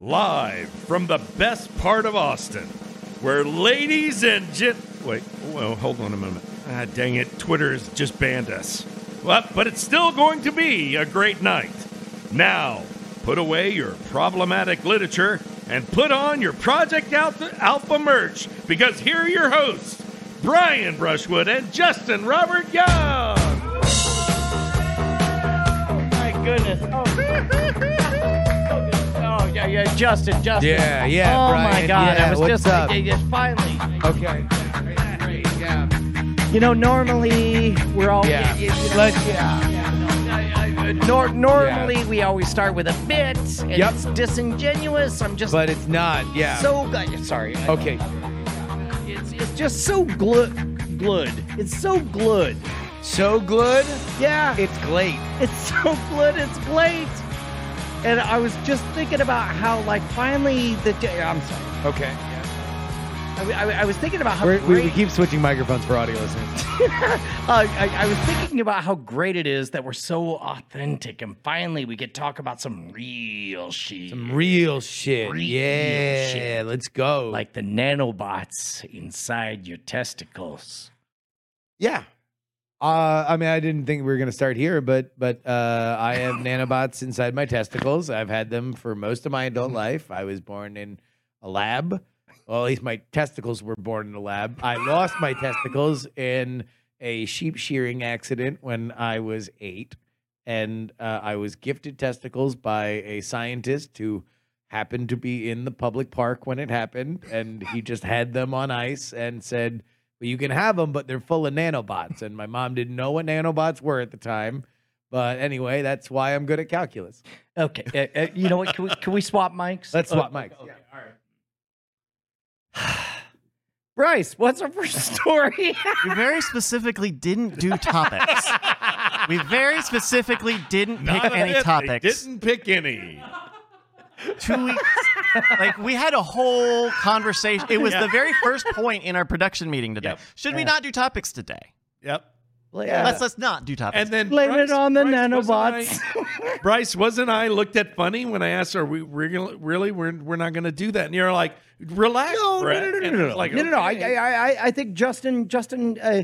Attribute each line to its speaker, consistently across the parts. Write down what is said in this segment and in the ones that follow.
Speaker 1: live from the best part of Austin, where ladies and gent. Wait, well, hold on a moment. Ah, dang it, Twitter's just banned us. Well, but it's still going to be a great night. Now, put away your problematic literature and put on your Project Alpha, Alpha merch because here are your hosts, Brian Brushwood and Justin Robert Young.
Speaker 2: My goodness. Oh. oh, yeah, yeah. Justin, Justin.
Speaker 3: Yeah, yeah,
Speaker 2: Oh, my
Speaker 3: Brian.
Speaker 2: God.
Speaker 3: Yeah,
Speaker 2: I was
Speaker 3: what's
Speaker 2: just like,
Speaker 3: up?
Speaker 2: yeah, yeah, finally.
Speaker 3: Okay.
Speaker 2: You know, normally we're all.
Speaker 3: Yeah.
Speaker 2: you- you know,
Speaker 3: Let's-
Speaker 2: yeah, yeah, no, I- I- nor- normally we always start with a bit. And
Speaker 3: Yep.
Speaker 2: It's disingenuous. I'm just
Speaker 3: But it's not. Yeah.
Speaker 2: so. gl- Sorry. I-
Speaker 3: okay.
Speaker 2: It's, it's just so glu- glud. It's so glud.
Speaker 3: So good.
Speaker 2: Yeah.
Speaker 3: It's great.
Speaker 2: It's so good. It's great. And I was just thinking about how, like, finally the day. I'm sorry.
Speaker 3: Okay.
Speaker 2: I, I, I was thinking about how
Speaker 3: We're, we,
Speaker 2: great.
Speaker 3: we keep switching microphones for audio listeners.
Speaker 2: uh, I, I was thinking about how great it is that we're so authentic, and finally we could talk about some real shit,
Speaker 3: Real shit.
Speaker 2: Real
Speaker 3: yeah.
Speaker 2: shit.
Speaker 3: Let's go.
Speaker 2: like the nanobots inside your testicles.
Speaker 3: yeah. Uh, I mean, I didn't think we were gonna start here, but but uh, I have nanobots inside my testicles. I've had them for most of my adult life. I was born in a lab. Well, at least my testicles were born in a lab. I lost my testicles in a sheep shearing accident when I was eight, and uh, I was gifted testicles by a scientist who happened to be in the public park when it happened, and he just had them on ice and said, "Well, you can have them, but they're full of nanobots." And my mom didn't know what nanobots were at the time, but anyway, that's why I'm good at calculus.
Speaker 2: Okay, uh, uh, you know what? Can we, can we swap mics?
Speaker 3: Let's
Speaker 2: Uh,
Speaker 3: swap mics.
Speaker 2: Bryce, what's our first story?
Speaker 4: We very specifically didn't do topics. We very specifically didn't pick
Speaker 1: Not
Speaker 4: any
Speaker 1: it, They
Speaker 4: topics.
Speaker 1: didn't pick any.
Speaker 4: Two weeks. Like we had a whole conversation. It was the very first point in our production meeting today.
Speaker 1: Yep.
Speaker 4: Should we not do topics today?
Speaker 1: Yep.
Speaker 4: Let's let's not do topics.
Speaker 1: And then
Speaker 2: Blame it
Speaker 1: Bryce-
Speaker 2: on the
Speaker 1: Bryce,
Speaker 2: nanobots.
Speaker 1: wasn't I- Bryce, wasn't I looked at funny when I asked, "Are we really, really we're we're not going to do that?" And you're like, "Relax,
Speaker 2: No, no,
Speaker 1: Brett."
Speaker 2: no, no, no,
Speaker 1: And
Speaker 2: no,
Speaker 1: it's
Speaker 2: no,
Speaker 1: like,
Speaker 2: no, no, no. I,
Speaker 1: okay.
Speaker 2: I, I, I think Justin, Justin, uh,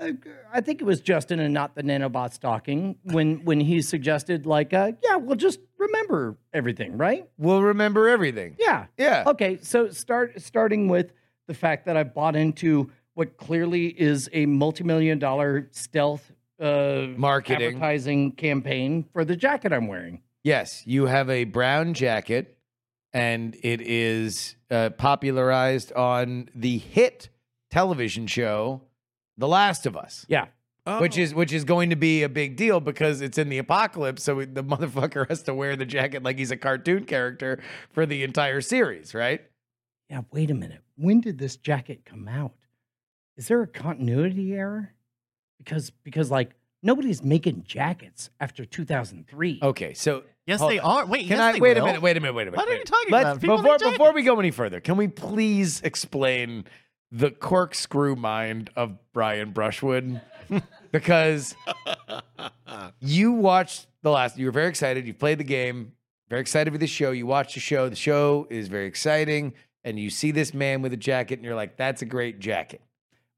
Speaker 2: uh, I think it was Justin and not the nanobots talking when when he suggested like, uh, yeah, we'll just remember everything, right?
Speaker 3: We'll remember everything.
Speaker 2: Yeah.
Speaker 3: Yeah.
Speaker 2: Okay. So start starting with the fact that I bought into what clearly is a multi-million dollar stealth uh,
Speaker 3: Marketing.
Speaker 2: advertising campaign for the jacket I'm wearing.
Speaker 3: Yes, you have a brown jacket, and it is uh, popularized on the hit television show "The Last of Us,"
Speaker 2: Yeah.
Speaker 1: Oh.
Speaker 3: which is which is going to be a big deal because it's in the apocalypse. So the motherfucker has to wear the jacket like he's a cartoon character for the entire series, right?
Speaker 2: Yeah. Wait a minute. When did this jacket come out? Is there a continuity error? Because because like nobody's making jackets after 2003.
Speaker 3: Okay, so
Speaker 4: yes,
Speaker 3: hold
Speaker 4: they
Speaker 3: on.
Speaker 4: are. Wait,
Speaker 3: Can
Speaker 4: yes,
Speaker 3: I
Speaker 4: they
Speaker 3: wait
Speaker 4: will.
Speaker 3: a minute? Wait a minute. Wait a minute.
Speaker 4: What are
Speaker 3: wait.
Speaker 4: you talking
Speaker 3: Let's,
Speaker 4: about? People
Speaker 3: before
Speaker 4: in jackets.
Speaker 3: before we go any further, can we please explain the corkscrew mind of Brian Brushwood? because you watched the last. You were very excited. You played the game. Very excited for the show. You watched the show. The show is very exciting, and you see this man with a jacket, and you're like, "That's a great jacket."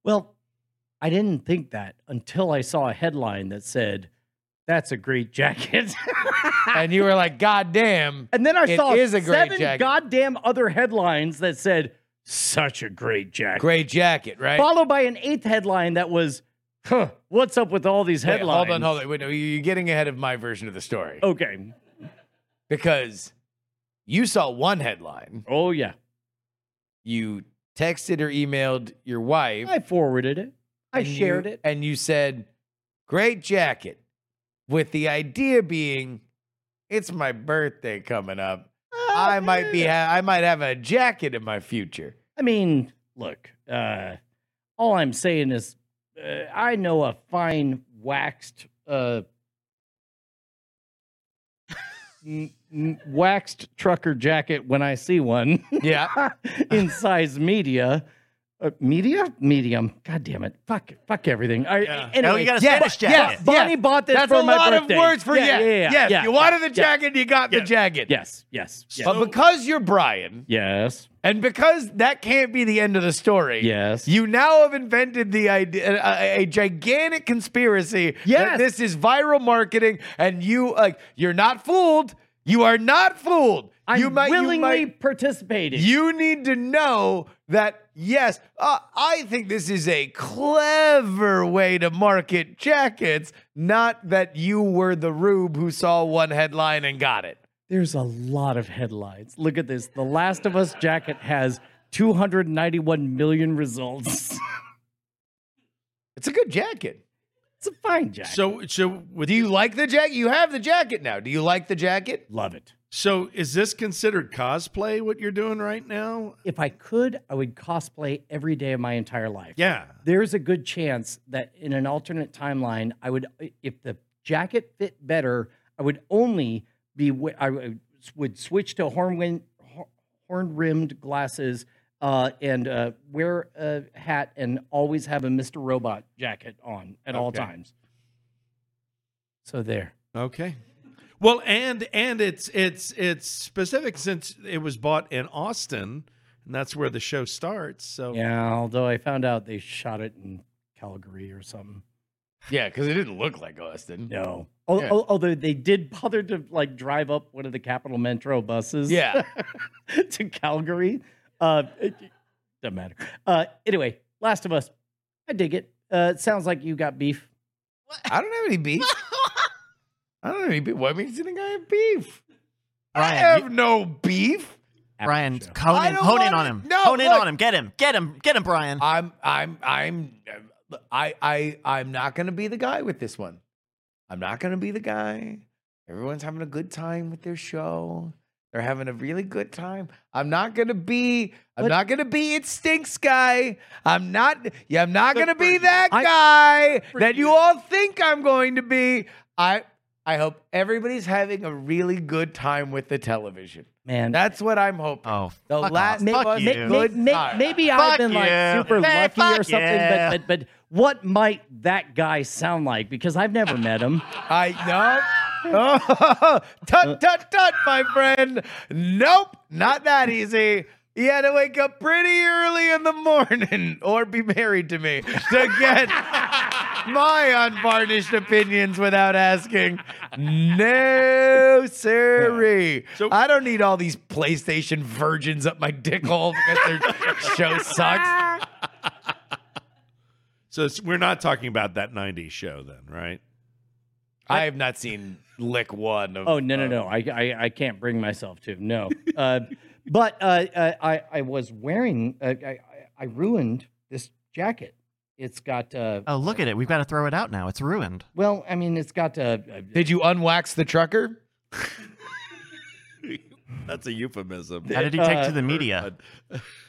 Speaker 2: Well, I didn't think that until I saw a headline that said, "That's a great jacket."
Speaker 4: Ah.
Speaker 3: And you were like, "God damn!"
Speaker 2: and then I
Speaker 3: It
Speaker 2: saw
Speaker 3: is a great
Speaker 2: seven
Speaker 3: jacket.
Speaker 2: goddamn other headlines that said, "Such a great jacket,"
Speaker 3: Great jacket, right?
Speaker 2: followed by an eighth headline that was, "Huh, what's up with all these
Speaker 3: Wait,
Speaker 2: headlines?"
Speaker 3: hold on, hold on. Wait, no, you're getting ahead of my version of the story
Speaker 2: Okay.
Speaker 3: because you saw one headline.
Speaker 2: Oh yeah,
Speaker 3: you texted or emailed your wife.
Speaker 2: I forwarded it. I
Speaker 3: and you-
Speaker 2: shared it.
Speaker 3: And you said, Great jacket. With the idea being, it's my birthday coming up.
Speaker 2: Oh,
Speaker 3: I might be ha- I might have a jacket in my future.
Speaker 2: I mean, look, uh, all I'm saying is uh, I know a fine waxed, uh, n- n- waxed trucker jacket when I see one
Speaker 3: Yeah.
Speaker 2: in size media Uh, media, medium. God damn it! Fuck, fuck everything. I,
Speaker 1: Yeah.
Speaker 2: Anyway,
Speaker 4: No, you got a
Speaker 3: yeah,
Speaker 4: Spanish
Speaker 3: yeah,
Speaker 4: jacket.
Speaker 2: Bonnie bought this
Speaker 3: That's
Speaker 2: for
Speaker 3: a
Speaker 2: my
Speaker 3: lot
Speaker 2: birthday.
Speaker 3: of words for
Speaker 2: Yeah,
Speaker 3: yeah.
Speaker 2: yeah, yeah,
Speaker 3: yes,
Speaker 2: yeah,
Speaker 3: you wanted the
Speaker 1: yeah.
Speaker 3: jacket, you got
Speaker 1: Yeah.
Speaker 3: the jacket.
Speaker 2: Yes, yes, yes,
Speaker 3: But because you're Brian,
Speaker 2: yes,
Speaker 3: and because that can't be the end of the story,
Speaker 2: yes.
Speaker 3: you now have invented the idea, a, a gigantic conspiracy
Speaker 2: Yes.
Speaker 3: that this is viral marketing, and you like you're not fooled. You are not fooled.
Speaker 2: I'm
Speaker 3: you might,
Speaker 2: willingly
Speaker 3: you might
Speaker 2: participating.
Speaker 3: You need to know that, yes, uh, I think this is a clever way to market jackets, not that you were the rube who saw one headline and got it.
Speaker 2: There's a lot of headlines. Look at this. The Last of Us jacket has 291 million results.
Speaker 3: It's a good jacket.
Speaker 2: it's a fine jacket.
Speaker 1: So, so with
Speaker 3: Do you like the jacket? You have the jacket now. Do you like the jacket?
Speaker 2: Love it.
Speaker 1: so is this considered cosplay? What you're doing right now?
Speaker 2: If I could, I would cosplay every day of my entire life.
Speaker 1: Yeah.
Speaker 2: There's a good chance that in an alternate timeline, I would, uh, if the jacket fit better, I would only be, wi- I would- would switch to horn win, horn rimmed glasses uh, and uh, wear a hat and always have a Mr. Robot jacket on at all
Speaker 1: Okay.
Speaker 2: times. So there.
Speaker 1: Okay. Well, and and it's it's it's specific since it was bought in Austin, and that's where the show starts. So
Speaker 2: Yeah, although I found out they shot it in Calgary or something.
Speaker 3: Yeah, because it didn't look like Austin.
Speaker 2: No. Al-
Speaker 3: Yeah.
Speaker 2: al- Although they did bother to like drive up one of the Capital Metro buses,
Speaker 3: Yeah.
Speaker 2: to Calgary. Uh, it doesn't matter. Uh, anyway, Last of Us, I dig it. Uh, it sounds like you got beef.
Speaker 3: I don't have any beef. I don't have any beef. What makes you think I have beef? I have no beef.
Speaker 2: After
Speaker 4: Brian,
Speaker 2: the show.
Speaker 4: hone
Speaker 3: I
Speaker 4: in,
Speaker 3: don't
Speaker 4: hone in
Speaker 3: want
Speaker 4: on
Speaker 3: it.
Speaker 4: him.
Speaker 3: No,
Speaker 4: hone in
Speaker 3: look.
Speaker 4: on him. Get him. Get him. Get him, Brian.
Speaker 3: I'm I'm I'm I I I'm not gonna be the guy with this one. I'm not gonna be the guy. Everyone's having a good time with their show. They're having a really good time. I'm not gonna be. I'm
Speaker 2: But-
Speaker 3: not gonna be. It stinks, guy. I'm not. Yeah, I'm not
Speaker 1: Good
Speaker 3: gonna
Speaker 1: for
Speaker 3: be
Speaker 1: you.
Speaker 3: that
Speaker 2: I-
Speaker 3: guy
Speaker 1: for
Speaker 3: that you
Speaker 1: you.
Speaker 3: all think I'm going to be. I I hope everybody's having a really good time with the television.
Speaker 2: man,
Speaker 3: That's what I'm hoping.
Speaker 4: oh,
Speaker 3: The
Speaker 4: fuck
Speaker 3: last
Speaker 4: off.
Speaker 2: May-
Speaker 4: fuck
Speaker 3: was
Speaker 4: you.
Speaker 3: good.
Speaker 2: may- may-
Speaker 3: time.
Speaker 2: maybe I've
Speaker 4: Fuck
Speaker 2: been like
Speaker 4: you.
Speaker 2: super
Speaker 4: Man,
Speaker 2: lucky or
Speaker 4: fuck
Speaker 2: something,
Speaker 4: yeah.
Speaker 2: but, but but what might that guy sound like? Because I've never met him.
Speaker 3: I no. Oh,
Speaker 2: Uh.
Speaker 3: tut tut tut, my friend. Nope, not that easy. He had to wake up pretty early in the morning or be married to me to get my unvarnished opinions without asking. No, sirree.
Speaker 1: So-
Speaker 3: I don't need all these PlayStation virgins up my dick hole because their show sucks.
Speaker 1: so it's, we're not talking about that '90s show then, right?
Speaker 3: I have not seen lick one of.
Speaker 2: Oh no no no! I I, I can't bring myself to no. Uh, but uh, uh, I I was wearing uh, I I- I ruined this jacket. It's got uh,
Speaker 4: Oh, look at it. We've got to throw it out now. It's ruined.
Speaker 2: well I mean it's got uh, uh,
Speaker 3: Did you unwax the trucker?
Speaker 1: That's a euphemism.
Speaker 4: How did he take
Speaker 2: Uh,
Speaker 4: to the media?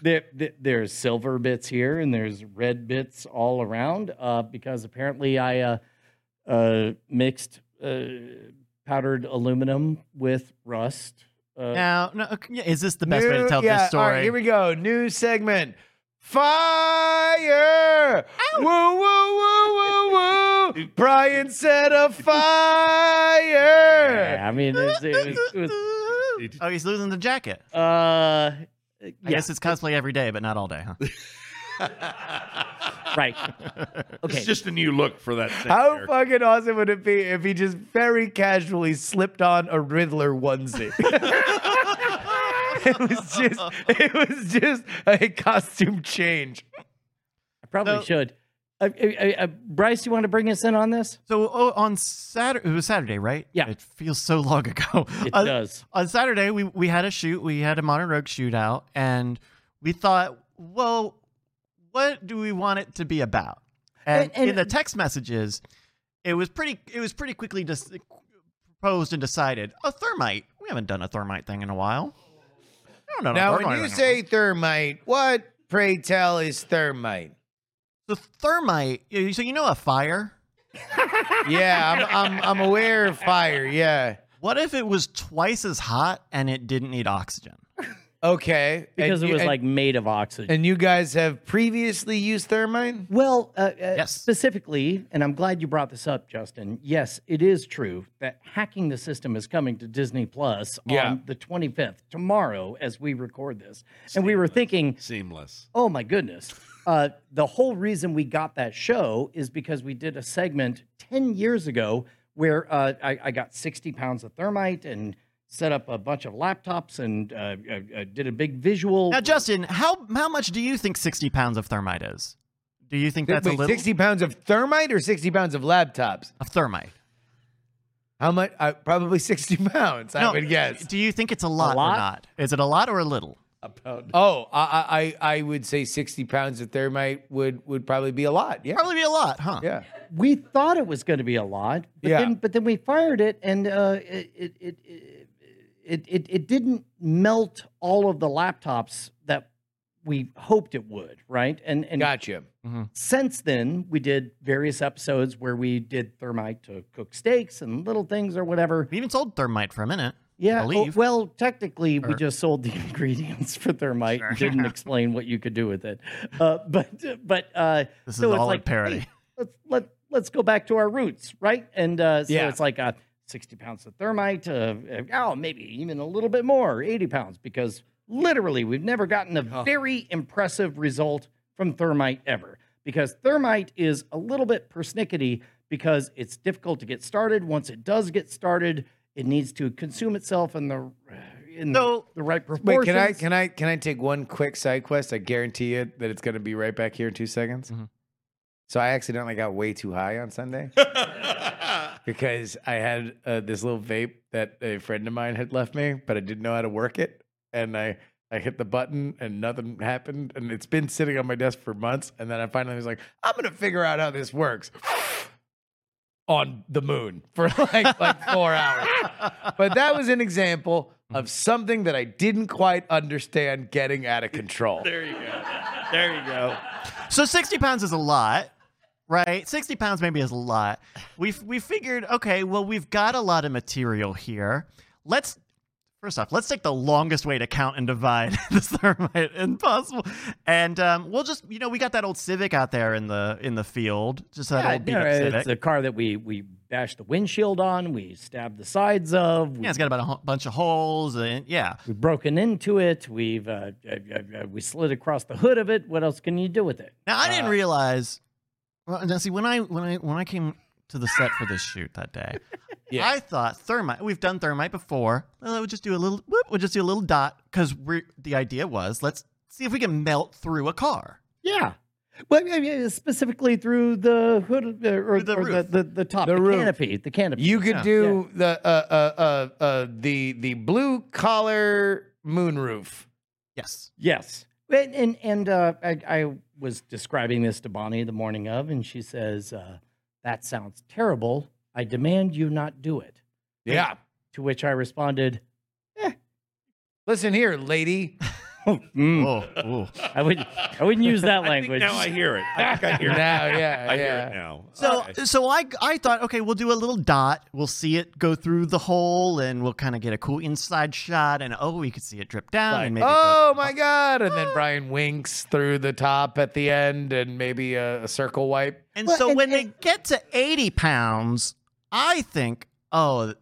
Speaker 2: there, there- there's silver bits here and there's red bits all around uh, because apparently I uh, uh, mixed uh, powdered aluminum with rust. Uh,
Speaker 4: Now, no, okay, yeah, is this the best way to
Speaker 3: New-
Speaker 4: tell
Speaker 3: yeah,
Speaker 4: this story?
Speaker 3: All right, here we go. New segment. Fire! Woo woo woo woo woo! Brian set a fire.
Speaker 2: yeah, I mean it's, it was, it was
Speaker 4: oh, he's losing the jacket.
Speaker 2: uh,
Speaker 4: I guess it's cosplay every day, but not all day, huh?
Speaker 2: right. Okay,
Speaker 1: It's just a new look for that. thing
Speaker 3: How
Speaker 1: there.
Speaker 3: fucking awesome would it be if he just very casually slipped on a Riddler onesie? it was just, it was just a costume change.
Speaker 2: Probably
Speaker 4: No.
Speaker 2: should. Uh, uh, uh, uh, Bryce, you want to bring us in on this?
Speaker 4: So oh, on Saturday, it was Saturday, right?
Speaker 2: Yeah.
Speaker 4: It feels so long ago.
Speaker 2: It
Speaker 4: Uh,
Speaker 2: does.
Speaker 4: on Saturday, we, we had a shoot. We had a Modern Rogue shootout, and we thought, well, what do we want it to be about? And,
Speaker 2: And- and-
Speaker 4: in the text messages, it was pretty. It was pretty quickly dis- proposed and decided. A thermite. We haven't done a thermite thing in a while. I don't know.
Speaker 3: Now,
Speaker 4: a thermite
Speaker 3: when you
Speaker 4: in a
Speaker 3: say thermite, what pray tell is thermite?
Speaker 4: while. the thermite, you- so you know a fire.
Speaker 3: Yeah, I'm, I'm, I'm aware of fire. Yeah.
Speaker 4: What if it was twice as hot and it didn't need oxygen?
Speaker 3: Okay.
Speaker 2: because
Speaker 3: And
Speaker 2: it
Speaker 3: you-
Speaker 2: was
Speaker 3: and-
Speaker 2: like made of oxygen.
Speaker 3: And you guys have previously used thermite?
Speaker 2: Well, uh, uh,
Speaker 4: Yes.
Speaker 2: specifically, and I'm glad you brought this up, Justin. Yes, it is true that hacking the system is coming to Disney Plus on
Speaker 3: Yeah.
Speaker 2: the 25th tomorrow, as we record this. And we were thinking,
Speaker 5: Seamless.
Speaker 2: oh my goodness, uh, the whole reason we got that show is because we did a segment 10 years ago where uh, I, I got 60 pounds of thermite and set up a bunch of laptops and uh, uh, uh, did a big visual.
Speaker 4: Now, Justin, how how much do you think sixty pounds of thermite is? Do you think that's a
Speaker 3: Wait,
Speaker 4: little
Speaker 3: 60 pounds of thermite or 60 pounds of laptops?
Speaker 4: of thermite?
Speaker 3: How much? Uh, probably 60 pounds, I would guess.
Speaker 4: Do you think it's a lot,
Speaker 2: lot?
Speaker 4: or not? Is it a lot or a little?
Speaker 3: Oh, I, I, I would say 60 pounds of thermite would, would probably be a lot. Yeah.
Speaker 4: Probably be a lot, huh?
Speaker 3: Yeah.
Speaker 2: we thought it was going to be a lot, but
Speaker 3: Yeah.
Speaker 2: then but then we fired it, and uh, it, it, it it it it didn't melt all of the laptops that we hoped it would, right? And and
Speaker 3: Gotcha.
Speaker 2: since then, we did various episodes where we did thermite to cook steaks and little things or whatever.
Speaker 4: We even sold thermite for a minute.
Speaker 2: Yeah,
Speaker 4: I
Speaker 2: oh,
Speaker 4: believe.
Speaker 2: well, technically, we
Speaker 4: Or-
Speaker 2: just sold the ingredients for thermite. and Didn't explain what you could do with it, uh, but but uh,
Speaker 4: This
Speaker 2: so
Speaker 4: is
Speaker 2: it's
Speaker 4: all
Speaker 2: like
Speaker 4: in parody.
Speaker 2: hey, let's let let's go back to our roots, right? And uh, so
Speaker 3: Yeah.
Speaker 2: it's like uh, sixty pounds of thermite. Uh, oh, maybe even a little bit more, eighty pounds, because literally we've never gotten a very impressive result from thermite ever. Because thermite is a little bit persnickety because it's difficult to get started. Once it does get started, it needs to consume itself in the uh, in
Speaker 4: So-
Speaker 2: the right
Speaker 3: Wait,
Speaker 2: proportions.
Speaker 3: can I can I can I take one quick side quest? I guarantee you that it's gonna be right back here in two seconds.
Speaker 4: Mhm.
Speaker 3: So I accidentally got way too high on Sunday because I had uh, this little vape that a friend of mine had left me, but I didn't know how to work it, and I I hit the button and nothing happened, and it's been sitting on my desk for months, and then I finally was like, I'm gonna figure out how this works. On the moon for like like four hours but that was an example of something that I didn't quite understand getting out of control.
Speaker 1: There you go. There you go.
Speaker 4: So sixty pounds is a lot, right? Sixty pounds maybe is a lot. We we figured, okay, well we've got a lot of material here. Let's first off, let's take the longest way to count and divide this thermite and possible, and um, we'll just you know we got that old Civic out there in the in the field, just that
Speaker 2: Yeah,
Speaker 4: old beat
Speaker 2: no,
Speaker 4: up Civic.
Speaker 2: it's the car that we we bashed the windshield on, we stabbed the sides of, we
Speaker 4: yeah, it's got about a ho- bunch of holes and yeah.
Speaker 2: We've broken into it. We've uh, uh, uh, uh, we slid across the hood of it. What else can you do with it?
Speaker 4: Now I didn't realize. Uh, Well, now see when I when I when I came to the set for this shoot that day,
Speaker 3: Yeah.
Speaker 4: I thought thermite. We've done thermite before. Well, we'll just do a little. Whoop, we'll just do a little dot because we the idea was let's see if we can melt through a car.
Speaker 2: Yeah, well, I mean, specifically through the hood uh, or,
Speaker 4: Through the
Speaker 2: or
Speaker 4: roof.
Speaker 2: The, the the top,
Speaker 3: The
Speaker 2: the,
Speaker 3: roof.
Speaker 2: canopy, the canopy.
Speaker 3: You could do the uh, uh, uh, uh, the the blue collar moonroof.
Speaker 4: Yes.
Speaker 2: yes, and and, and uh, I, I was describing this to Bonnie the morning of, and she says, uh, "That sounds terrible. I demand you not do it."
Speaker 3: Yeah.
Speaker 2: To which I responded,
Speaker 3: Listen here, lady.
Speaker 2: "Oh, mm,
Speaker 4: Oh, ooh.
Speaker 2: I would I wouldn't use that language."
Speaker 1: Now I hear it. I think I hear
Speaker 3: now,
Speaker 1: it.
Speaker 3: yeah,
Speaker 1: I hear it
Speaker 3: yeah.
Speaker 1: now.
Speaker 4: So
Speaker 1: Okay.
Speaker 4: so I I thought okay we'll do a little dot. We'll see it go through the hole and we'll kind of get a cool inside shot and oh we could see it drip down and maybe go-
Speaker 3: Oh my god! And then Brian winks through the top at the end, and maybe a, a circle wipe.
Speaker 4: And
Speaker 2: Well,
Speaker 4: so
Speaker 2: and-
Speaker 4: when
Speaker 2: and-
Speaker 4: they get to 80 pounds, I think, oh,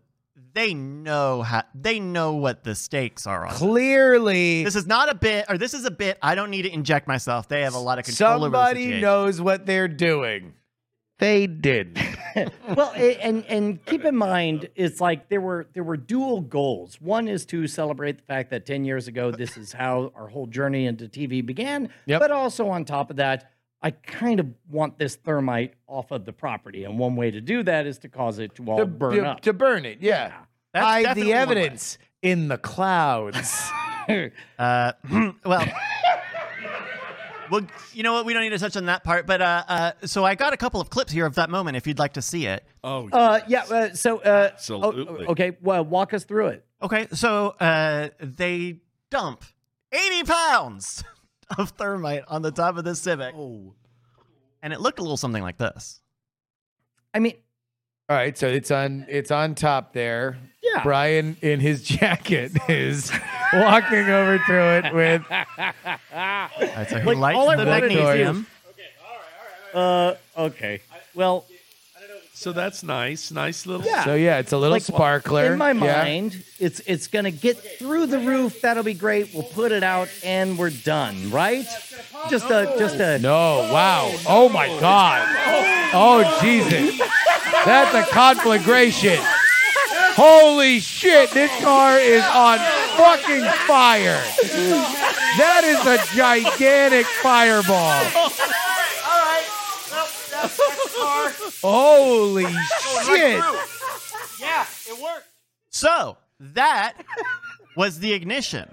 Speaker 4: they know how they know what the stakes are on.
Speaker 3: Clearly,
Speaker 4: This is not a bit, or this is a bit. I don't need to inject myself. They have a lot of control over the
Speaker 3: somebody
Speaker 4: situation.
Speaker 3: knows what they're doing. They didn't.
Speaker 2: well, a- and and keep in mind, it's like there were there were dual goals. One is to celebrate the fact that ten years ago, this is how our whole journey into TV began.
Speaker 3: Yep.
Speaker 2: But also on top of that, I kind of want this thermite off of the property, and one way to do that is to cause it to all
Speaker 3: to
Speaker 2: burn
Speaker 3: to-
Speaker 2: up.
Speaker 3: to burn it. Yeah,
Speaker 4: That's
Speaker 3: hide
Speaker 4: definitely
Speaker 3: the
Speaker 4: one way.
Speaker 3: evidence in the clouds.
Speaker 4: Uh, well, well, you know what? We don't need to touch on that part. But uh, uh, so I got a couple of clips here of that moment. If you'd like to see it.
Speaker 5: Oh,
Speaker 2: uh, yeah. Uh, so uh, oh,
Speaker 5: Absolutely.
Speaker 2: okay. Well, walk us through it.
Speaker 4: Okay, so uh, they dump 80 pounds of thermite on the top of the Civic.
Speaker 2: Oh.
Speaker 4: And it looked a little something like this.
Speaker 2: I mean,
Speaker 3: All right, so it's on it's on top there.
Speaker 2: Yeah.
Speaker 3: Brian in his jacket is walking over to it with
Speaker 4: Right, so he
Speaker 2: Like,
Speaker 4: likes
Speaker 2: all I
Speaker 4: the
Speaker 2: wanted to do-
Speaker 4: magnesium.
Speaker 2: Uh, okay. Well,
Speaker 1: So that's nice. Nice little.
Speaker 2: Yeah.
Speaker 3: so yeah, it's a little
Speaker 2: Like,
Speaker 3: sparkler.
Speaker 2: in my
Speaker 3: Yeah.
Speaker 2: mind, it's it's gonna get through the roof. That'll be great. We'll put it out and we're done, right? Just a just a
Speaker 3: No, wow. Oh my god. Oh Jesus. That's a conflagration. Holy shit, this car is on fucking fire. That is a gigantic fireball. Holy shit.
Speaker 4: So that was the ignition.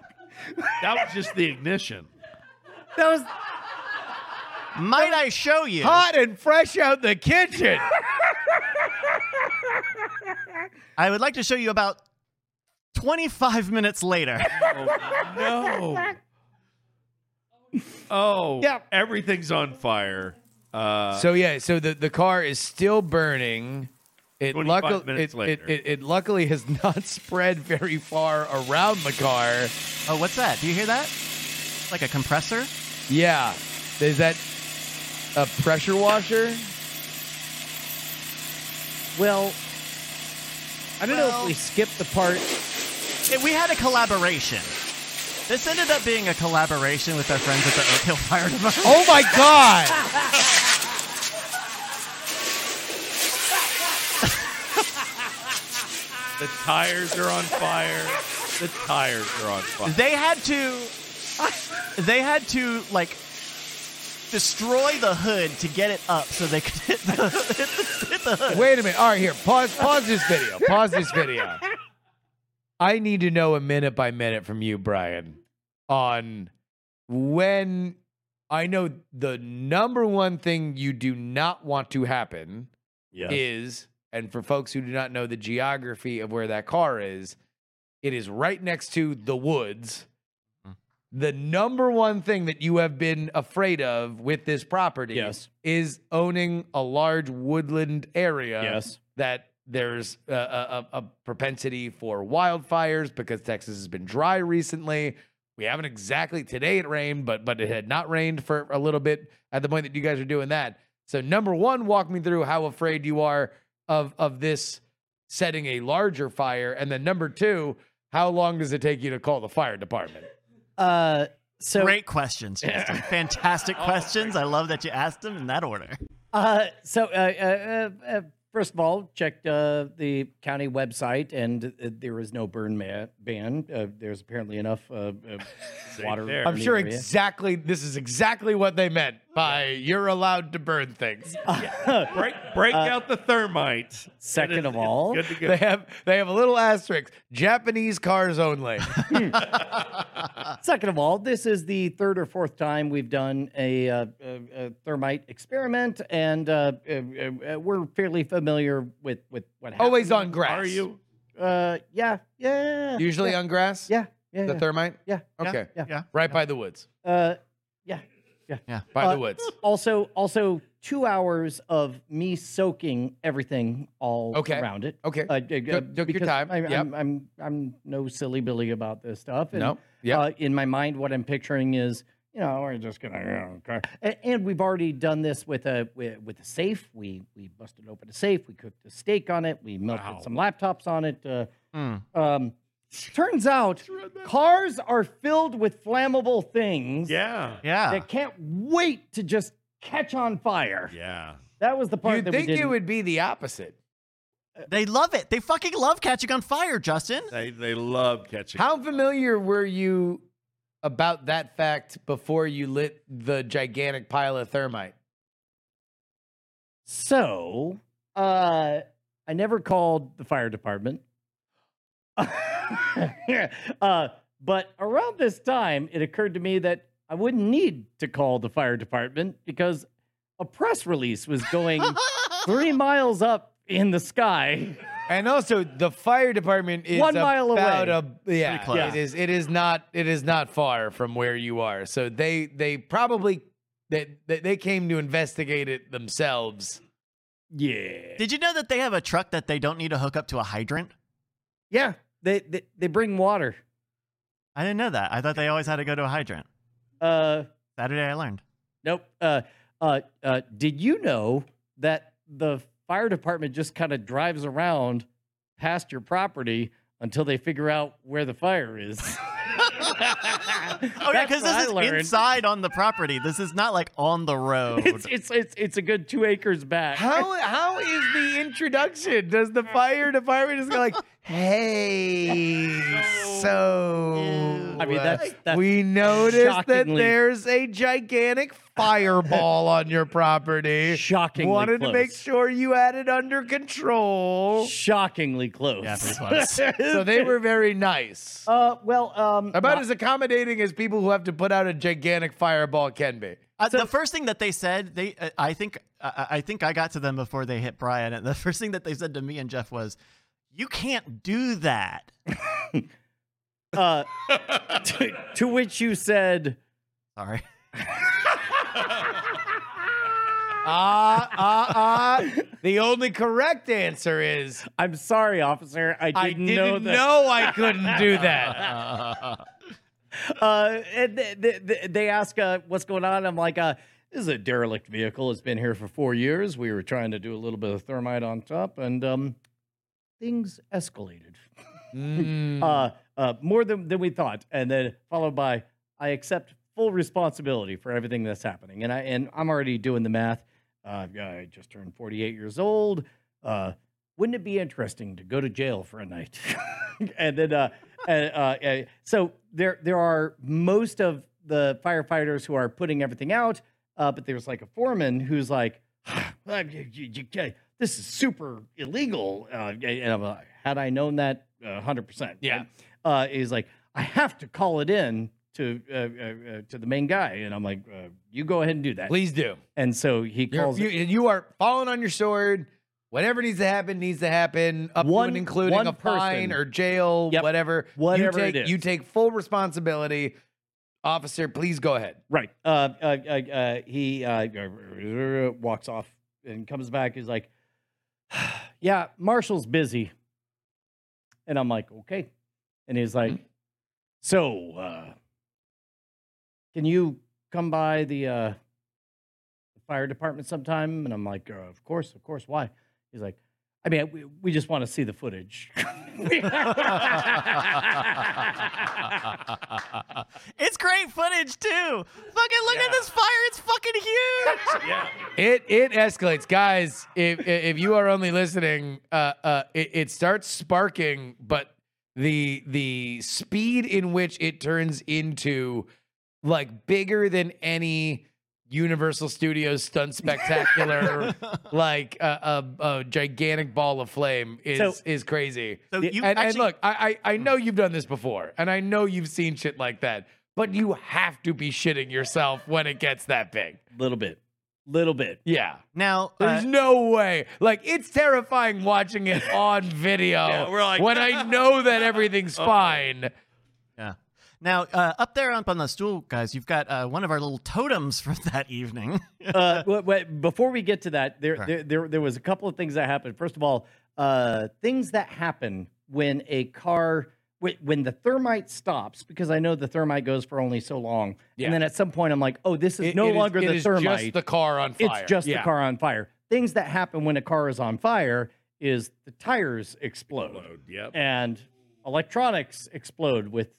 Speaker 1: That was just the ignition.
Speaker 2: that was
Speaker 4: Might I show you?
Speaker 3: Hot and fresh out the kitchen.
Speaker 4: I would like to show you about 25 minutes later.
Speaker 1: No. Oh.
Speaker 2: Yeah.
Speaker 1: Everything's on fire. Uh,
Speaker 3: So yeah, so the, the car is still burning. It
Speaker 1: 25
Speaker 3: luckily
Speaker 1: minutes
Speaker 3: it, it,
Speaker 1: later.
Speaker 3: it, it luckily has not spread very far around the car.
Speaker 4: Oh, what's that? Do you hear that? Like a compressor?
Speaker 3: Yeah. Is that a pressure washer?
Speaker 2: well. I don't know
Speaker 4: Well-
Speaker 2: if we skipped the part.
Speaker 4: Yeah, we had a collaboration. This ended up being a collaboration with our friends at the Oak Hill Fire Department.
Speaker 3: Oh my god!
Speaker 1: the tires are on fire. The tires are on fire.
Speaker 4: They had to. They had to like destroy the hood to get it up so they could hit the, hit the, hit the hood.
Speaker 3: Wait a minute. All right, here. Pause pause this video. Pause this video. I need to know a minute by minute from you, Brian, on when I know the number one thing you do not want to happen
Speaker 1: Yeah.
Speaker 3: is, and for folks who do not know the geography of where that car is, it is right next to the woods. The number one thing that you have been afraid of with this property
Speaker 2: Yes.
Speaker 3: is owning a large woodland area that there's a, a, a a propensity for wildfires because Texas has been dry recently. We haven't exactly today it rained, but but it had not rained for a little bit at the point that you guys are doing that. So number one, walk me through how afraid you are of of this setting a larger fire, and then number two, how long does it take you to call the fire department?
Speaker 2: Uh, so Oh,
Speaker 4: Great questions, Justin. Fantastic questions. I love that you asked them in that order.
Speaker 2: Uh, so, uh, uh, uh, uh, first of all, checked uh, the county website, and uh, there is no burn ma- ban. Uh, there's apparently enough uh, uh, water.
Speaker 1: there.
Speaker 3: I'm
Speaker 2: in the
Speaker 3: sure
Speaker 2: area.
Speaker 3: exactly this is exactly what they meant by you're allowed to burn things.
Speaker 1: Break, break out the thermite.
Speaker 2: second
Speaker 1: It-
Speaker 2: of
Speaker 1: it's
Speaker 2: all-
Speaker 1: good to go.
Speaker 3: They have they have a little asterisk. Japanese cars only.
Speaker 2: Second of all, this is the third or fourth time we've done a, uh, a, a thermite experiment, and uh, uh, uh, uh, we're fairly familiar with with what happened.
Speaker 3: Always on grass.
Speaker 1: Are you?
Speaker 2: Uh, yeah, yeah.
Speaker 3: usually
Speaker 2: yeah,
Speaker 3: on grass?
Speaker 2: yeah, yeah,
Speaker 3: The
Speaker 2: yeah.
Speaker 3: thermite?
Speaker 2: yeah.
Speaker 3: Okay.
Speaker 2: yeah.
Speaker 4: Yeah.
Speaker 3: Right by the woods.
Speaker 2: Uh, yeah.
Speaker 3: By
Speaker 2: Uh,
Speaker 3: the woods.
Speaker 2: Also, also two hours of me soaking everything all
Speaker 3: Okay.
Speaker 2: around it.
Speaker 3: Okay.
Speaker 2: Uh, d- uh,
Speaker 3: took your
Speaker 2: because
Speaker 3: time.
Speaker 2: I,
Speaker 3: Yep.
Speaker 2: I'm, I'm I'm no silly billy about this stuff. And,
Speaker 3: No. Yep.
Speaker 2: Uh, in my mind, what I'm picturing is, you know, we're just gonna. You know, car- and, and we've already done this with a with, with a safe. We we busted open a safe. We cooked a steak on it. We melted
Speaker 1: Wow.
Speaker 2: some laptops on it. Uh,
Speaker 4: Mm.
Speaker 2: um, turns out cars are filled with flammable things.
Speaker 1: Yeah.
Speaker 4: Yeah.
Speaker 2: They can't wait to just catch on fire.
Speaker 1: Yeah.
Speaker 2: That was the part
Speaker 3: You'd
Speaker 2: that
Speaker 3: think
Speaker 2: we
Speaker 3: it
Speaker 2: didn't.
Speaker 3: would be the opposite.
Speaker 4: They love it. They fucking love catching on fire, Justin.
Speaker 1: They they love catching.
Speaker 3: How familiar were you about that fact before you lit the gigantic pile of thermite?
Speaker 2: So, uh, I never called the fire department. uh, but around this time, it occurred to me that I wouldn't need to call the fire department because a press release was going three miles up in the sky.
Speaker 3: And also, the fire department is
Speaker 2: One mile
Speaker 3: about
Speaker 2: away.
Speaker 3: A, yeah,
Speaker 4: Pretty close.
Speaker 3: it is. It is not. It is not far from where you are. So they they probably they they, they came to investigate it themselves.
Speaker 2: Yeah.
Speaker 4: Did you know that they have a truck that they don't need to hook up to a hydrant?
Speaker 2: Yeah, they they, they bring water.
Speaker 4: I didn't know that. I thought they always had to go to a hydrant.
Speaker 2: Uh,
Speaker 4: Saturday, I learned.
Speaker 2: nope. Uh, uh, uh, did you know that the fire department just kind of drives around past your property until they figure out where the fire is?
Speaker 4: Oh yeah, because this is inside on the property. This is not like on the road.
Speaker 2: It's, it's it's it's a good two acres back.
Speaker 3: How how is the introduction? Does the fire department just go like, hey, so
Speaker 2: I mean,
Speaker 3: uh,
Speaker 2: that's- that's
Speaker 3: we noticed that
Speaker 2: shockingly-
Speaker 3: there's a gigantic fireball on your property.
Speaker 2: Shockingly
Speaker 3: Wanted to make
Speaker 2: close.
Speaker 3: sure you had it under control.
Speaker 2: Shockingly close.
Speaker 4: yeah, pretty close.
Speaker 3: So they were very nice.
Speaker 2: Uh, well, um,
Speaker 3: About as accommodating as people who have to put out a gigantic fireball can be.
Speaker 4: Uh, the first thing that they said, they uh, I think I I think I got to them before they hit Brian, and the first thing that they said to me and Jeff was, "You can't do that."
Speaker 2: uh, to, to which you said,
Speaker 4: Sorry.
Speaker 3: Ah, ah, ah. The only correct answer is
Speaker 2: "I'm sorry, officer, I didn't,
Speaker 3: I didn't
Speaker 2: know
Speaker 3: know,
Speaker 2: that."
Speaker 3: I couldn't do that.
Speaker 2: Uh, and th- th- th- they ask, uh, "What's going on?" I'm like, uh, "This is a derelict vehicle. It's been here for four years. We were trying to do a little bit of thermite on top, and um, things escalated uh, uh, more than than we thought." And then followed by, "I accept full responsibility for everything that's happening." And I and I'm already doing the math. Uh, I just turned 48 years old. Uh, wouldn't it be interesting to go to jail for a night? and then, uh, uh, uh, uh, so there, there are most of the firefighters who are putting everything out, uh, but there's like a foreman who's like, "Ah, you- you- you can't- this is super illegal. Uh, and I'm like, had I known that, uh, 100%.
Speaker 3: Yeah.
Speaker 2: right? Uh, he's like, I have to call it in to uh, uh, uh, to the main guy, and I'm like, uh, you go ahead and do that.
Speaker 3: Please do.
Speaker 2: And so he
Speaker 3: You're,
Speaker 2: calls.
Speaker 3: you, you are falling on your sword. Whatever needs to happen needs to happen, up to
Speaker 2: One-
Speaker 3: and including
Speaker 2: one
Speaker 3: a fine
Speaker 2: person.
Speaker 3: or jail,
Speaker 2: Yep.
Speaker 3: whatever.
Speaker 2: Whatever
Speaker 3: you
Speaker 2: it
Speaker 3: take,
Speaker 2: is.
Speaker 3: You take full responsibility. Officer, please go ahead.
Speaker 2: Right. Uh, uh, uh, uh, he uh, walks off and comes back. He's like, "Yeah, Marshall's busy," and I'm like, "Okay," and he's like, "So, uh, can you come by the uh, the fire department sometime?" And I'm like, uh, "Of course, of course. Why?" He's like, "I mean, we, we just want to see the footage."
Speaker 4: it's great footage too. Fucking look at this fire. It's fucking huge.
Speaker 3: It it escalates, guys. If if you are only listening, uh, uh, it, it starts sparking, but the the speed in which it turns into like bigger than any Universal Studios stunt spectacular, like uh, a, a gigantic ball of flame is
Speaker 2: So-
Speaker 3: is crazy.
Speaker 4: So you
Speaker 3: and, and
Speaker 4: actually-
Speaker 3: look, I, I I know you've done this before, and I know you've seen shit like that, but you have to be shitting yourself when it gets that big.
Speaker 2: little bit, little bit.
Speaker 3: Yeah.
Speaker 4: now, uh,
Speaker 3: There's no way. Like it's terrifying watching it on video.
Speaker 1: we're like-
Speaker 3: when I know that everything's fine.
Speaker 4: Yeah. Now, uh, up there up on the stool, guys, you've got uh, one of our little totems from that evening.
Speaker 2: uh, wait, wait, before we get to that, there,
Speaker 4: Sure.
Speaker 2: there, there, there was a couple of things that happened. First of all, uh, things that happen when a car, wh- when the thermite stops, because I know the thermite goes for only so long,
Speaker 3: Yeah.
Speaker 2: and then at some point I'm like, oh, this is
Speaker 3: It-
Speaker 2: no
Speaker 3: it is-
Speaker 2: longer
Speaker 3: it
Speaker 2: the
Speaker 3: is
Speaker 2: thermite.
Speaker 3: Just the car on fire.
Speaker 2: It's just
Speaker 3: Yeah.
Speaker 2: the car on fire. Things that happen when a car is on fire is the tires explode
Speaker 1: Yep.
Speaker 2: and electronics explode with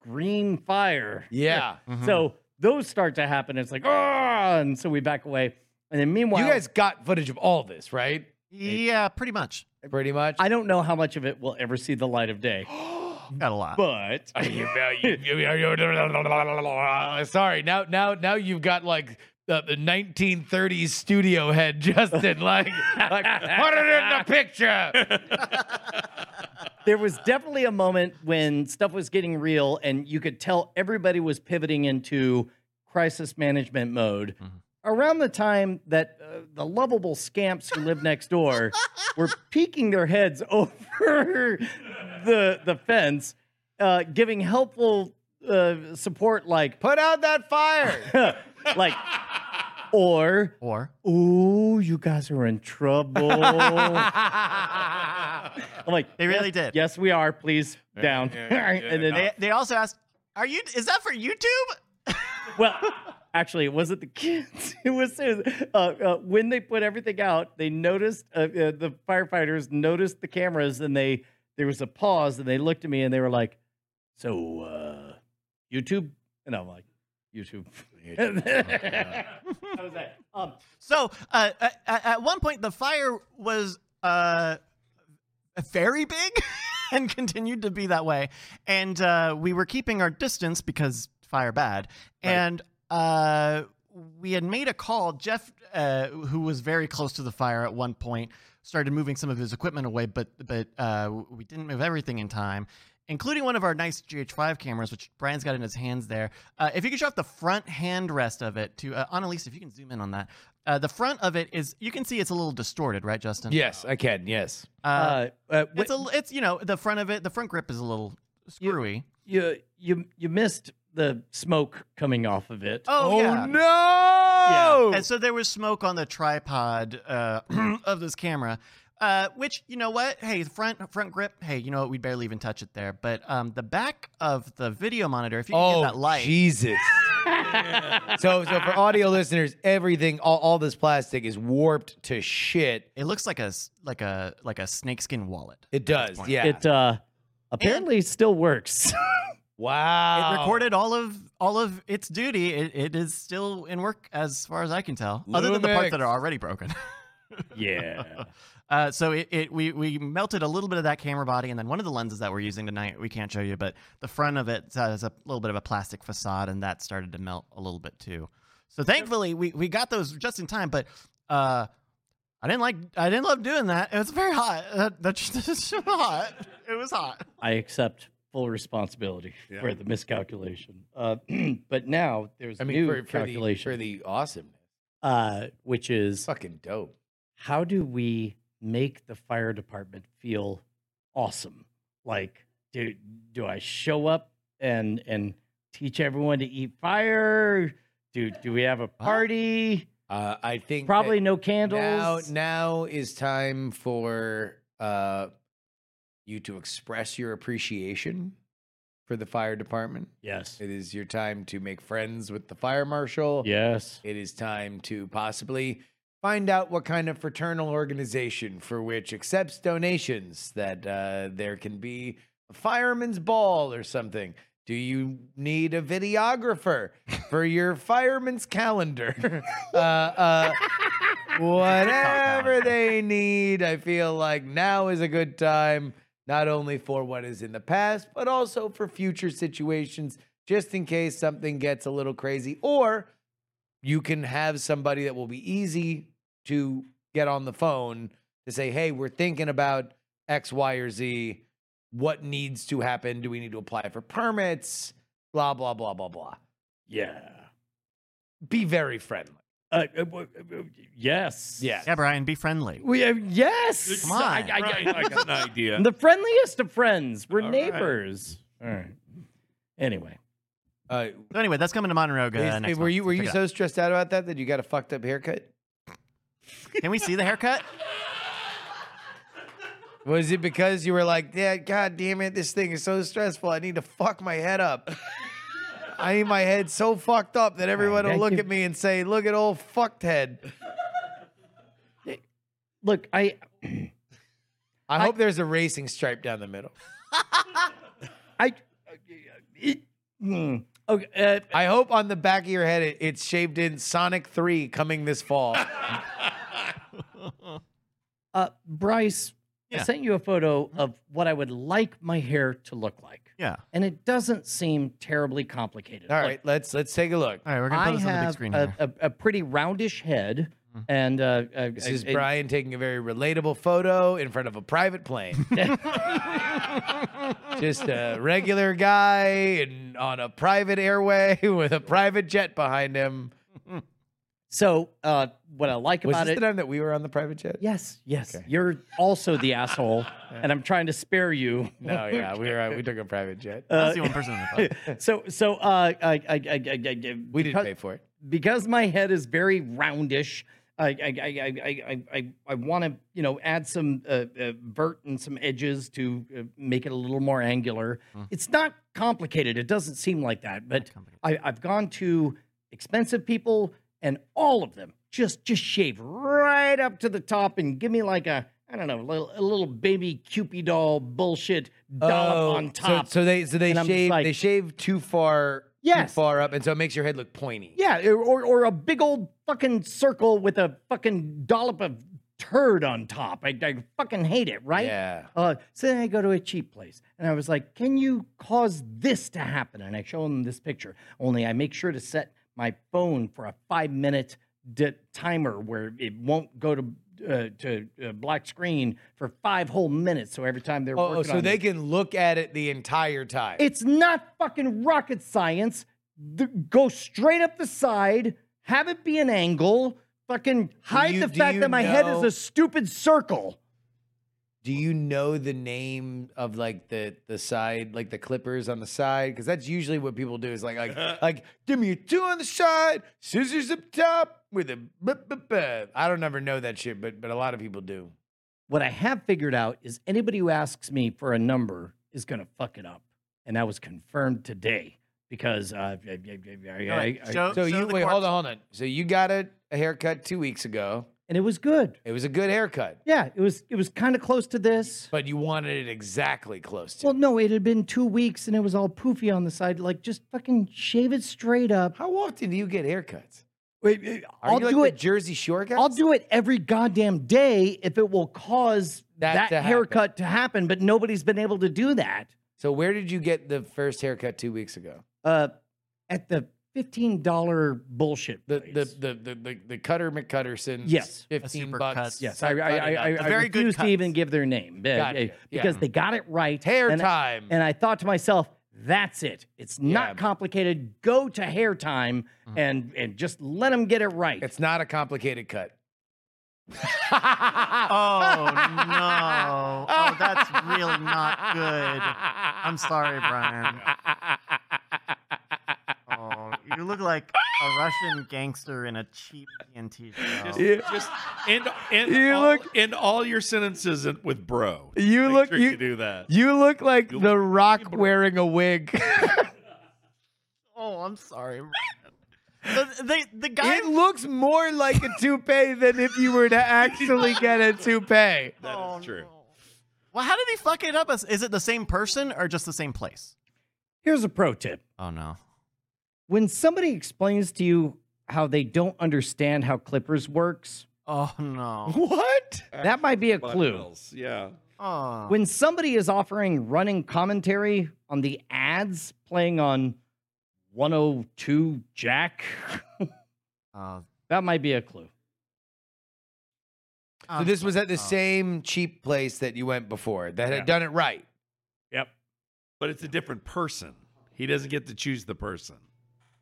Speaker 2: green fire.
Speaker 3: Yeah.
Speaker 2: So those start to happen. It's like, ah, and so we back away. And then meanwhile,
Speaker 3: You guys got footage of all this, right?
Speaker 4: yeah, pretty much.
Speaker 3: Pretty much.
Speaker 2: I don't know how much of it will ever see the light of day,
Speaker 4: Got a lot.
Speaker 2: but
Speaker 3: Sorry. Now now now you've got like the, the 1930s studio head Justin like like put it in the picture.
Speaker 2: there was definitely a moment when stuff was getting real and you could tell everybody was pivoting into crisis management mode.
Speaker 3: Mm-hmm.
Speaker 2: Around the time that uh, the lovable scamps who live next door were peeking their heads over the the fence, uh, giving helpful uh, support like
Speaker 3: Put out that fire.
Speaker 2: like Or,
Speaker 4: Or
Speaker 2: ooh, you guys are in trouble. I'm like,
Speaker 4: They really
Speaker 2: yes-
Speaker 4: did.
Speaker 2: Yes, we are. Please down.
Speaker 1: yeah, yeah,
Speaker 2: and then,
Speaker 4: they, they also asked, "Are you? Is that for YouTube?"
Speaker 2: well, actually, it wasn't the kids. It was it was, uh, uh, when they put everything out. They noticed uh, uh, the firefighters noticed the cameras, and they there was a pause, and they looked at me, and they were like, "So, uh, YouTube?" And I'm like, "YouTube."
Speaker 1: Oh,
Speaker 2: I was like, um,
Speaker 4: So uh, at, at one point, the fire was uh, very big and continued to be that way. And uh, we were keeping our distance because fire bad. And uh, we had made a call. Jeff, uh, who was very close to the fire at one point, started moving some of his equipment away, but but uh, we didn't move everything in time. Including one of our nice GH5 cameras, which Brian's got in his hands there. Uh, if you could show off the front handrest of it to uh, Annalise, if you can zoom in on that. Uh, the front of it is, you can see it's a little distorted, right, Justin?
Speaker 3: yes, I can. Yes.
Speaker 4: Uh,
Speaker 2: uh, uh,
Speaker 4: it's a, it's you know, the front of it, the front grip is a little screwy.
Speaker 2: you you you missed the smoke coming off of it.
Speaker 4: oh, yeah.
Speaker 3: no!
Speaker 4: And so there was smoke on the tripod uh, of this camera, uh, which you know what? Hey, the front front grip. Hey, you know what? We barely even touch it there. But um, the back of the video monitor, if you can
Speaker 3: oh,
Speaker 4: get that light,
Speaker 3: Jesus. so, so for audio listeners, everything, all, all this plastic is warped to shit.
Speaker 4: it looks like a s- like a like a snakeskin wallet.
Speaker 3: It does.
Speaker 4: point.
Speaker 3: Yeah.
Speaker 2: It uh, apparently still works.
Speaker 3: wow.
Speaker 4: It recorded all of all of its duty. It, it is still in work as far as I can tell, other than the parts
Speaker 3: Lumix.
Speaker 4: that are already broken.
Speaker 2: yeah.
Speaker 4: Uh, so it, it we we melted a little bit of that camera body, and then one of the lenses that we're using tonight we can't show you, but the front of it has a little bit of a plastic facade, and that started to melt a little bit too. So thankfully we we got those just in time, but uh, I didn't like I didn't love doing that. It was very hot. That, that just, it's just hot. It was hot.
Speaker 2: I accept full responsibility
Speaker 1: Yeah.
Speaker 2: for the miscalculation. Uh, but now there's
Speaker 3: I
Speaker 2: a
Speaker 3: mean,
Speaker 2: new
Speaker 3: for, for, the,
Speaker 2: calculation,
Speaker 3: for the awesome.
Speaker 2: uh, which is
Speaker 3: Fucking dope.
Speaker 2: how do we make the fire department feel awesome? Like, do do I show up and and teach everyone to eat fire? Do do we have a party?
Speaker 3: Uh, I think that
Speaker 2: Probably no candles.
Speaker 3: now, now is time for uh, you to express your appreciation for the fire department.
Speaker 2: yes.
Speaker 3: It is your time to make friends with the fire marshal.
Speaker 2: Yes.
Speaker 3: It is time to possibly find out what kind of fraternal organization for which accepts donations that uh, there can be a fireman's ball or something. Do you need a videographer for your fireman's calendar? uh, uh, whatever they need, I feel like now is a good time, not only for what is in the past, but also for future situations, just in case something gets a little crazy or you can have somebody that will be easy to get on the phone to say, hey, we're thinking about X, Y, or Z. What needs to happen? Do we need to apply for permits? Blah, blah, blah, blah, blah.
Speaker 2: Yeah.
Speaker 3: Be very friendly.
Speaker 2: Uh, uh, w- uh, yes.
Speaker 4: Yeah, Brian, be friendly.
Speaker 2: We have, yes.
Speaker 4: Come on.
Speaker 2: I, I,
Speaker 1: Right, I got an idea.
Speaker 2: the friendliest of friends. We're
Speaker 1: All right.
Speaker 2: neighbors. All right. Anyway.
Speaker 3: Uh,
Speaker 4: So anyway, that's coming to Monoroga.
Speaker 3: is-
Speaker 4: next
Speaker 3: were
Speaker 4: month.
Speaker 3: you were you
Speaker 4: Check it out.
Speaker 3: so stressed out about that that you got a fucked up haircut?
Speaker 4: Can we see the haircut?
Speaker 3: Was it because you were like, yeah, god damn it, this thing is so stressful. I need to fuck my head up. I need my head so fucked up that everyone will
Speaker 2: thank
Speaker 3: look
Speaker 2: you.
Speaker 3: at me and say, look at old fucked head.
Speaker 2: Look, I
Speaker 3: I, hope there's a racing stripe down the middle.
Speaker 2: I uh, it, hmm. okay, uh,
Speaker 3: I hope on the back of your head it, it's shaved in Sonic 3 coming this fall.
Speaker 2: uh, Bryce, I
Speaker 4: Yeah.
Speaker 2: sent you a photo of what I would like my hair to look like.
Speaker 4: Yeah.
Speaker 2: And it doesn't seem terribly complicated.
Speaker 3: All
Speaker 2: Like,
Speaker 3: right, let's let's take a look.
Speaker 4: All right, we're gonna
Speaker 2: I
Speaker 4: put this on the big
Speaker 2: have
Speaker 4: screen
Speaker 2: a,
Speaker 4: here.
Speaker 2: a, a pretty roundish head and uh, uh,
Speaker 3: This is
Speaker 2: a- a-
Speaker 3: Brian taking a very relatable photo in front of a private plane. Just a regular guy in, on a private airway with a private jet behind him.
Speaker 2: So uh, what I like
Speaker 3: Was
Speaker 2: about
Speaker 3: this
Speaker 2: it
Speaker 3: the time that we were on the private jet?
Speaker 2: Yes, yes. You're also the asshole, and I'm trying to spare you.
Speaker 3: No, Oh, yeah, we were. on- We took a private jet.
Speaker 2: Uh,
Speaker 4: That's the one person on the phone.
Speaker 2: So, so uh, I, I, I, I, I,
Speaker 3: we didn't
Speaker 2: because-
Speaker 3: pay for it.
Speaker 2: because my head is very roundish. I I I I I I, I want to you know add some uh, uh, vert and some edges to uh, make it a little more angular. It's not complicated. It doesn't seem like that, but I, I've gone to expensive people and all of them just just shave right up to the top and give me like a I don't know a little, a little baby Cupid doll bullshit dollop on
Speaker 3: Oh, so-
Speaker 2: top.
Speaker 3: So, they so they
Speaker 2: And I'm just
Speaker 3: shave
Speaker 2: like-
Speaker 3: they shave too far
Speaker 2: Yes.
Speaker 3: too far up, and so it makes your head look pointy.
Speaker 2: Yeah, or or a big old fucking circle with a fucking dollop of turd on top. I, I fucking hate it, right?
Speaker 3: Yeah.
Speaker 2: Uh, so then I go to a cheap place and I was like, can you cause this to happen? And I show them this picture, only I make sure to set my phone for a five minute d- timer where it won't go to. Uh, to uh, black screen for five whole minutes. So every time they're
Speaker 3: Oh,
Speaker 2: working
Speaker 3: so
Speaker 2: on
Speaker 3: they
Speaker 2: this-
Speaker 3: can look at it the entire time.
Speaker 2: it's not fucking rocket science. Th- go straight up the side, have it be an angle, fucking hide
Speaker 3: you-
Speaker 2: the
Speaker 3: do
Speaker 2: fact
Speaker 3: you
Speaker 2: that my head is
Speaker 3: know-
Speaker 2: a stupid circle.
Speaker 3: Do you know the name of like the the side, like the clippers on the side? Because that's usually what people do. Is like like like give me a two on the side, scissors up top with a. buh, buh, buh." I don't ever know that shit, but but a lot of people do.
Speaker 2: What I have figured out is anybody who asks me for a number is gonna fuck it up. And that was confirmed today because uh, I, I- I-
Speaker 4: All right,
Speaker 2: I- I-
Speaker 4: show-
Speaker 3: So
Speaker 4: show
Speaker 3: you
Speaker 4: the
Speaker 3: wait,
Speaker 4: corpse.
Speaker 3: hold on, hold on. So you got a, a haircut two weeks ago.
Speaker 2: and it was good.
Speaker 3: It was a good haircut,
Speaker 2: Yeah, it was it was kind of close to this.
Speaker 3: but you wanted it exactly close to.
Speaker 2: Well, no, it had been two weeks and it was all poofy on the side. Like, just fucking shave it straight up.
Speaker 3: How often do you get haircuts?
Speaker 2: Wait, wait,
Speaker 3: Are
Speaker 2: I'll
Speaker 3: you like
Speaker 2: do
Speaker 3: the
Speaker 2: it.
Speaker 3: Jersey Shore guys?
Speaker 2: I'll do it every goddamn day if it will cause
Speaker 3: That
Speaker 2: that,
Speaker 3: to happen.
Speaker 2: haircut to happen, but nobody's been able to do that.
Speaker 3: So where did you get the first haircut two weeks ago?
Speaker 2: Uh, at the fifteen dollar bullshit
Speaker 3: The
Speaker 2: place.
Speaker 3: the the the the, the Cutter McCutterson.
Speaker 2: Yes.
Speaker 3: fifteen
Speaker 4: super
Speaker 3: bucks.
Speaker 4: cut.
Speaker 2: yes, I I I, I,
Speaker 4: The
Speaker 2: I
Speaker 4: very good
Speaker 2: refuse to
Speaker 4: cuts.
Speaker 2: even give their name uh,
Speaker 3: Gotcha.
Speaker 2: uh,
Speaker 3: Yeah.
Speaker 2: because they got it right.
Speaker 3: Hair
Speaker 2: and,
Speaker 3: time.
Speaker 2: and I thought to myself, that's it. It's not
Speaker 3: Yeah. Mm-hmm.
Speaker 2: complicated. Go to hair time and and just let them get it right.
Speaker 3: it's not a complicated cut.
Speaker 4: Oh no! Oh, that's really not good. I'm sorry, Brian. Oh, you look like a Russian gangster in a cheap TNT
Speaker 1: Just,
Speaker 4: show.
Speaker 3: Yeah.
Speaker 1: just end, end,
Speaker 3: You
Speaker 1: all,
Speaker 3: look-
Speaker 1: end all your sentences in- with bro.
Speaker 3: You
Speaker 1: Make
Speaker 3: look-
Speaker 1: sure
Speaker 3: you-
Speaker 1: do that.
Speaker 3: You look like
Speaker 1: You
Speaker 3: The
Speaker 1: look-
Speaker 3: Rock wearing a wig.
Speaker 4: Oh, I'm sorry. Brian. The, the, the guy.
Speaker 3: it looks more like a toupee than if you were to actually get a toupee.
Speaker 1: That is true.
Speaker 4: Well, how did he fuck it up? Is- Is it the same person or just the same place?
Speaker 2: Here's a pro tip.
Speaker 4: Oh no.
Speaker 2: when somebody explains to you how they don't understand how clippers works
Speaker 4: Oh no.
Speaker 3: What?
Speaker 2: that might be a
Speaker 1: Black
Speaker 2: clue
Speaker 1: pills, Yeah.
Speaker 3: uh,
Speaker 4: Oh.
Speaker 2: when somebody is offering running commentary on the ads playing on 102 jack
Speaker 4: Oh,
Speaker 2: that might be a clue
Speaker 3: So
Speaker 4: I'm
Speaker 3: this was at the
Speaker 4: sorry.
Speaker 3: same cheap place that you went before that
Speaker 1: Yeah.
Speaker 3: had done it right.
Speaker 1: Yep. But it's a different person. He doesn't get to choose the person.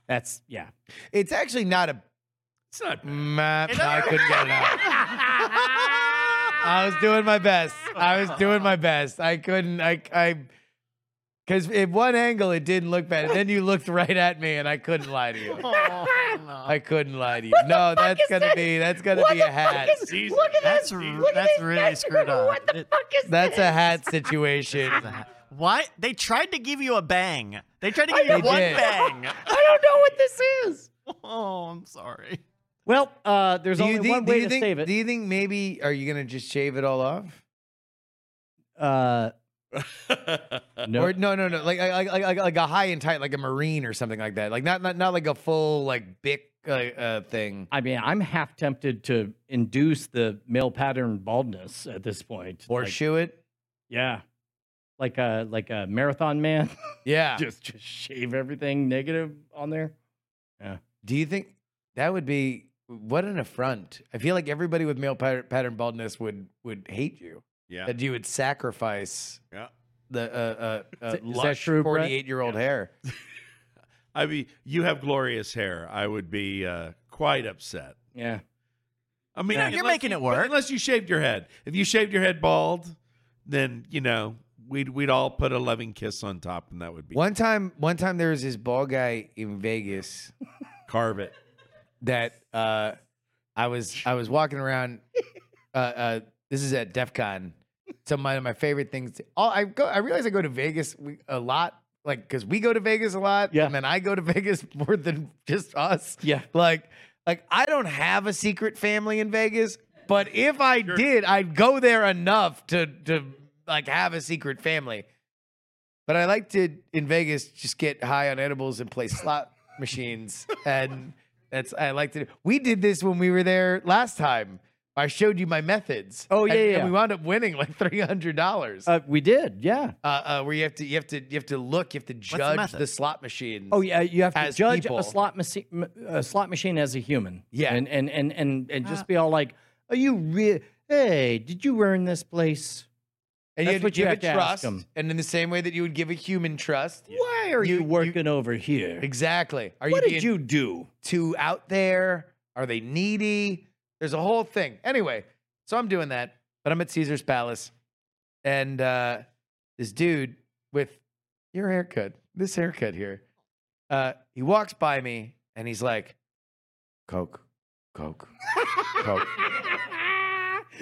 Speaker 2: that's yeah
Speaker 3: It's actually not a.
Speaker 1: It's not.
Speaker 3: Mm, uh, no, I couldn't get it out. I was doing my best. I was doing my best. I couldn't. I. I. Because at one angle it didn't look bad, and then you looked right at me, and I couldn't lie to you.
Speaker 4: Oh, no.
Speaker 3: I couldn't lie to you. No, that's
Speaker 2: is
Speaker 3: gonna
Speaker 2: that?
Speaker 3: be that's gonna
Speaker 2: What
Speaker 3: be
Speaker 2: the
Speaker 3: a
Speaker 2: fuck
Speaker 3: hat.
Speaker 2: is-
Speaker 1: Caesar.
Speaker 2: look at
Speaker 4: That's
Speaker 2: this
Speaker 4: r-
Speaker 2: look at
Speaker 4: that's
Speaker 2: this
Speaker 4: really
Speaker 2: picture.
Speaker 4: screwed up.
Speaker 2: what the
Speaker 4: It-
Speaker 2: fuck is
Speaker 3: That's
Speaker 2: this?
Speaker 3: a hat situation.
Speaker 4: Why? They tried to give you a bang. They tried to give you
Speaker 3: They
Speaker 4: one
Speaker 3: did.
Speaker 4: bang.
Speaker 2: i don't know what this is
Speaker 4: Oh, I'm sorry.
Speaker 2: well uh there's
Speaker 3: Do
Speaker 2: only
Speaker 3: you think?
Speaker 2: one
Speaker 3: Do
Speaker 2: way
Speaker 3: you
Speaker 2: to
Speaker 3: think?
Speaker 2: save it
Speaker 3: Do you think maybe are you gonna just shave it all off?
Speaker 2: uh no
Speaker 3: Uh, Or no, no, no. Like like like like, like a high and tight, like a marine or something like that. Like not not not like a full like bic uh, uh, thing.
Speaker 2: I mean, I'm half tempted to induce the male pattern baldness at this point. Like,
Speaker 3: Horseshoe it.
Speaker 2: yeah, like a like a marathon man,
Speaker 3: Yeah.
Speaker 2: just just shave everything negative on there.
Speaker 3: Do you think that would be what an affront? I feel like everybody with male pat- pattern baldness would would hate you.
Speaker 1: yeah.
Speaker 3: That you would sacrifice
Speaker 1: Yeah.
Speaker 3: the uh, uh, uh,
Speaker 2: Is that
Speaker 3: lush
Speaker 2: true, Brett?
Speaker 3: forty-eight year old hair.
Speaker 1: I mean, you have glorious hair. I would be uh, quite upset.
Speaker 2: Yeah,
Speaker 1: I mean,
Speaker 4: Yeah, you're
Speaker 1: unless
Speaker 4: making
Speaker 1: you-
Speaker 4: it work.
Speaker 1: Unless you shaved your head. If you shaved your head bald, then you know we'd we'd all put a loving kiss on top, and that would be
Speaker 3: One time, one time there was this bald guy in Vegas.
Speaker 1: carve it.
Speaker 3: that uh, I was I was walking around. Uh, uh, this is at DEF CON. Some of my, my favorite things. All I go, I realize I go to Vegas we- a lot, like because we go to Vegas a lot,
Speaker 2: Yeah.
Speaker 3: and then I go to Vegas more than just us.
Speaker 2: Yeah.
Speaker 3: Like, like I don't have a secret family in Vegas, but if I
Speaker 1: Sure.
Speaker 3: did, I'd go there enough to to like have a secret family. But I like to in Vegas just get high on edibles and play slot machines, and that's I like to. do. We did this when we were there last time. I showed you my methods.
Speaker 2: Oh, yeah,
Speaker 3: and,
Speaker 2: yeah.
Speaker 3: And we wound up winning like three hundred dollars. Uh,
Speaker 2: Uh, we did, yeah.
Speaker 3: uh, where you have to you have to you have to look, you have to
Speaker 4: the
Speaker 3: judge the,
Speaker 4: method?
Speaker 3: slot machines.
Speaker 2: Oh yeah, you have to
Speaker 3: As
Speaker 2: judge
Speaker 3: people.
Speaker 2: a slot machine, a slot machine as a human.
Speaker 3: Yeah.
Speaker 2: and and and and, and just
Speaker 4: Uh,
Speaker 2: be all like, "Are you real? Hey, did you earn this place?
Speaker 3: and
Speaker 2: that's what you
Speaker 3: give
Speaker 2: have to
Speaker 3: it
Speaker 2: ask
Speaker 3: trust,
Speaker 2: 'em.
Speaker 3: and in the same way that you would give a human trust.
Speaker 2: Why are
Speaker 3: You-
Speaker 2: you,
Speaker 3: you-
Speaker 2: working over here?
Speaker 3: Exactly. Are
Speaker 2: what
Speaker 3: you
Speaker 2: did
Speaker 3: being
Speaker 2: you do?
Speaker 3: too out there? Are they needy? There's a whole thing. Anyway, so I'm doing that, but I'm at Caesar's Palace, and uh, this dude with your haircut, this haircut here, uh, he walks by me and he's like, "Coke, Coke, Coke."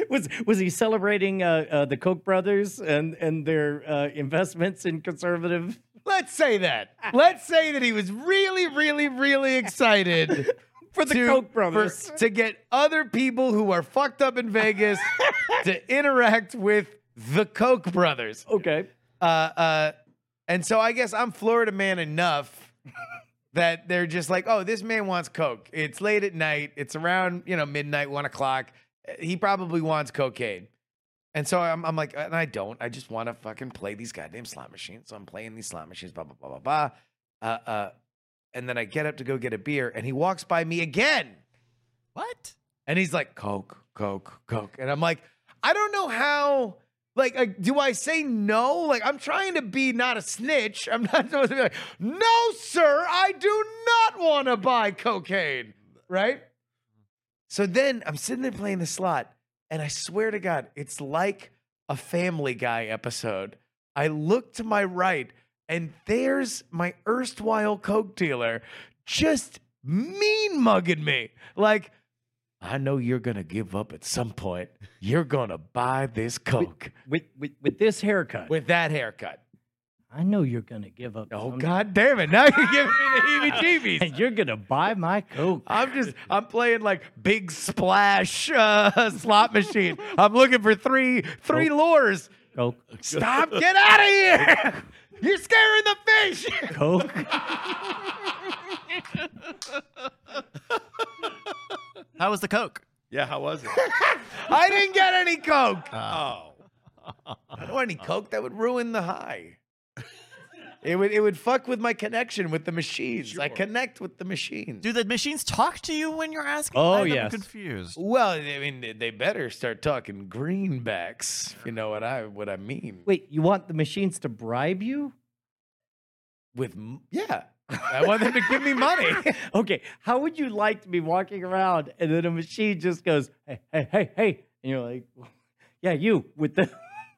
Speaker 2: was was he celebrating uh, uh, the Koch brothers and and their uh, investments in conservative?
Speaker 3: Let's say that. Let's say that he was really, really, really excited for
Speaker 2: the Koch brothers.
Speaker 3: to get other people who are fucked up in Vegas to interact with the Koch brothers.
Speaker 2: Okay,
Speaker 3: Uh, uh, and so I guess I'm Florida man enough that they're just like, oh, this man wants Coke. It's late at night. It's around you know midnight, one o'clock. He probably wants cocaine. And so I'm, I'm like, and I don't. I just want to fucking play these goddamn slot machines. So I'm playing these slot machines. Blah blah blah blah blah. Uh, uh, and then I get up to go get a beer, and he walks by me again.
Speaker 4: What?
Speaker 3: And he's like, Coke, Coke, Coke. And I'm like, I don't know how. Like, like, do I say no? Like, I'm trying to be not a snitch. I'm not supposed to be like, no, sir, I do not want to buy cocaine. Right? So then I'm sitting there playing the slot, and I swear to God, it's like a Family Guy episode. I look to my right, and there's my erstwhile Coke dealer just mean mugging me. Like, I know you're gonna give up at some point. You're gonna buy this Coke
Speaker 2: with with, with this haircut,
Speaker 3: with that haircut.
Speaker 2: I know you're gonna give up.
Speaker 3: Oh
Speaker 2: someday,
Speaker 3: god damn it. Now you're giving me the heebie jeebies.
Speaker 2: and you're gonna buy my Coke.
Speaker 3: I'm just I'm playing like big splash uh, slot machine. I'm looking for three three lures.
Speaker 2: Coke,
Speaker 3: Stop, get out of here! You're scaring the fish!
Speaker 2: Coke.
Speaker 4: How was the Coke?
Speaker 1: Yeah, how was it?
Speaker 3: I didn't get any Coke.
Speaker 1: oh.
Speaker 3: I don't want any Coke. That would ruin the high. It would it would fuck with my connection with the machines. I
Speaker 1: Sure.
Speaker 3: connect with the machines.
Speaker 4: Do the machines talk to you when you're asking?
Speaker 2: Oh,
Speaker 4: I'm
Speaker 2: yes.
Speaker 4: confused.
Speaker 3: Well, I mean, they- they better start talking greenbacks. If you know what I what I mean.
Speaker 2: Wait, you want the machines to bribe you?
Speaker 3: With m- yeah, I want them to give me money.
Speaker 2: Okay, how would you like to be walking around and then a machine just goes, hey, hey, hey, hey, and you're like, yeah, you with the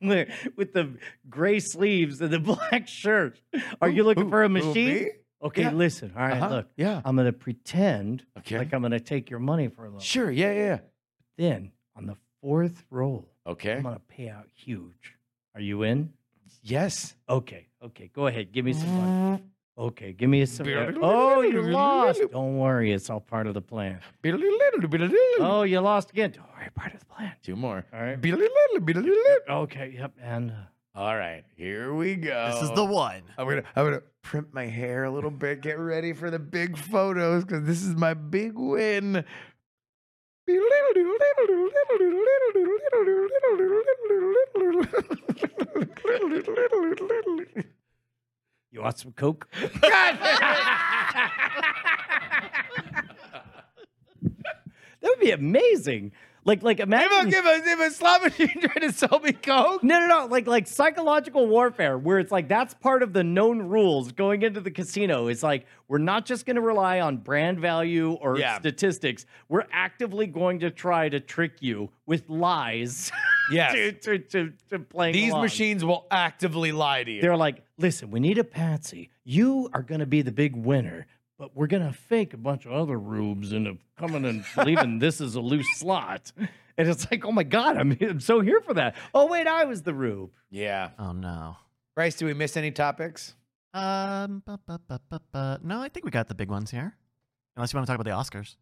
Speaker 2: with the gray sleeves and the black shirt. Are you looking
Speaker 3: Who-
Speaker 2: for a
Speaker 3: who, me?
Speaker 2: machine? Okay,
Speaker 3: Yeah.
Speaker 2: listen. All right,
Speaker 3: Uh-huh,
Speaker 2: look,
Speaker 3: Yeah.
Speaker 2: I'm gonna pretend
Speaker 3: Okay.
Speaker 2: like I'm gonna take your money for a little.
Speaker 3: sure. Yeah. Yeah. yeah.
Speaker 2: Then on the fourth roll,
Speaker 3: Okay.
Speaker 2: I'm gonna pay out huge. Are you in?
Speaker 3: Yes.
Speaker 2: Okay, okay, go ahead. Give me some money. Okay, give me some.
Speaker 3: Beer-
Speaker 2: Oh, you lost. Don't worry, it's all part of the plan.
Speaker 3: Two
Speaker 2: Oh, you lost again. Don't worry, part of the plan.
Speaker 3: more.
Speaker 2: All right. Okay, yep. And uh,
Speaker 3: All right. Here we go.
Speaker 4: This is the one.
Speaker 3: I'm gonna I'm gonna primp my hair a little bit, get ready for the big photos because this is my big win. God
Speaker 2: you want some Coke? That would be amazing. Like, like
Speaker 3: damn
Speaker 2: imagine.
Speaker 3: it. Give a give a slot machine trying to sell me coke.
Speaker 2: no, no, no. Like, like psychological warfare, where it's like that's part of the known rules going into the casino. It's like we're not just going to rely on brand value or
Speaker 3: Yeah.
Speaker 2: statistics. We're actively going to try to trick you with lies to, to, to, to playing. along.
Speaker 3: will actively lie to you.
Speaker 2: They're like, listen, we need a patsy. You are going to be the big winner, but we're gonna fake a bunch of other rubes into coming and leaving this as a loose slot. And it's like, oh my god, I'm, I'm so here for that. Oh wait, I was the rube.
Speaker 3: Yeah.
Speaker 4: Oh no.
Speaker 3: Bryce, do we miss any topics?
Speaker 4: Um, bu- bu- bu- bu- bu- no, I think we got the big ones here. Unless you want to talk about the Oscars,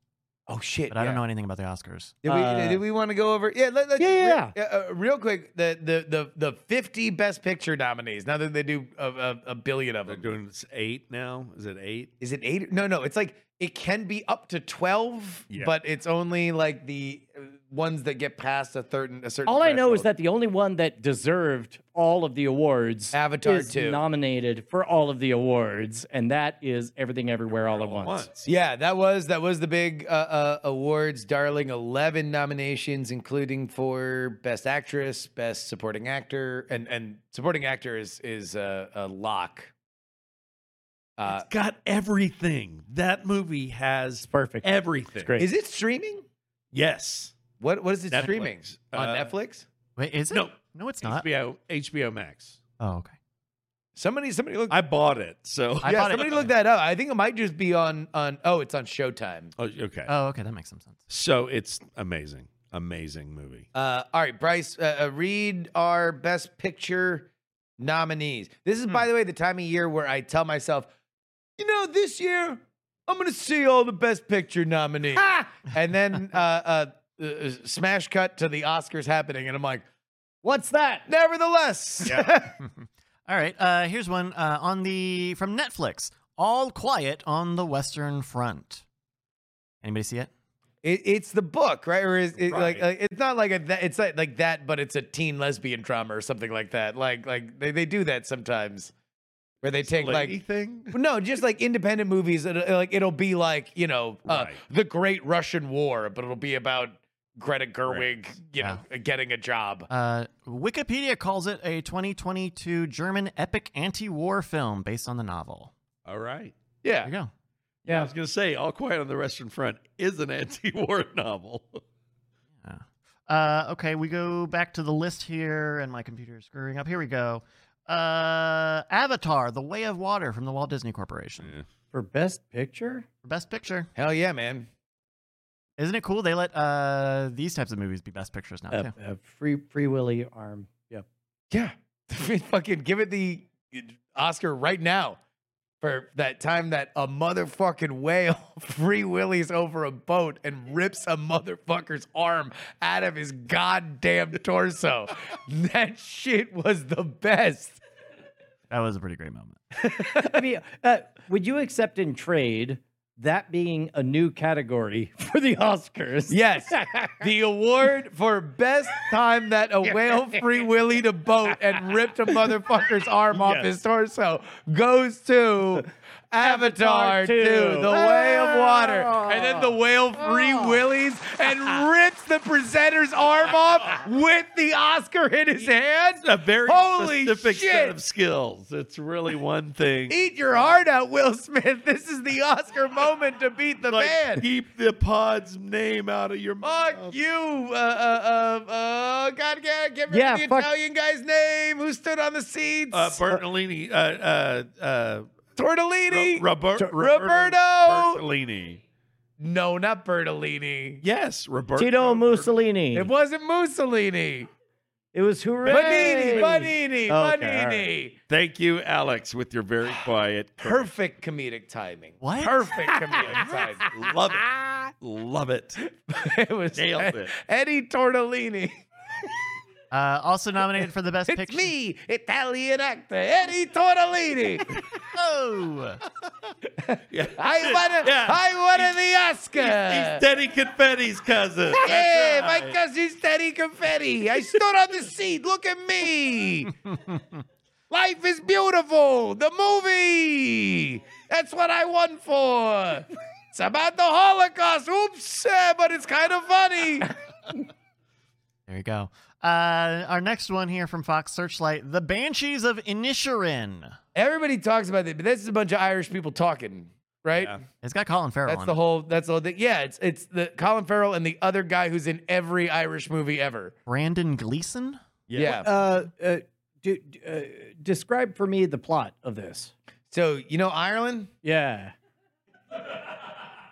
Speaker 3: Oh shit!
Speaker 4: but I don't
Speaker 3: yeah.
Speaker 4: know anything about the Oscars.
Speaker 3: Did we,
Speaker 2: Uh,
Speaker 3: did we want to go over? Yeah, let, let's,
Speaker 2: Yeah,
Speaker 3: re- uh, uh, real quick, the, the the the fifty best picture nominees. Now that they do a, a, a billion of
Speaker 1: They're
Speaker 3: them,
Speaker 1: doing this eight now. Is it eight?
Speaker 3: is it eight? No, no, it's like it can be up to twelve,
Speaker 1: Yeah.
Speaker 3: but it's only like the uh, ones that get past a certain a certain.
Speaker 2: All I know is
Speaker 3: threshold.
Speaker 2: that the only one that deserved all of the awards
Speaker 3: Avatar
Speaker 2: is
Speaker 3: two.
Speaker 2: nominated for all of the awards, and that is Everything Everywhere All at Once.
Speaker 3: yeah, that was that was the big uh, uh, awards, darling. Eleven nominations, including for best actress, best supporting actor, and and supporting actor is is uh, a lock. Uh,
Speaker 1: it's got everything. That movie has
Speaker 2: Perfect.
Speaker 1: everything.
Speaker 2: It's great.
Speaker 3: Is it streaming?
Speaker 1: Yes.
Speaker 3: What what is it streaming
Speaker 1: Netflix.
Speaker 3: on
Speaker 1: Uh,
Speaker 3: Netflix?
Speaker 4: Wait, is it?
Speaker 1: No.
Speaker 4: no, it's
Speaker 3: Uh-huh.
Speaker 4: not.
Speaker 1: HBO HBO Max.
Speaker 4: Oh, okay.
Speaker 3: Somebody somebody look.
Speaker 1: I bought it. So
Speaker 4: I
Speaker 3: yeah,
Speaker 4: bought it-
Speaker 3: somebody look that up. I think it might just be on on. Oh, it's on Showtime.
Speaker 1: Oh, okay.
Speaker 4: Oh, okay, that makes some sense.
Speaker 1: so it's amazing. Amazing movie.
Speaker 3: Uh, all right, Bryce, uh, uh, read our Best Picture nominees. This is, by the way, the time of year where I tell myself, you know, this year I'm going to see all the Best Picture nominees, and then uh, uh, uh, smash cut to the Oscars happening, and I'm like,
Speaker 2: What's that?
Speaker 3: nevertheless,
Speaker 4: All right, uh, here's one uh, on the from Netflix. All Quiet on the Western Front. Anybody see it?
Speaker 3: It, it's the book, right? Or is it like,
Speaker 1: Right.
Speaker 3: like it's not like a that, it's like, like that, but it's a teen lesbian drama or something like that. Like like they, they do that sometimes, where they take
Speaker 1: Lady
Speaker 3: like
Speaker 1: thing.
Speaker 3: no, just like independent movies. It, like it'll be like you know uh,
Speaker 1: Right.
Speaker 3: the Great Russian War, but it'll be about Greta Gerwig, you know, getting a job.
Speaker 4: Uh, Wikipedia calls it a 2022 German epic anti-war film based on the novel.
Speaker 1: All right.
Speaker 4: There
Speaker 3: Yeah,
Speaker 4: you go.
Speaker 1: I was gonna say, All Quiet on the Western Front is an anti-war novel.
Speaker 4: Uh, okay, we go back to the list here, and my computer is screwing up. Here we go. Uh, Avatar: The Way of Water from the Walt Disney Corporation
Speaker 2: For Best Picture?
Speaker 4: for Best Picture.
Speaker 3: hell yeah, man.
Speaker 4: Isn't it cool they let uh, these types of movies be Best Pictures now?
Speaker 2: Uh,
Speaker 4: too?
Speaker 2: uh, free Free Willy arm. Yep.
Speaker 3: Yeah, fucking give it the uh, Oscar right now for that time that a motherfucking whale free willies over a boat and rips a motherfucker's arm out of his goddamn torso. that shit was the best.
Speaker 4: That was a pretty great moment.
Speaker 2: I mean, uh, would you accept in trade that being a new category for the Oscars?
Speaker 3: Yes, the award for best time that a whale free willied a boat and ripped a motherfucker's arm off
Speaker 1: Yes.
Speaker 3: his torso goes to Avatar
Speaker 2: Avatar
Speaker 3: 2,
Speaker 2: two.
Speaker 3: The Way of Water.
Speaker 1: Oh.
Speaker 3: And then the whale free willies and rips the presenter's arm off with the Oscar in his hand.
Speaker 1: It's a very
Speaker 3: Holy
Speaker 1: specific
Speaker 3: shit.
Speaker 1: set of skills. It's really one thing.
Speaker 3: Eat your heart out, Will Smith. This is the Oscar moment to beat the
Speaker 1: like,
Speaker 3: man.
Speaker 1: keep the pod's name out of your mouth.
Speaker 3: Fuck you! Uh, uh, uh, uh, God, yeah, get rid
Speaker 2: Yeah,
Speaker 3: of the
Speaker 2: fuck-
Speaker 3: Italian guy's name who stood on the seats.
Speaker 1: Uh, Bertolini. Uh, uh, uh, Ro-
Speaker 3: Tortellini.
Speaker 1: Robert,
Speaker 3: Tor-
Speaker 1: Roberto
Speaker 3: Roberto!
Speaker 1: Bertolini.
Speaker 3: no, not Bertolini.
Speaker 1: Yes, Roberto.
Speaker 2: Tito Mussolini.
Speaker 3: It wasn't Mussolini.
Speaker 2: It was hooray.
Speaker 3: Bonini, Bonini,
Speaker 2: Okay, all right.
Speaker 3: Bonini.
Speaker 1: Thank you, Alex, with your very quiet.
Speaker 3: Perfect comedic timing.
Speaker 4: What?
Speaker 3: Perfect comedic timing.
Speaker 1: Love it. Love it.
Speaker 3: Uh, it was
Speaker 1: Nailed it.
Speaker 3: Eddie Tortellini.
Speaker 4: Uh, also nominated for the Best
Speaker 3: It's
Speaker 4: Picture.
Speaker 3: me, Italian actor Eddie Tortellini.
Speaker 4: Oh,
Speaker 1: Yeah.
Speaker 3: I won.
Speaker 1: Yeah.
Speaker 3: I won the Oscar.
Speaker 1: He's Teddy Confetti's cousin. That's
Speaker 3: Hey,
Speaker 1: right.
Speaker 3: Eh, my cousin's Teddy Confetti. I stood on the seat. Look at me. Life is beautiful. The movie. That's what I won for. It's about the Holocaust. Oops, eh, but it's kind of funny.
Speaker 4: there you go. Uh, our next one here from Fox Searchlight: The Banshees of Inisherin.
Speaker 3: Everybody talks about it, but this is a bunch of Irish people talking, right?
Speaker 1: Yeah.
Speaker 4: It's got Colin Farrell.
Speaker 3: That's
Speaker 4: in
Speaker 3: the
Speaker 4: it.
Speaker 3: whole. That's the whole thing. Yeah, it's it's the Colin Farrell and the other guy who's in every Irish movie ever.
Speaker 4: Brandon Gleeson.
Speaker 1: Yeah.
Speaker 3: yeah.
Speaker 2: Uh, uh, do, uh, describe for me the plot of this.
Speaker 3: So you know Ireland.
Speaker 2: Yeah.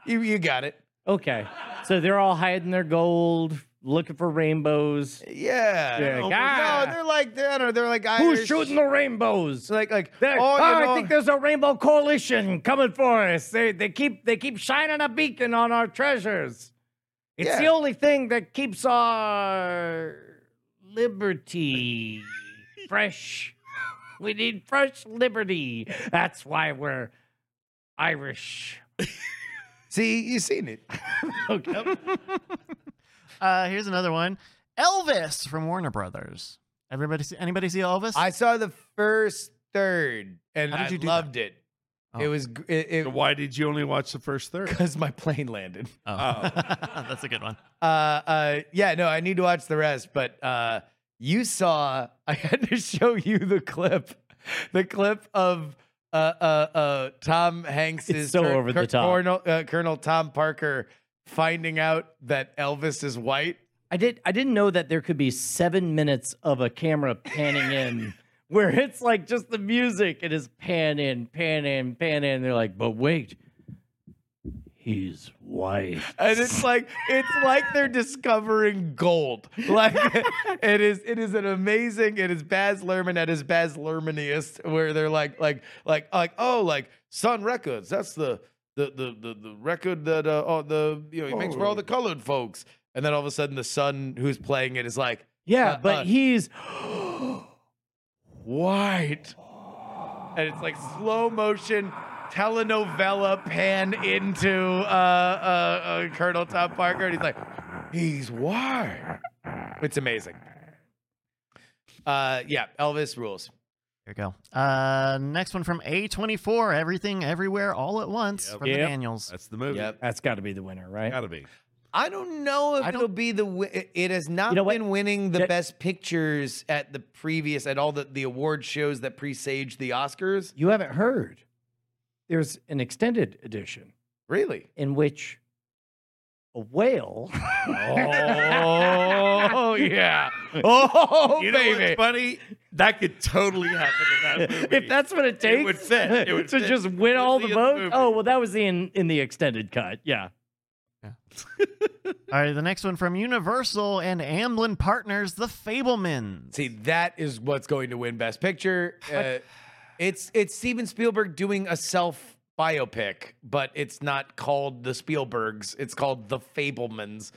Speaker 3: You you got it.
Speaker 2: Okay. So they're all hiding their gold, looking for rainbows.
Speaker 3: Yeah.
Speaker 2: Yeah,
Speaker 3: no,
Speaker 2: God.
Speaker 3: no, they're like they're, I don't know, they're like
Speaker 2: Who's
Speaker 3: Irish-
Speaker 2: shooting the rainbows?
Speaker 3: So like like
Speaker 2: They-
Speaker 3: oh, you
Speaker 2: "Oh,
Speaker 3: know,
Speaker 2: I think there's a rainbow coalition coming for us. They they keep they keep shining a beacon on our treasures. It's the
Speaker 3: Yeah.
Speaker 2: only thing that keeps our liberty fresh. We need fresh liberty. That's why we're Irish.
Speaker 3: see you seen it.
Speaker 2: Okay.
Speaker 4: Uh, here's another one. Elvis from Warner Brothers. Everybody, see, anybody see Elvis?
Speaker 3: I saw the first third and
Speaker 4: How did
Speaker 3: I
Speaker 4: you do that?
Speaker 3: loved it.
Speaker 4: Oh.
Speaker 3: It was gr- it
Speaker 1: So why did you only watch the first third?
Speaker 3: because my plane landed.
Speaker 4: Oh.
Speaker 1: Oh.
Speaker 4: that's a good one.
Speaker 3: Uh uh yeah, no, I need to watch the rest, but uh you saw I had to show you the clip. The clip of uh uh uh Tom Hanks
Speaker 2: It's so over the top.
Speaker 3: Colonel, uh, Colonel Tom Parker finding out that Elvis is white.
Speaker 2: I did. I didn't know that there could be seven minutes of a camera panning in, where it's like just the music and it's pan in, pan in, pan in. They're like, but wait, he's white.
Speaker 3: and it's like it's like they're discovering gold. Like it is it is an amazing it is Baz Luhrmann at his Baz Luhrmanniest where they're like like like like oh like Sun Records that's the the the the, the record that uh oh, the you know he makes for all the colored folks and then all of a sudden the son who's playing it is like
Speaker 2: Yeah,
Speaker 3: Uh,
Speaker 2: but
Speaker 3: uh,
Speaker 2: he's
Speaker 3: white and it's like slow motion telenovela pan into uh, uh, uh, Colonel Tom Parker, and he's like, he's white. It's amazing. Uh, yeah, Elvis rules.
Speaker 4: There you go. Uh, next one from A24. Everything, everywhere, all at once
Speaker 1: Yep.
Speaker 4: from the
Speaker 2: Yep.
Speaker 4: Daniels.
Speaker 1: That's the movie.
Speaker 3: Yep.
Speaker 2: that's got to be the winner, right?
Speaker 1: Gotta be.
Speaker 3: I don't know if
Speaker 4: I
Speaker 3: it'll be the. Wi- it has not
Speaker 2: You know what?
Speaker 3: been winning the
Speaker 2: That-
Speaker 3: best pictures at the previous at all the the award shows that presage the Oscars.
Speaker 2: You haven't heard. There's an extended edition
Speaker 3: Really?
Speaker 2: in which a whale.
Speaker 3: Oh yeah. Oh
Speaker 1: You know
Speaker 3: baby.
Speaker 1: what's funny? That could totally happen in that movie.
Speaker 2: if that's what it takes
Speaker 1: It would fit. It would
Speaker 2: to
Speaker 1: fit
Speaker 2: just win all the
Speaker 1: completely in the
Speaker 2: votes.
Speaker 1: movie.
Speaker 2: oh well, that was the in in the extended cut. Yeah.
Speaker 4: All right, the next one from Universal and Amblin Partners, The Fablemans.
Speaker 3: See, that is what's going to win Best Picture. Uh, it's it's Steven Spielberg doing a self biopic, but it's not called the Spielbergs. It's called the Fablemans.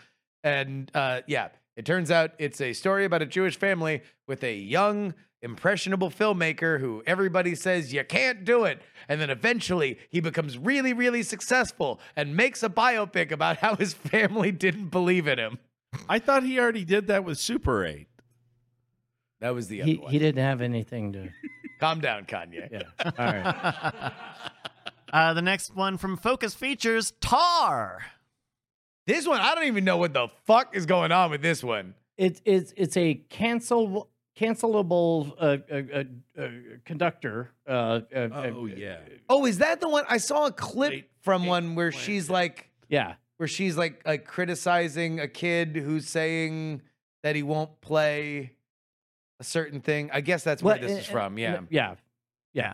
Speaker 3: And uh, yeah, it turns out it's a story about a Jewish family with a young, impressionable filmmaker who everybody says you can't do it, and then eventually he becomes really, really successful and makes a biopic about how his family didn't believe in him.
Speaker 1: I thought he already did that with Super 8.
Speaker 3: That was the other
Speaker 2: he,
Speaker 3: one.
Speaker 2: he didn't have anything to.
Speaker 3: Calm down, Kanye.
Speaker 2: Yeah. All right.
Speaker 4: Uh, the next one from Focus Features, Tar.
Speaker 3: This one, I don't even know what the fuck is going on with this one.
Speaker 2: It's it's it's a cancel cancelable uh, uh, uh, uh, conductor. Uh, uh, uh,
Speaker 1: Oh, yeah.
Speaker 3: Oh, is that the one? I saw a clip
Speaker 1: Eight-
Speaker 3: from
Speaker 1: eight
Speaker 3: one where
Speaker 1: plan,
Speaker 3: she's
Speaker 1: yeah.
Speaker 3: like,
Speaker 2: yeah.
Speaker 3: where she's like, like criticizing a kid who's saying that he won't play a certain thing. I guess that's where
Speaker 2: Well,
Speaker 3: this
Speaker 2: and-
Speaker 3: is from.
Speaker 2: and-
Speaker 3: Yeah.
Speaker 2: Yeah. Yeah.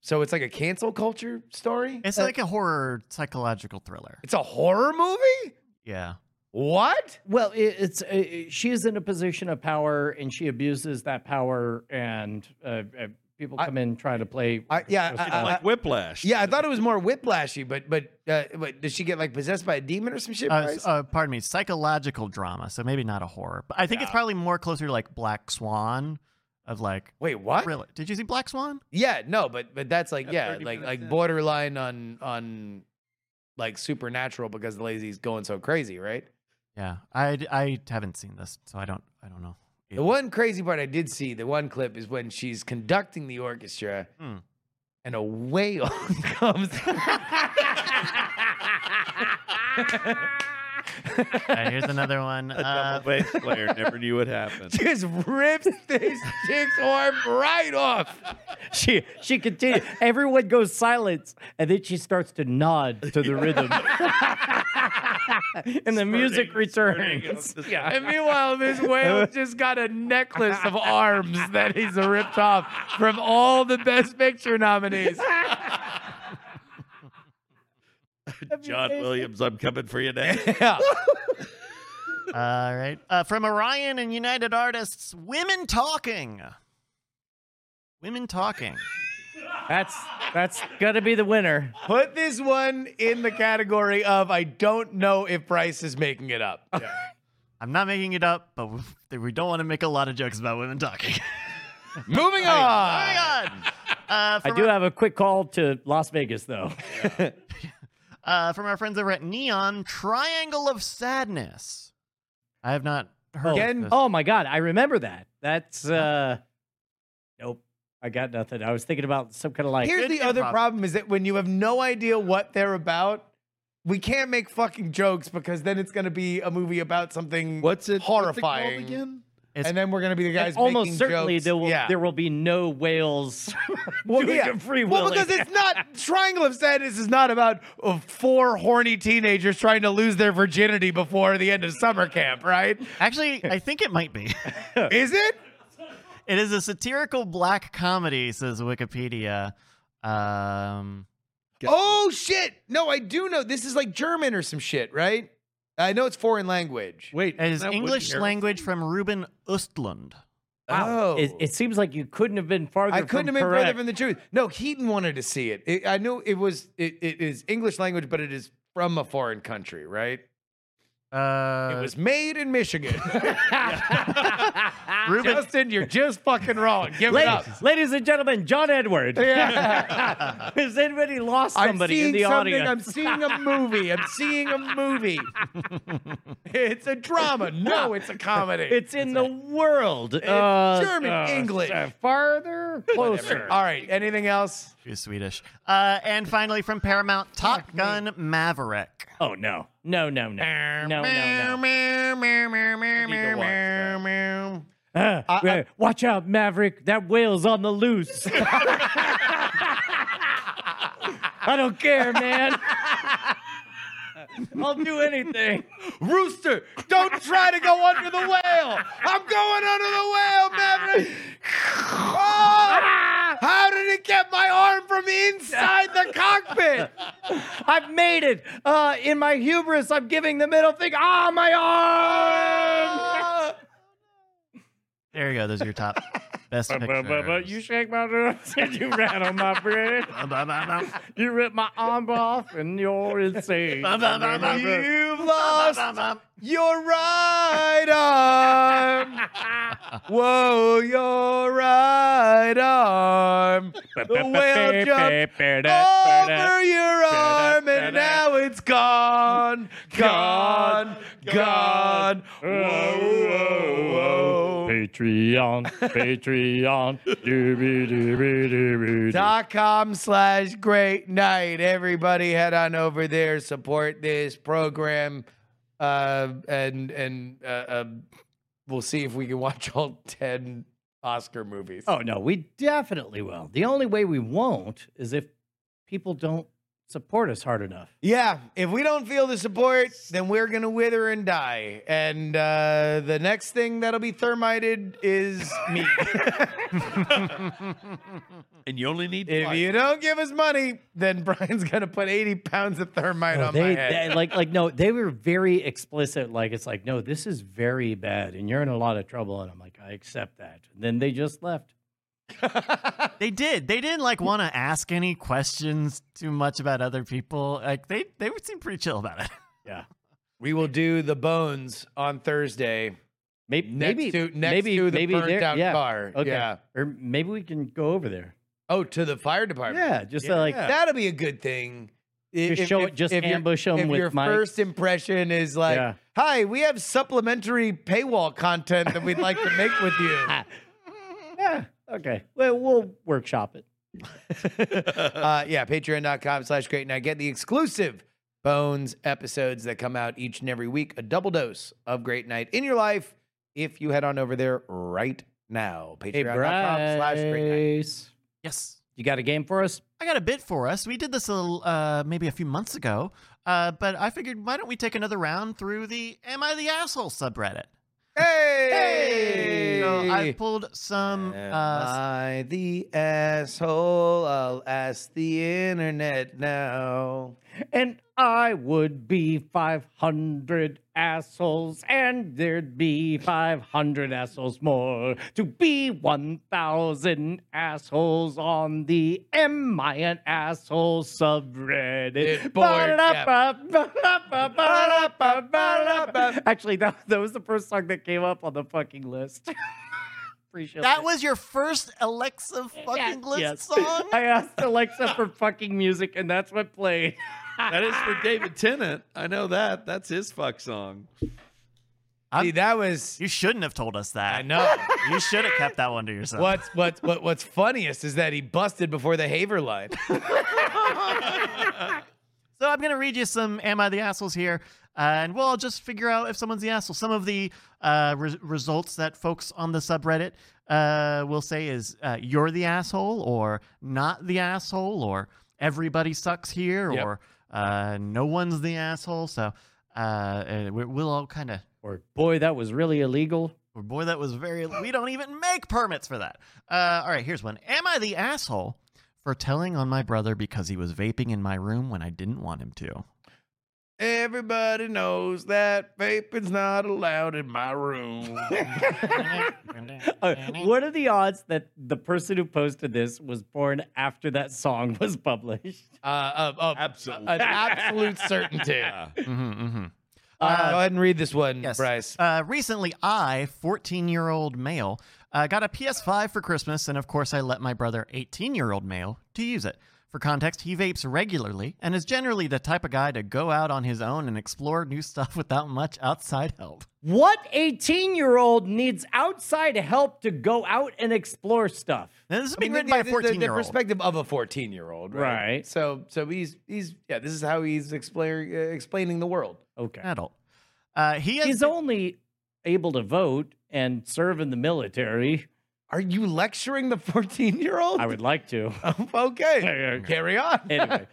Speaker 3: So it's like a cancel culture story.
Speaker 4: It's like a horror psychological thriller.
Speaker 3: It's a horror movie.
Speaker 4: Yeah.
Speaker 3: What?
Speaker 2: Well, it, it's uh, uh, she is in a position of power and she abuses that power, and uh, uh, people
Speaker 3: I-
Speaker 2: come in trying to play.
Speaker 3: I, yeah.
Speaker 2: It's
Speaker 3: I,
Speaker 1: It's
Speaker 3: I-
Speaker 1: like Whiplash.
Speaker 3: Uh, yeah, I thought it was more whiplashy, but but uh, but does she get like possessed by a demon or some shit?
Speaker 4: Uh,
Speaker 3: Bryce?
Speaker 4: s- uh, pardon me, psychological drama. So maybe not a horror, but I think it's probably more closer to like Black Swan, of like
Speaker 3: Wait, what?
Speaker 4: thriller. Did you see Black Swan?
Speaker 3: Yeah, no, but but that's like
Speaker 1: At
Speaker 3: yeah,
Speaker 1: 30
Speaker 3: like
Speaker 1: minutes
Speaker 3: like
Speaker 1: in.
Speaker 3: borderline on on like supernatural because the lazy's going so crazy, right?
Speaker 4: Yeah, I, d- I haven't seen this, so I don't I don't know.
Speaker 3: The one crazy part I did see, the one clip is when she's conducting the orchestra
Speaker 4: Hmm.
Speaker 3: and a whale comes.
Speaker 4: All right, here's another one.
Speaker 1: A
Speaker 4: Uh,
Speaker 1: double bass player never knew what happened.
Speaker 3: Just rips this chick's arm right off.
Speaker 2: She she continues. Everyone goes silent, and then she starts to nod to the rhythm, and the music
Speaker 1: Turning
Speaker 2: returns.
Speaker 1: up the-
Speaker 3: And meanwhile, this whale just got a necklace of arms that he's ripped off from all the Best Picture nominees.
Speaker 1: John Williams, I'm coming for you now.
Speaker 3: Yeah.
Speaker 4: All right. Uh, from Orion and United Artists, Women Talking. Women Talking.
Speaker 2: That's that's gonna be the winner.
Speaker 3: Put this one in the category of I don't know if Bryce is making it up.
Speaker 4: I'm not making it up, but we- we don't want to make a lot of jokes about women talking.
Speaker 3: Moving on.
Speaker 4: Hang on. Uh,
Speaker 2: I
Speaker 4: from,
Speaker 2: do have a quick call to Las Vegas though.
Speaker 4: uh, from our friends over at Neon, Triangle of Sadness. I have not heard
Speaker 3: Again?
Speaker 4: of this.
Speaker 2: Oh my god, I remember that. That's uh nope. I got nothing. I was thinking about some kind of like
Speaker 3: Here's
Speaker 4: Good
Speaker 3: the other
Speaker 4: improv.
Speaker 3: problem is that when you have no idea what they're about, we can't make fucking jokes because then it's going to be a movie about something
Speaker 1: What's it
Speaker 3: horrifying.
Speaker 1: What's it called again?
Speaker 4: It's-
Speaker 3: and then we're going to be the
Speaker 2: And
Speaker 3: guys
Speaker 2: almost
Speaker 3: making
Speaker 2: certainly
Speaker 3: jokes.
Speaker 2: there will
Speaker 3: yeah.
Speaker 2: there will be no whales
Speaker 3: well,
Speaker 2: doing
Speaker 3: yeah.
Speaker 2: a free
Speaker 3: well,
Speaker 2: Willy.
Speaker 3: because it's not Triangle of Sadness is not about uh, four horny teenagers trying to lose their virginity before the end of summer camp, right?
Speaker 4: Actually, I think it might be.
Speaker 3: is it?
Speaker 4: It is a satirical black comedy, says Wikipedia. Um,
Speaker 1: Yeah.
Speaker 3: Oh shit! No, I do know. This is like German or some shit, right? I know it's foreign language.
Speaker 1: Wait,
Speaker 4: it is
Speaker 1: that Woody
Speaker 4: English
Speaker 1: Harrelson?
Speaker 4: language from Ruben Östlund.
Speaker 2: Wow.
Speaker 3: Oh.
Speaker 2: It, it seems like you couldn't have been farther.
Speaker 3: I
Speaker 2: from
Speaker 3: couldn't have been further
Speaker 2: correct.
Speaker 3: from the truth. No, Heaton wanted to see it. It- I knew it was. It, it is English language, but it is from a foreign country, right?
Speaker 4: Uh,
Speaker 3: it was made in Michigan.
Speaker 4: Ruben
Speaker 3: Justin, you're just fucking wrong. Give it up.
Speaker 2: Ladies, ladies and gentlemen, John Edward.
Speaker 3: Yeah.
Speaker 2: Has anybody lost
Speaker 3: I'm
Speaker 2: somebody
Speaker 3: seeing
Speaker 2: in the
Speaker 3: something.
Speaker 2: audience?
Speaker 3: I'm seeing a movie. I'm seeing a movie. it's a drama. No, it's a comedy.
Speaker 2: It's in the world. It's
Speaker 3: German, English.
Speaker 2: farther, closer.
Speaker 3: all right. Anything else?
Speaker 4: She's Swedish. Uh, and finally, from Paramount, Top Gun Maverick.
Speaker 2: oh no, no, no, no, Oh, no, no, no. Uh, uh, watch out, Maverick! That whale's on the loose. I don't care, man. I'll do anything.
Speaker 3: Rooster, don't try to go under the whale. I'm going under the whale, Maverick. Oh, how did it get my arm from inside the cockpit?
Speaker 2: I've made it. Uh, in my hubris, I'm giving the middle finger. Ah, my arm!
Speaker 3: Uh,
Speaker 4: There you go. Those are your top best
Speaker 2: Ba- ba- ba- ba- You
Speaker 4: pictures.
Speaker 2: shake my dress and you rattle my brain.
Speaker 4: Ba- ba- ba- ba-
Speaker 2: You rip my arm off and you're insane.
Speaker 4: ba- ba- ba- ba-
Speaker 3: You've
Speaker 4: ba-
Speaker 3: lost
Speaker 4: ba- ba-
Speaker 3: your right arm. Whoa, your right arm. The whale jumped over your arm and now it's gone, gone, gone. Whoa, whoa, whoa.
Speaker 2: Patreon, Patreon, dooby dooby dooby.
Speaker 3: Dot com slash great night. Everybody head on over there, support this program, uh, and and uh, uh, we'll see if we can watch all ten Oscar movies.
Speaker 2: Oh no, we definitely will. The only way we won't is if people don't support us hard enough.
Speaker 3: Yeah, if we don't feel the support, then we're gonna wither and die. And uh, the next thing that'll be thermited is me.
Speaker 1: And you only need
Speaker 3: if
Speaker 1: five.
Speaker 3: you don't give us money, then Brian's gonna put eighty pounds of thermite
Speaker 2: No,
Speaker 3: on my
Speaker 2: Oh, they,
Speaker 3: head.
Speaker 2: they- like like no, they were very explicit. Like it's like no, this is very bad, and you're in a lot of trouble. And I'm like, I accept that. And then they just left.
Speaker 4: They did. They didn't like want to ask any questions too much about other people. Like they, they seemed pretty chill about it.
Speaker 2: Yeah,
Speaker 3: we will do the bones on Thursday.
Speaker 2: maybe
Speaker 3: Next
Speaker 2: maybe
Speaker 3: to- next
Speaker 2: maybe
Speaker 3: to the
Speaker 2: maybe
Speaker 3: burnt
Speaker 2: there-
Speaker 3: out
Speaker 2: yeah.
Speaker 3: car.
Speaker 2: Okay.
Speaker 3: Yeah.
Speaker 2: or maybe we can go over there.
Speaker 3: Oh, to the fire department.
Speaker 2: Yeah, just uh, like
Speaker 3: That'll be a good thing. I-
Speaker 2: Just show it- just
Speaker 3: your-
Speaker 2: ambush 'em
Speaker 3: if
Speaker 2: with
Speaker 3: your
Speaker 2: mics.
Speaker 3: first impression is like,
Speaker 2: Yeah.
Speaker 3: "Hi, we have supplementary paywall content that we'd like to make with you."
Speaker 2: yeah. Okay, well we'll workshop it.
Speaker 3: Uh, yeah, patreon.com slash great night. Get the exclusive Bones episodes that come out each and every week. A double dose of great night in your life if you head on over there right now. Patreon.com slash great night.
Speaker 2: Bryce,
Speaker 4: Yes.
Speaker 2: you got a game for us?
Speaker 4: I got a bit for us. We did this a, l- uh, maybe a few months ago, uh, but I figured why don't we take another round through the Am I the Asshole subreddit?
Speaker 3: Hey!
Speaker 4: So I pulled some.
Speaker 3: Am
Speaker 4: Uh,
Speaker 3: I the asshole? I'll ask the internet now.
Speaker 2: And I would be 500 assholes, and there'd be 500 assholes more to be 1,000 assholes on the Am I an Asshole subreddit.
Speaker 3: It bored, yeah.
Speaker 2: Ba-da-ba-ba-ba-ba-ba-ba-ba. Actually, that, that was the first song that came up on the fucking list. Appreciate
Speaker 4: That was your first Alexa fucking list
Speaker 2: Yes.
Speaker 4: song?
Speaker 2: I asked Alexa for fucking music, and that's what played.
Speaker 1: That is for David Tennant. I know that. That's his fuck song.
Speaker 4: I'm-
Speaker 3: See, that was
Speaker 4: You shouldn't have told us that.
Speaker 3: I know.
Speaker 4: You should have kept that one to yourself.
Speaker 3: what's what's what what's funniest is that he busted before the Haver line.
Speaker 4: So I'm going to read you some Am I the Assholes here, uh, and we'll all just figure out if someone's the asshole. Some of the uh, re- results that folks on the subreddit uh, will say is uh, you're the asshole, or not the asshole, or everybody sucks here,
Speaker 3: Yep.
Speaker 4: or uh, no one's the asshole. So uh, uh, we- we'll all kind of,
Speaker 2: Or boy, that was really illegal.
Speaker 4: or boy, that was very, we don't even make permits for that. Uh, all right, here's one Am I the asshole for telling on my brother because he was vaping in my room when I didn't want him to?
Speaker 3: Everybody knows that vaping's not allowed in my room.
Speaker 2: Uh, what are the odds that the person who posted this was born after that song was published?
Speaker 3: uh, uh, uh,
Speaker 1: Absolute.
Speaker 3: an absolute certainty.
Speaker 4: hmm hmm
Speaker 3: Mm-hmm, Uh, go ahead and read this one,
Speaker 4: Yes.
Speaker 3: Bryce.
Speaker 4: Uh, recently, I, 14 year old male, uh, got a PS5 for Christmas, and of course, I let my brother, 18 year old male, to use it. For context, he vapes regularly and is generally the type of guy to go out on his own and explore new stuff without much outside help.
Speaker 2: What 18 year old needs outside help to go out and explore stuff?
Speaker 4: Now, this is
Speaker 3: I mean,
Speaker 4: being written
Speaker 3: the-
Speaker 4: by a
Speaker 3: the- the-
Speaker 4: 14 year
Speaker 3: The
Speaker 4: old.
Speaker 3: perspective of a 14 year old, right?
Speaker 2: Right.
Speaker 3: So, so he's he's yeah. This is how he's explain, uh, explaining the world.
Speaker 2: Okay.
Speaker 4: Adult. Uh, he has
Speaker 2: He's only able to vote and serve in the military.
Speaker 3: Are you lecturing the 14 year old?
Speaker 2: I would like to.
Speaker 3: okay.
Speaker 2: anyway.
Speaker 3: Carry on.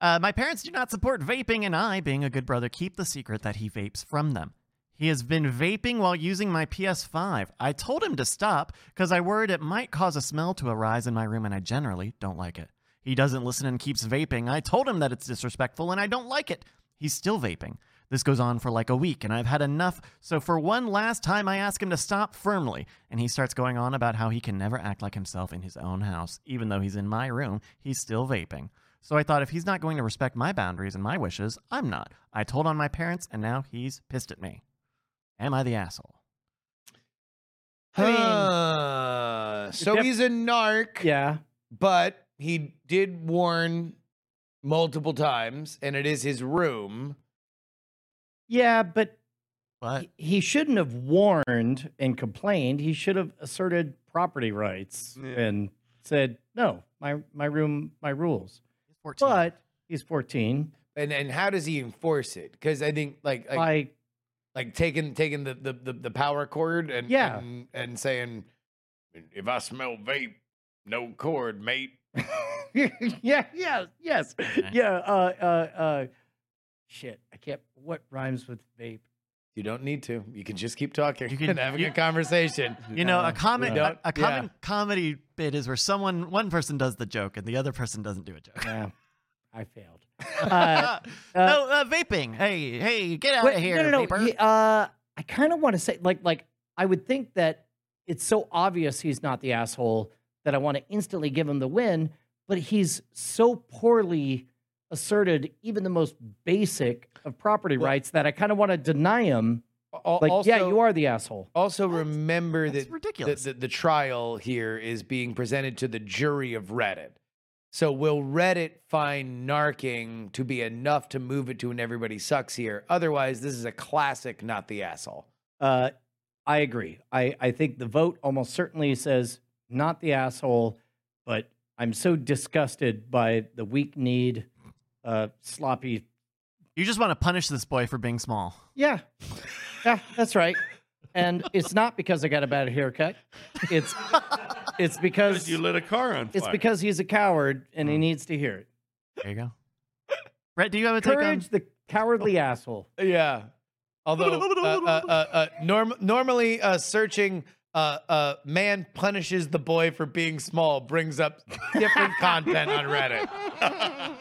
Speaker 4: Uh, my parents do not support vaping, and I, being a good brother, keep the secret that he vapes from them. He has been vaping while using my PS5. I told him to stop because I worried it might cause a smell to arise in my room, and I generally don't like it. He doesn't listen and keeps vaping. I told him that it's disrespectful, and I don't like it. He's still vaping. This goes on for like a week, and I've had enough. So, for one last time, I ask him to stop firmly, and he starts going on about how he can never act like himself in his own house. Even though he's in my room, he's still vaping. So I thought if he's not going to respect my boundaries and my wishes, I'm not. I told on my parents, and now he's pissed at me. Am I the asshole?
Speaker 2: I mean-
Speaker 3: Huh. so
Speaker 2: Def-
Speaker 3: he's a narc,
Speaker 2: yeah.
Speaker 3: but he did warn multiple times, and it is his room.
Speaker 2: Yeah, but
Speaker 4: But
Speaker 2: he- he shouldn't have warned and complained. He should have asserted property rights
Speaker 1: Yeah.
Speaker 2: and said, "No, my my room, my rules."
Speaker 4: he's 14.
Speaker 2: But he's 14.
Speaker 3: And and how does he enforce it? Because I think like like,
Speaker 2: Like,
Speaker 3: like taking taking the, the the the power cord and
Speaker 2: Yeah.
Speaker 3: and, and saying if I smell vape, no cord, mate.
Speaker 2: yeah, yeah, yes, yeah. Uh, uh, uh, shit, I can't. What rhymes with vape?
Speaker 3: You don't need to. You can just keep talking
Speaker 4: You can-
Speaker 3: and having
Speaker 4: you-
Speaker 3: a conversation.
Speaker 4: you know, a common
Speaker 3: yeah.
Speaker 4: a, a common comedy bit is where someone one person does the joke and the other person doesn't do a joke.
Speaker 2: Yeah, I failed. Uh,
Speaker 4: no, uh, vaping. Hey, hey, get out
Speaker 2: Wait,
Speaker 4: of here,
Speaker 2: No, no, no.
Speaker 4: vapor.
Speaker 2: he- uh, I kind of want to say, like, like I would think that it's so obvious he's not the asshole that I want to instantly give him the win, but he's so poorly asserted even the most basic of property
Speaker 3: Well-
Speaker 2: rights that I kind of want to deny him.
Speaker 3: Al-
Speaker 2: Like, yeah,
Speaker 3: also-
Speaker 2: you are the asshole.
Speaker 3: Also remember
Speaker 4: That's
Speaker 3: that
Speaker 4: ridiculous.
Speaker 3: The, the, the trial here is being presented to the jury of Reddit. So will Reddit find narking to be enough to move it to an everybody sucks here? Otherwise, this is a classic, not the asshole.
Speaker 2: Uh, I agree. I, I think the vote almost certainly says not the asshole, but I'm so disgusted by the weak need, uh, sloppy
Speaker 4: you just want to punish this boy for being small.
Speaker 2: Yeah. Yeah, that's right. And it's not because I got a bad haircut. It's it's because
Speaker 1: You lit a car on fire.
Speaker 2: it's because he's a coward and he needs to hear it.
Speaker 4: There you go. Brett, do you have a
Speaker 3: um,
Speaker 2: Courage
Speaker 4: take
Speaker 2: the cowardly
Speaker 3: Oh,
Speaker 2: asshole.
Speaker 3: Yeah. Although uh, uh, uh, uh, norm- normally uh, searching uh, uh, man punishes the boy for being small brings up different content on Reddit.
Speaker 4: on?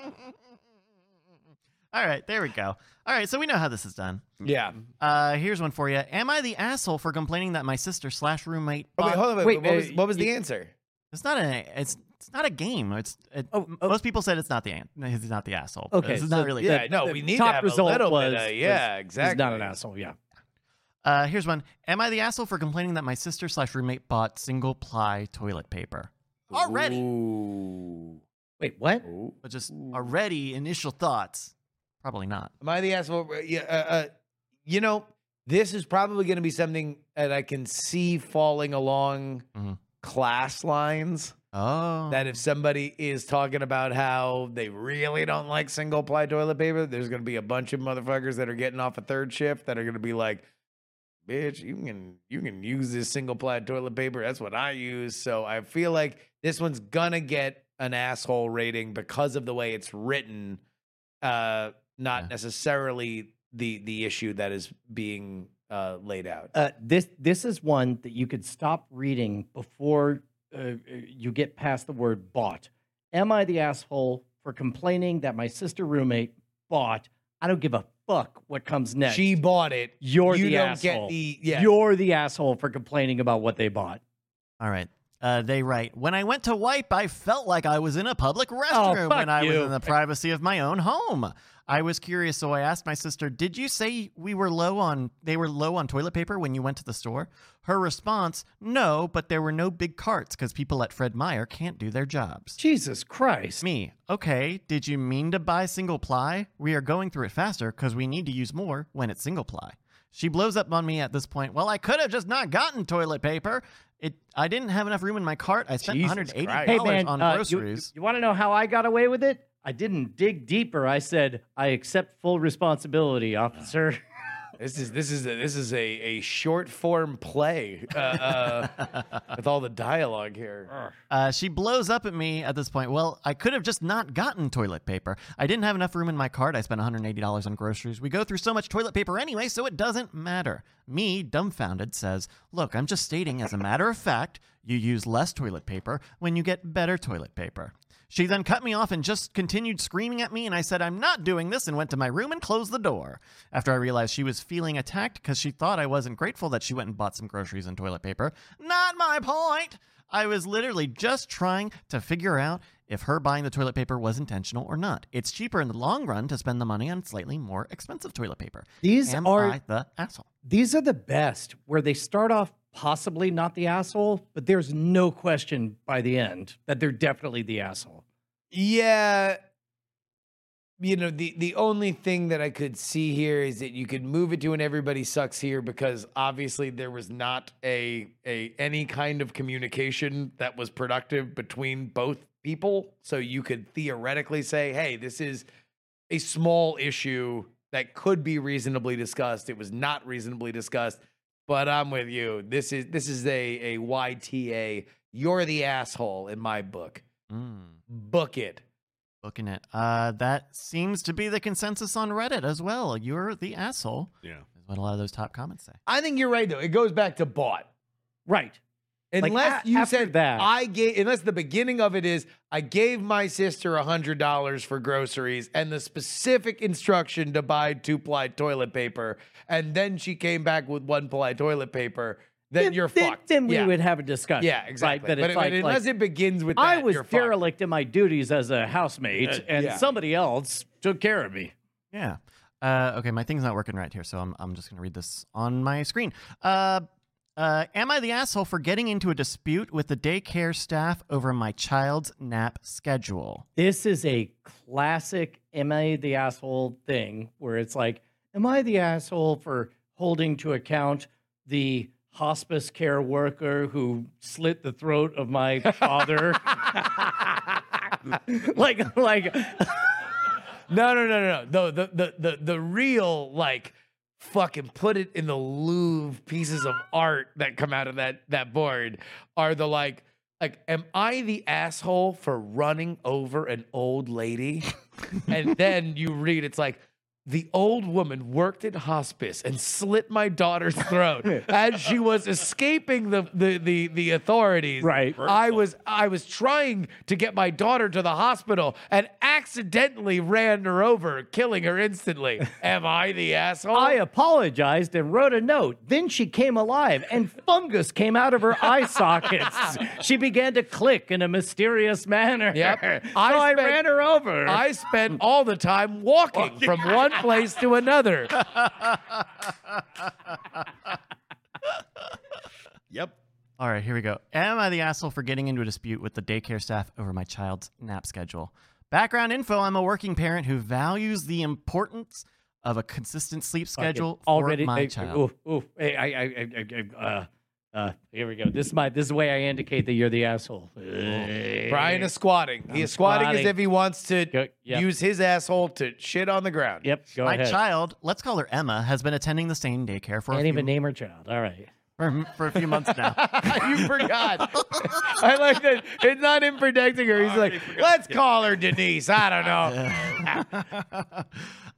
Speaker 4: All right, there we go. All right, so we know how this is done.
Speaker 3: Yeah.
Speaker 4: Uh, here's one for you. Am I the asshole for complaining that my sister slash roommate?
Speaker 3: Oh, wait,
Speaker 4: bought-
Speaker 3: hold on.
Speaker 2: Wait,
Speaker 3: Wait, what, was,
Speaker 2: uh,
Speaker 3: what was the
Speaker 2: y-
Speaker 3: answer?
Speaker 4: It's not a. It's it's not a game. It's it,
Speaker 2: Oh,
Speaker 4: m-
Speaker 2: oh.
Speaker 4: most people said it's not the an- no, he's not the asshole.
Speaker 2: Okay,
Speaker 4: this is
Speaker 2: so
Speaker 4: not really.
Speaker 3: Yeah,
Speaker 2: the-
Speaker 3: no,
Speaker 2: the
Speaker 3: we need
Speaker 2: top
Speaker 3: to have
Speaker 2: result
Speaker 3: a little
Speaker 2: was-
Speaker 3: bit. Of,
Speaker 2: was-
Speaker 3: yeah, exactly.
Speaker 2: He's not an asshole. Yeah.
Speaker 4: Uh, here's one. Am I the asshole for complaining that my sister slash roommate bought single ply toilet paper? Already.
Speaker 3: Ooh.
Speaker 2: Wait, what?
Speaker 3: Ooh.
Speaker 4: But just already initial thoughts. Probably not.
Speaker 3: Am I the asshole? Yeah, uh, uh, you know, this is probably going to be something that I can see falling along
Speaker 4: Mhm.
Speaker 3: class lines.
Speaker 4: Oh,
Speaker 3: That if somebody is talking about how they really don't like single ply toilet paper, there's going to be a bunch of motherfuckers that are getting off a third shift that are going to be like, "Bitch, you can you can use this single ply toilet paper. That's what I use." So I feel like this one's gonna get an asshole rating because of the way it's written, uh, not
Speaker 4: Yeah.
Speaker 3: necessarily the the issue that is being uh, laid out.
Speaker 2: Uh, this this is one that you could stop reading before uh, you get past the word bought. Am I the asshole for complaining that my sister roommate bought? I don't give a fuck what comes next.
Speaker 3: She bought it.
Speaker 2: You're
Speaker 3: you
Speaker 2: the
Speaker 3: don't
Speaker 2: asshole.
Speaker 3: get the yeah.
Speaker 2: You're the asshole for complaining about what they bought.
Speaker 4: all right. Uh, they write. When I went to wipe, I felt like I was in a public restroom
Speaker 2: Oh, fuck
Speaker 4: when I was
Speaker 2: you.
Speaker 4: in the privacy of my own home. I was curious, so I asked my sister, "Did you say we were low on they were low on toilet paper when you went to the store?" Her response, "No, but there were no big carts because people at Fred Meyer can't do their jobs."
Speaker 2: Jesus Christ.
Speaker 4: me. Okay, did you mean to buy single ply? We are going through it faster because we need to use more when it's single ply. She blows up on me at this point. Well, I could have just not gotten toilet paper. It. I didn't have enough room in my cart. I spent
Speaker 3: Jesus
Speaker 4: 180 dollars
Speaker 3: Christ.
Speaker 2: Hey man,
Speaker 4: on
Speaker 2: uh, you- you,
Speaker 4: groceries.
Speaker 2: want to know how I got away with it? I didn't dig deeper. I said I accept full responsibility, officer.
Speaker 3: This is this is a, this is a, a short form play uh, uh, with all the dialogue here.
Speaker 4: Uh, she blows up at me at this point. Well, I could have just not gotten toilet paper. I didn't have enough room in my cart. I spent $180 on groceries. We go through so much toilet paper anyway, so it doesn't matter. Me, dumbfounded, says, Look, I'm just stating as a matter of fact, you use less toilet paper when you get better toilet paper. She then cut me off and just continued screaming at me, and I said, I'm not doing this, and went to my room and closed the door. After I realized she was feeling attacked because she thought I wasn't grateful that she went and bought some groceries and toilet paper. Not my point! I was literally just trying to figure out if her buying the toilet paper was intentional or not. It's cheaper in the long run to spend the money on slightly more expensive toilet paper.
Speaker 2: These
Speaker 4: Am
Speaker 2: are
Speaker 4: I the asshole?
Speaker 2: these are the best where they start off possibly not the asshole, but there's no question by the end that they're definitely the asshole.
Speaker 3: Yeah, you know the the only thing that I could see here is that you could move it to an everybody sucks here because obviously there was not a a any kind of communication that was productive between both people. So you could theoretically say, hey, this is a small issue that could be reasonably discussed. It was not reasonably discussed, but I'm with you. This is this is a a YTA. You're the asshole in my book.
Speaker 4: Mm.
Speaker 3: Book it.
Speaker 4: Looking at uh, that seems to be the consensus on Reddit as well. You're the asshole
Speaker 1: Yeah.
Speaker 4: is what a lot of those top comments say.
Speaker 3: I think you're right though. It goes back to bought.
Speaker 2: Right. Like,
Speaker 3: Unless
Speaker 2: a-
Speaker 3: you
Speaker 2: after
Speaker 3: said
Speaker 2: that-
Speaker 3: I gave unless the beginning of it is I gave my sister hundred dollars for groceries and the specific instruction to buy two ply toilet paper, and then she came back with one ply toilet paper, then, you're fucked.
Speaker 2: Then we
Speaker 3: yeah.
Speaker 2: would have a discussion.
Speaker 3: yeah,
Speaker 2: right?
Speaker 3: exactly.
Speaker 2: But,
Speaker 3: but
Speaker 2: it's
Speaker 3: it- but
Speaker 2: like,
Speaker 3: unless
Speaker 2: like,
Speaker 3: it begins with
Speaker 2: I
Speaker 3: that,
Speaker 2: was
Speaker 3: you're fucked.
Speaker 2: derelict in my duties as a housemate,
Speaker 1: Uh,
Speaker 2: and
Speaker 3: yeah.
Speaker 2: somebody else took care of me.
Speaker 4: Yeah. Uh, okay, my thing's not working right here, so I'm, I'm just going to read this on my screen. Uh, uh, am I the asshole for getting into a dispute with the daycare staff over my child's nap schedule?
Speaker 2: This is a classic am I the asshole thing where it's like, am I the asshole for holding to account the hospice care worker who slit the throat of my father? like like
Speaker 3: No, no, no, no, no. The the the the, the real like fucking put it in the Louvre pieces of art that come out of that that board are the like like am I the asshole for running over an old lady? and then you read it's like
Speaker 5: The old woman worked in hospice and slit my daughter's throat as she was escaping the the the, the authorities.
Speaker 6: Right.
Speaker 5: I was I was trying to get my daughter to the hospital and accidentally ran her over, killing her instantly. Am I the asshole?
Speaker 2: I apologized and wrote a note. Then she came alive and fungus came out of her eye sockets. She began to click in a mysterious manner.
Speaker 5: Yep.
Speaker 2: So
Speaker 5: I
Speaker 2: I,
Speaker 5: spent-
Speaker 2: ran her over.
Speaker 5: I spent all the time walking from one place to another.
Speaker 1: Yep.
Speaker 4: All right, here we go. Am I the asshole for getting into a dispute with the daycare staff over my child's nap schedule? Background info I'm a working parent who values the importance of a consistent sleep schedule for
Speaker 2: already
Speaker 4: my
Speaker 2: eh,
Speaker 4: child.
Speaker 2: ooh, ooh, eh, I, I, I, I, uh, uh, here we go. This is my this is the way I indicate that you're the asshole. Uh,
Speaker 3: Brian is squatting. He is squatting,
Speaker 2: squatting.
Speaker 3: as if he wants to
Speaker 2: Go- yep.
Speaker 3: use his asshole to shit on the ground.
Speaker 2: Yep, go
Speaker 4: My
Speaker 2: ahead.
Speaker 4: child, let's call her Emma, has been attending the same daycare for, a
Speaker 2: Can't
Speaker 4: few,
Speaker 2: even name her child. All right.
Speaker 4: for, for a few months now.
Speaker 3: you forgot. I like that. It's not him protecting her. He's like, let's call her Denise. I don't know.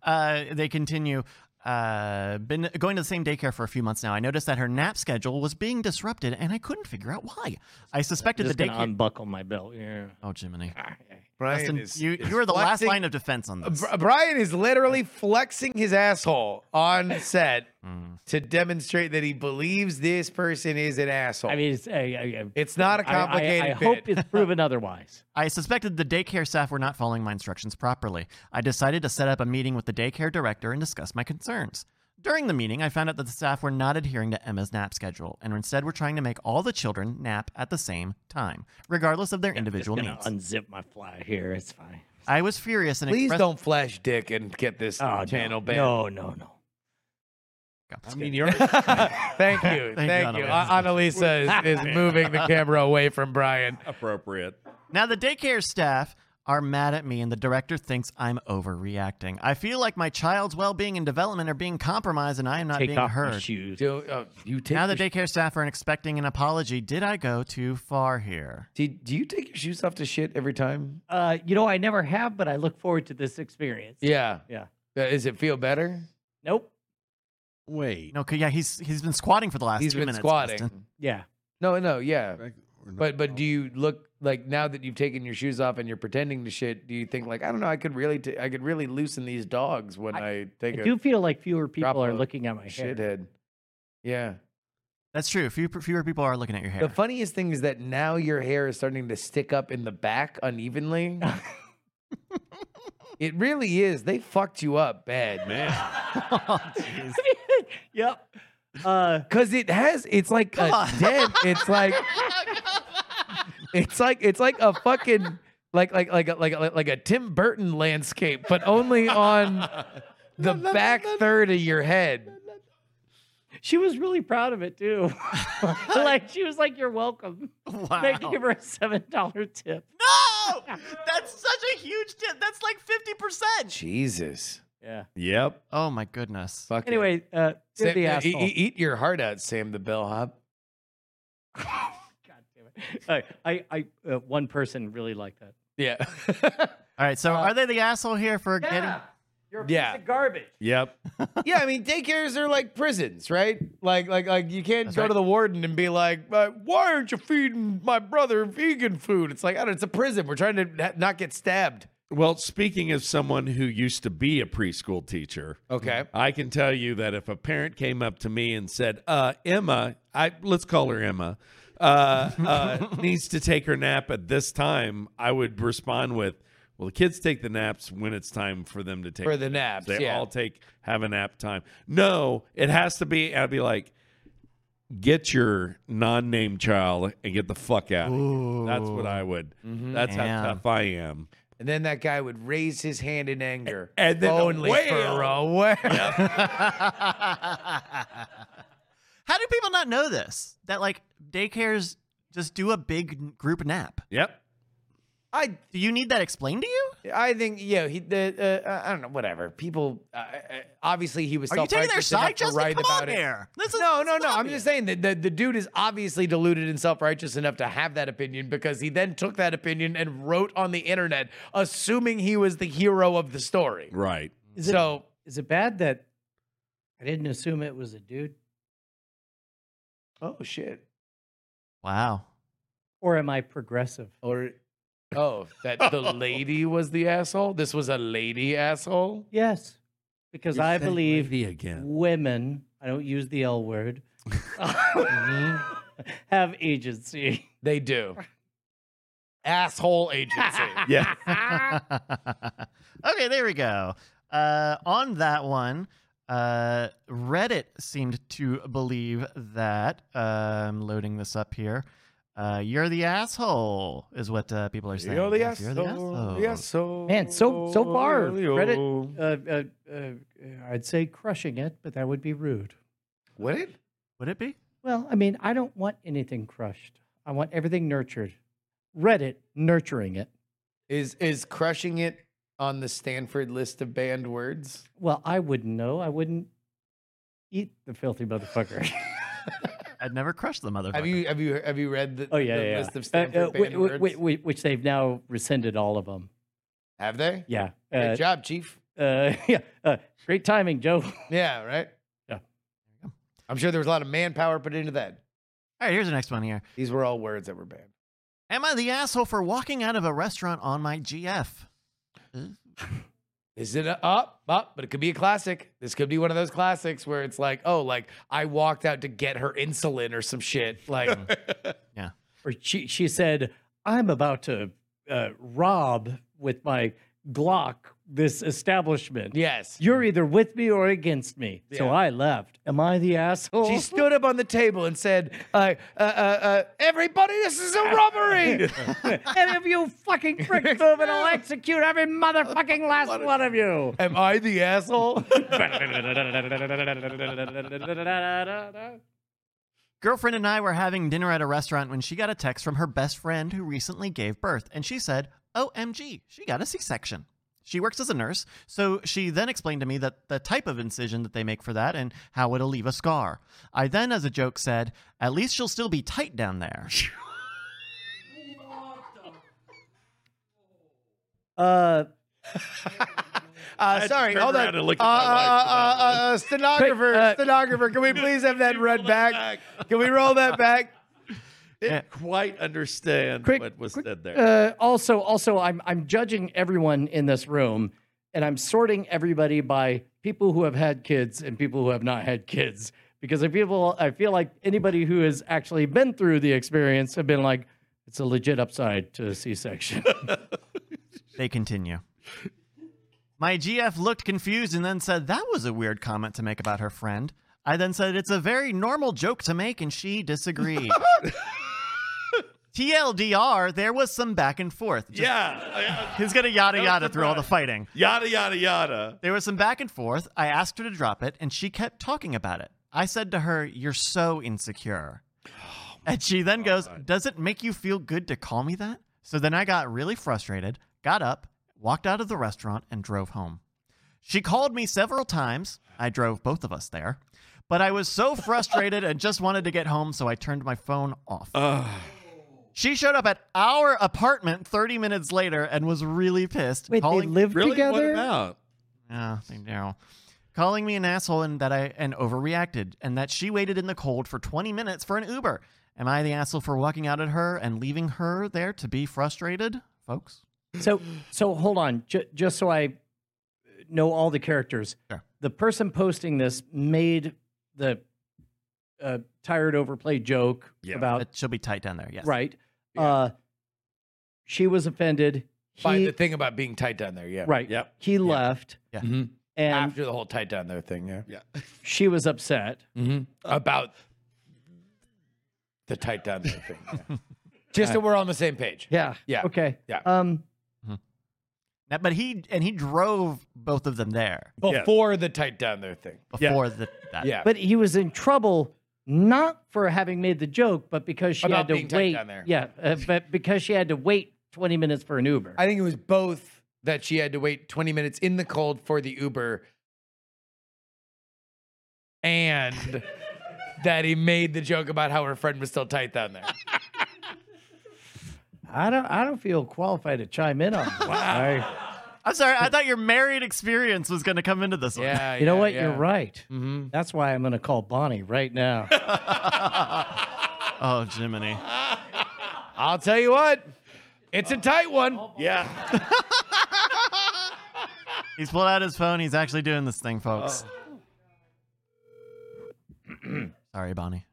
Speaker 4: uh, they continue. Uh, been going to the same daycare for a few months now. I noticed that her nap schedule was being disrupted, and I couldn't figure out why. I suspected
Speaker 2: Just
Speaker 4: the
Speaker 2: gonna
Speaker 4: daycare.
Speaker 2: unbuckle my belt. Yeah.
Speaker 4: oh, Jiminy!
Speaker 3: Brian
Speaker 4: Justin,
Speaker 3: Ah, is,
Speaker 4: you
Speaker 3: is
Speaker 4: you are the last
Speaker 3: flexing-
Speaker 4: line of defense on this.
Speaker 3: Br- uh, Brian is literally flexing his asshole on set
Speaker 4: Mm.
Speaker 3: to demonstrate that he believes this person is an asshole.
Speaker 2: I mean, it's, I, I, I-
Speaker 3: it's not
Speaker 2: I-
Speaker 3: a
Speaker 2: I-
Speaker 3: complicated
Speaker 2: I,
Speaker 3: bit.
Speaker 2: hope it's proven otherwise.
Speaker 4: I suspected the daycare staff were not following my instructions properly. I decided to set up a meeting with the daycare director and discuss my concerns. During the meeting, I found out that the staff were not adhering to Emma's nap schedule and instead were trying to make all the children nap at the same time, regardless of their individual
Speaker 2: Gonna
Speaker 4: needs.
Speaker 2: unzip my fly here. It's fine.
Speaker 4: I was furious and
Speaker 3: Please
Speaker 4: expressed-
Speaker 3: don't flash dick and get this
Speaker 2: Oh,
Speaker 3: channel
Speaker 2: no,
Speaker 3: banned.
Speaker 2: No, no, no.
Speaker 3: I mean, you're. Thank you,
Speaker 4: Thank
Speaker 3: thank
Speaker 4: you,
Speaker 3: you. Ana- Annalisa is, is moving the camera away from Brian.
Speaker 1: Appropriate.
Speaker 4: Now, the daycare staff are mad at me, and the director thinks I'm overreacting. I feel like my child's well being and development are being compromised, and I am not
Speaker 2: Take
Speaker 4: being
Speaker 2: off my
Speaker 4: heard.
Speaker 2: shoes.
Speaker 3: Do, oh, you take
Speaker 4: Now,
Speaker 3: your
Speaker 4: the daycare staff aren't expecting an apology. Did I go too far here?
Speaker 3: Do, do you take your shoes off to shit every time?
Speaker 2: Uh, you know, I never have, but I look forward to this experience.
Speaker 3: Yeah.
Speaker 2: Yeah.
Speaker 3: Uh, Does it feel better?
Speaker 2: Nope.
Speaker 6: Wait.
Speaker 4: No, 'cause- yeah, he's he's been squatting for the last
Speaker 3: He's
Speaker 4: two
Speaker 3: been
Speaker 4: minutes.
Speaker 3: squatting.
Speaker 4: Justin.
Speaker 2: Yeah.
Speaker 3: No, no, yeah.
Speaker 6: Back- or no,
Speaker 3: But but
Speaker 6: no.
Speaker 3: do you look like now that you've taken your shoes off and you're pretending to shit? Do you think like I don't know? I could really t- I could really loosen these dogs when I,
Speaker 2: I
Speaker 3: take a
Speaker 2: do feel like fewer
Speaker 3: drop
Speaker 2: people are
Speaker 3: a
Speaker 2: looking at my hair.
Speaker 3: shithead. Yeah.
Speaker 4: That's true. Few, fewer people are looking at your hair.
Speaker 3: The funniest thing is that now your hair is starting to stick up in the back unevenly. it really is. They fucked you up bad, man.
Speaker 2: yep. Uh,
Speaker 3: Because it has. It's like
Speaker 4: Come
Speaker 3: a
Speaker 4: on.
Speaker 3: dent. It's like. it's like it's like a fucking like like like a, like a, like a Tim Burton landscape, but only on the back third of your head.
Speaker 2: she was really proud of it too. like she was like, "You're welcome."
Speaker 4: wow.
Speaker 2: They gave her a seven dollar tip.
Speaker 4: no, that's such a huge tip. That's like fifty percent.
Speaker 3: Jesus,
Speaker 2: Yeah.
Speaker 1: Yep.
Speaker 4: Oh my goodness.
Speaker 3: fuck. it.
Speaker 2: Anyway, uh, Sam,
Speaker 3: Sam,
Speaker 2: the
Speaker 3: uh, e-
Speaker 2: asshole.
Speaker 3: e- eat your heart out, Sam the bellhop.
Speaker 2: God damn it! I, I, I uh, one person really liked that.
Speaker 3: Yeah,
Speaker 4: All right,
Speaker 3: Uh,
Speaker 4: so are they the asshole here for getting?
Speaker 2: You're a
Speaker 3: Yeah.
Speaker 2: piece of garbage.
Speaker 1: Yep.
Speaker 3: yeah. I mean, daycares are like prisons, right? Like like like you can't
Speaker 4: That's
Speaker 3: go
Speaker 4: right.
Speaker 3: to the warden and be like, uh, "Why aren't you feeding my brother vegan food?" It's like, I don't. It's a prison. We're trying to ha- not get stabbed.
Speaker 1: Well, speaking of someone who used to be a preschool teacher,
Speaker 3: Okay.
Speaker 1: I can tell you that if a parent came up to me and said, uh, Emma, I let's call her Emma, uh, uh, needs to take her nap at this time, I would respond with, Well, the kids take the naps when it's time for them to take
Speaker 3: For the naps,
Speaker 1: They
Speaker 3: yeah.
Speaker 1: all take have a nap time. No, it has to be I'd be like, get your non-name child and get the fuck out. of here." That's what I would. That's
Speaker 4: Damn.
Speaker 1: how tough I am.
Speaker 3: And then that guy would raise his hand in anger.
Speaker 1: And then a
Speaker 3: only for
Speaker 1: wail.
Speaker 3: a whale.
Speaker 4: How do people not know this? That like daycares just do a big group nap.
Speaker 1: Yep.
Speaker 3: I
Speaker 4: Do you need that explained to you?
Speaker 3: I think yeah he the uh, I don't know whatever people uh, uh, obviously he was
Speaker 4: Are you taking their
Speaker 3: self-righteous
Speaker 4: side,
Speaker 3: enough to
Speaker 4: Justin?
Speaker 3: write
Speaker 4: Come
Speaker 3: about
Speaker 4: on
Speaker 3: it.
Speaker 4: here. This is
Speaker 3: No,
Speaker 4: this
Speaker 3: no,
Speaker 4: is
Speaker 3: no. I'm
Speaker 4: obvious.
Speaker 3: just saying that the, the dude is obviously deluded and self righteous enough to have that opinion because he then took that opinion and wrote on the internet, assuming he was the hero of the story.
Speaker 1: Right.
Speaker 2: Is it
Speaker 3: So
Speaker 2: Is it bad that I didn't assume it was a dude?
Speaker 3: Oh shit.
Speaker 4: Wow.
Speaker 2: Or am I progressive?
Speaker 5: Or oh, that the lady was the asshole. This was a lady asshole.
Speaker 2: Yes. Because I believe
Speaker 6: me again.
Speaker 2: women, I don't use the L word, have agency.
Speaker 5: They do. Asshole agency.
Speaker 1: Yeah.
Speaker 4: okay, there we go. Uh, on that one, uh, Reddit seemed to believe that. Uh, I'm loading this up here. Uh, you're the asshole, is what uh, people are saying. Yes,
Speaker 6: asshole.
Speaker 2: Man, so so far,
Speaker 6: Yo.
Speaker 2: Reddit, uh, uh, uh, I'd say crushing it, but that would be rude.
Speaker 3: Would it?
Speaker 4: Would it be?
Speaker 2: Well, I mean, I don't want anything crushed. I want everything nurtured. Reddit nurturing it.
Speaker 3: Is is crushing it on the Stanford list of banned words?
Speaker 2: Well, I wouldn't know. I wouldn't eat the filthy motherfucker.
Speaker 4: I'd never crushed the motherfucker.
Speaker 3: Have you have you have you read the,
Speaker 2: oh yeah,
Speaker 3: the
Speaker 2: yeah.
Speaker 3: list of
Speaker 2: Uh, uh,
Speaker 3: Stanford
Speaker 2: whi-
Speaker 3: banned
Speaker 2: whi-
Speaker 3: words?
Speaker 2: whi- whi- which they've now rescinded all of them.
Speaker 3: Have they?
Speaker 2: Yeah.
Speaker 3: Good
Speaker 2: Uh,
Speaker 3: job, Chief.
Speaker 2: uh, yeah. Uh, great timing, Joe.
Speaker 3: Yeah, right.
Speaker 2: Yeah.
Speaker 3: I'm sure there was a lot of manpower put into that.
Speaker 4: All right, here's the next one here.
Speaker 3: These were all words that were banned.
Speaker 4: Am I the asshole for walking out of a restaurant on my GF?
Speaker 5: Is it a up, up? But it could be a classic. This could be one of those classics where it's like, oh, like I walked out to get her insulin or some shit. Like,
Speaker 2: Or she she said, "I'm about to uh, rob with my Glock this establishment."
Speaker 5: yes.
Speaker 2: You're either with me or against me. So
Speaker 5: Yeah.
Speaker 2: I left. Am I the asshole?
Speaker 5: She stood up on the table and said, uh, uh, uh, uh, "Everybody, this is a robbery."
Speaker 2: Any of you fucking prick move, and I'll execute every motherfucking last one of you.
Speaker 5: Am I the asshole?
Speaker 4: Girlfriend and I were having dinner at a restaurant when she got a text from her best friend who recently gave birth, and she said, OMG, she got a C section. She works as a nurse, so she then explained to me that the type of incision that they make for that and how it'll leave a scar. I then, as a joke, said, At least she'll still be tight down there.
Speaker 2: Uh,
Speaker 3: Uh, sorry,
Speaker 1: turn
Speaker 3: hold
Speaker 1: around
Speaker 3: on.
Speaker 1: and look
Speaker 3: uh,
Speaker 1: at my wife for
Speaker 3: uh,
Speaker 1: that
Speaker 3: uh, uh, stenographer,
Speaker 2: uh,
Speaker 3: stenographer, can we please have that read back? Can we roll that back?
Speaker 1: Didn't quite understand
Speaker 2: Quick-
Speaker 1: what was
Speaker 2: quick,
Speaker 1: said there.
Speaker 2: uh, also, also, I'm I'm judging everyone in this room, and I'm sorting everybody by people who have had kids and people who have not had kids. Because if people, I feel like anybody who has actually been through the experience have been like, it's a legit upside to C-section.
Speaker 4: They continue. My GF looked confused and then said that was a weird comment to make about her friend. I then said it's a very normal joke to make, and she disagreed. TLDR, there was some back and forth. Just-
Speaker 1: yeah.
Speaker 4: He's gonna yada
Speaker 1: No
Speaker 4: yada through all the
Speaker 1: surprise.
Speaker 4: fighting.
Speaker 1: Yada, yada, yada.
Speaker 4: There was some back and forth. I asked her to drop it, and she kept talking about it. I said to her, You're so insecure. and she then goes, Does it make you feel good to call me that? So then I got really frustrated, got up, walked out of the restaurant, and drove home. She called me several times. I drove both of us there. But I was so frustrated and just wanted to get home, so I turned my phone off. She showed up at our apartment 30 minutes later and was really pissed,
Speaker 2: Wait, they
Speaker 4: calling
Speaker 2: live
Speaker 6: Really?
Speaker 2: together?
Speaker 6: What about?
Speaker 4: yeah, they do. Calling me an asshole and that I and overreacted, and that she waited in the cold for 20 minutes for an Uber. Am I the asshole for walking out at her and leaving her there to be frustrated, folks?
Speaker 2: So, so hold on, j- just so I know all the characters.
Speaker 4: Sure.
Speaker 2: The person posting this made the uh, tired overplayed joke
Speaker 1: Yeah.
Speaker 2: about
Speaker 4: But she'll be tight down there. Yes.
Speaker 2: Uh, right. Uh, she was offended.
Speaker 3: By
Speaker 2: He,
Speaker 3: the thing about being tight down there, yeah.
Speaker 2: right.
Speaker 1: Yep.
Speaker 2: He left,
Speaker 4: Yeah.
Speaker 3: Mhm.
Speaker 2: and
Speaker 3: After the whole tight down there thing, yeah.
Speaker 1: Yeah.
Speaker 2: she was upset.
Speaker 3: Mm-hmm. About the tight down there thing. yeah. Just so we're on the same page.
Speaker 2: Yeah.
Speaker 3: Yeah.
Speaker 2: Okay.
Speaker 3: Yeah.
Speaker 2: Um.
Speaker 4: Now- but he and he drove both of them there
Speaker 3: Before the tight down there thing.
Speaker 1: Yeah.
Speaker 4: before the, that.
Speaker 3: Yeah.
Speaker 2: But he was in trouble not for having made the joke, but because she
Speaker 3: About
Speaker 2: had to
Speaker 3: being tight
Speaker 2: wait.
Speaker 3: down there.
Speaker 2: Yeah. Uh, but because she had to wait twenty minutes for an Uber.
Speaker 3: I think it was both that she had to wait 20 minutes in the cold for the Uber and that he made the joke about how her friend was still tight down there.
Speaker 2: I don't. I don't feel qualified to chime in on. Wow. I,
Speaker 4: I'm sorry. I thought your married experience was going to come into this one.
Speaker 3: Yeah,
Speaker 2: You know
Speaker 3: yeah,
Speaker 2: what?
Speaker 3: yeah.
Speaker 2: You're right.
Speaker 7: Mm-hmm.
Speaker 2: That's why I'm going to call Bonnie right now.
Speaker 4: Oh, Jiminy.
Speaker 3: I'll tell you what, it's a tight one.
Speaker 1: Yeah.
Speaker 4: He's pulled out his phone. He's actually doing this thing, folks. sorry, Bonnie.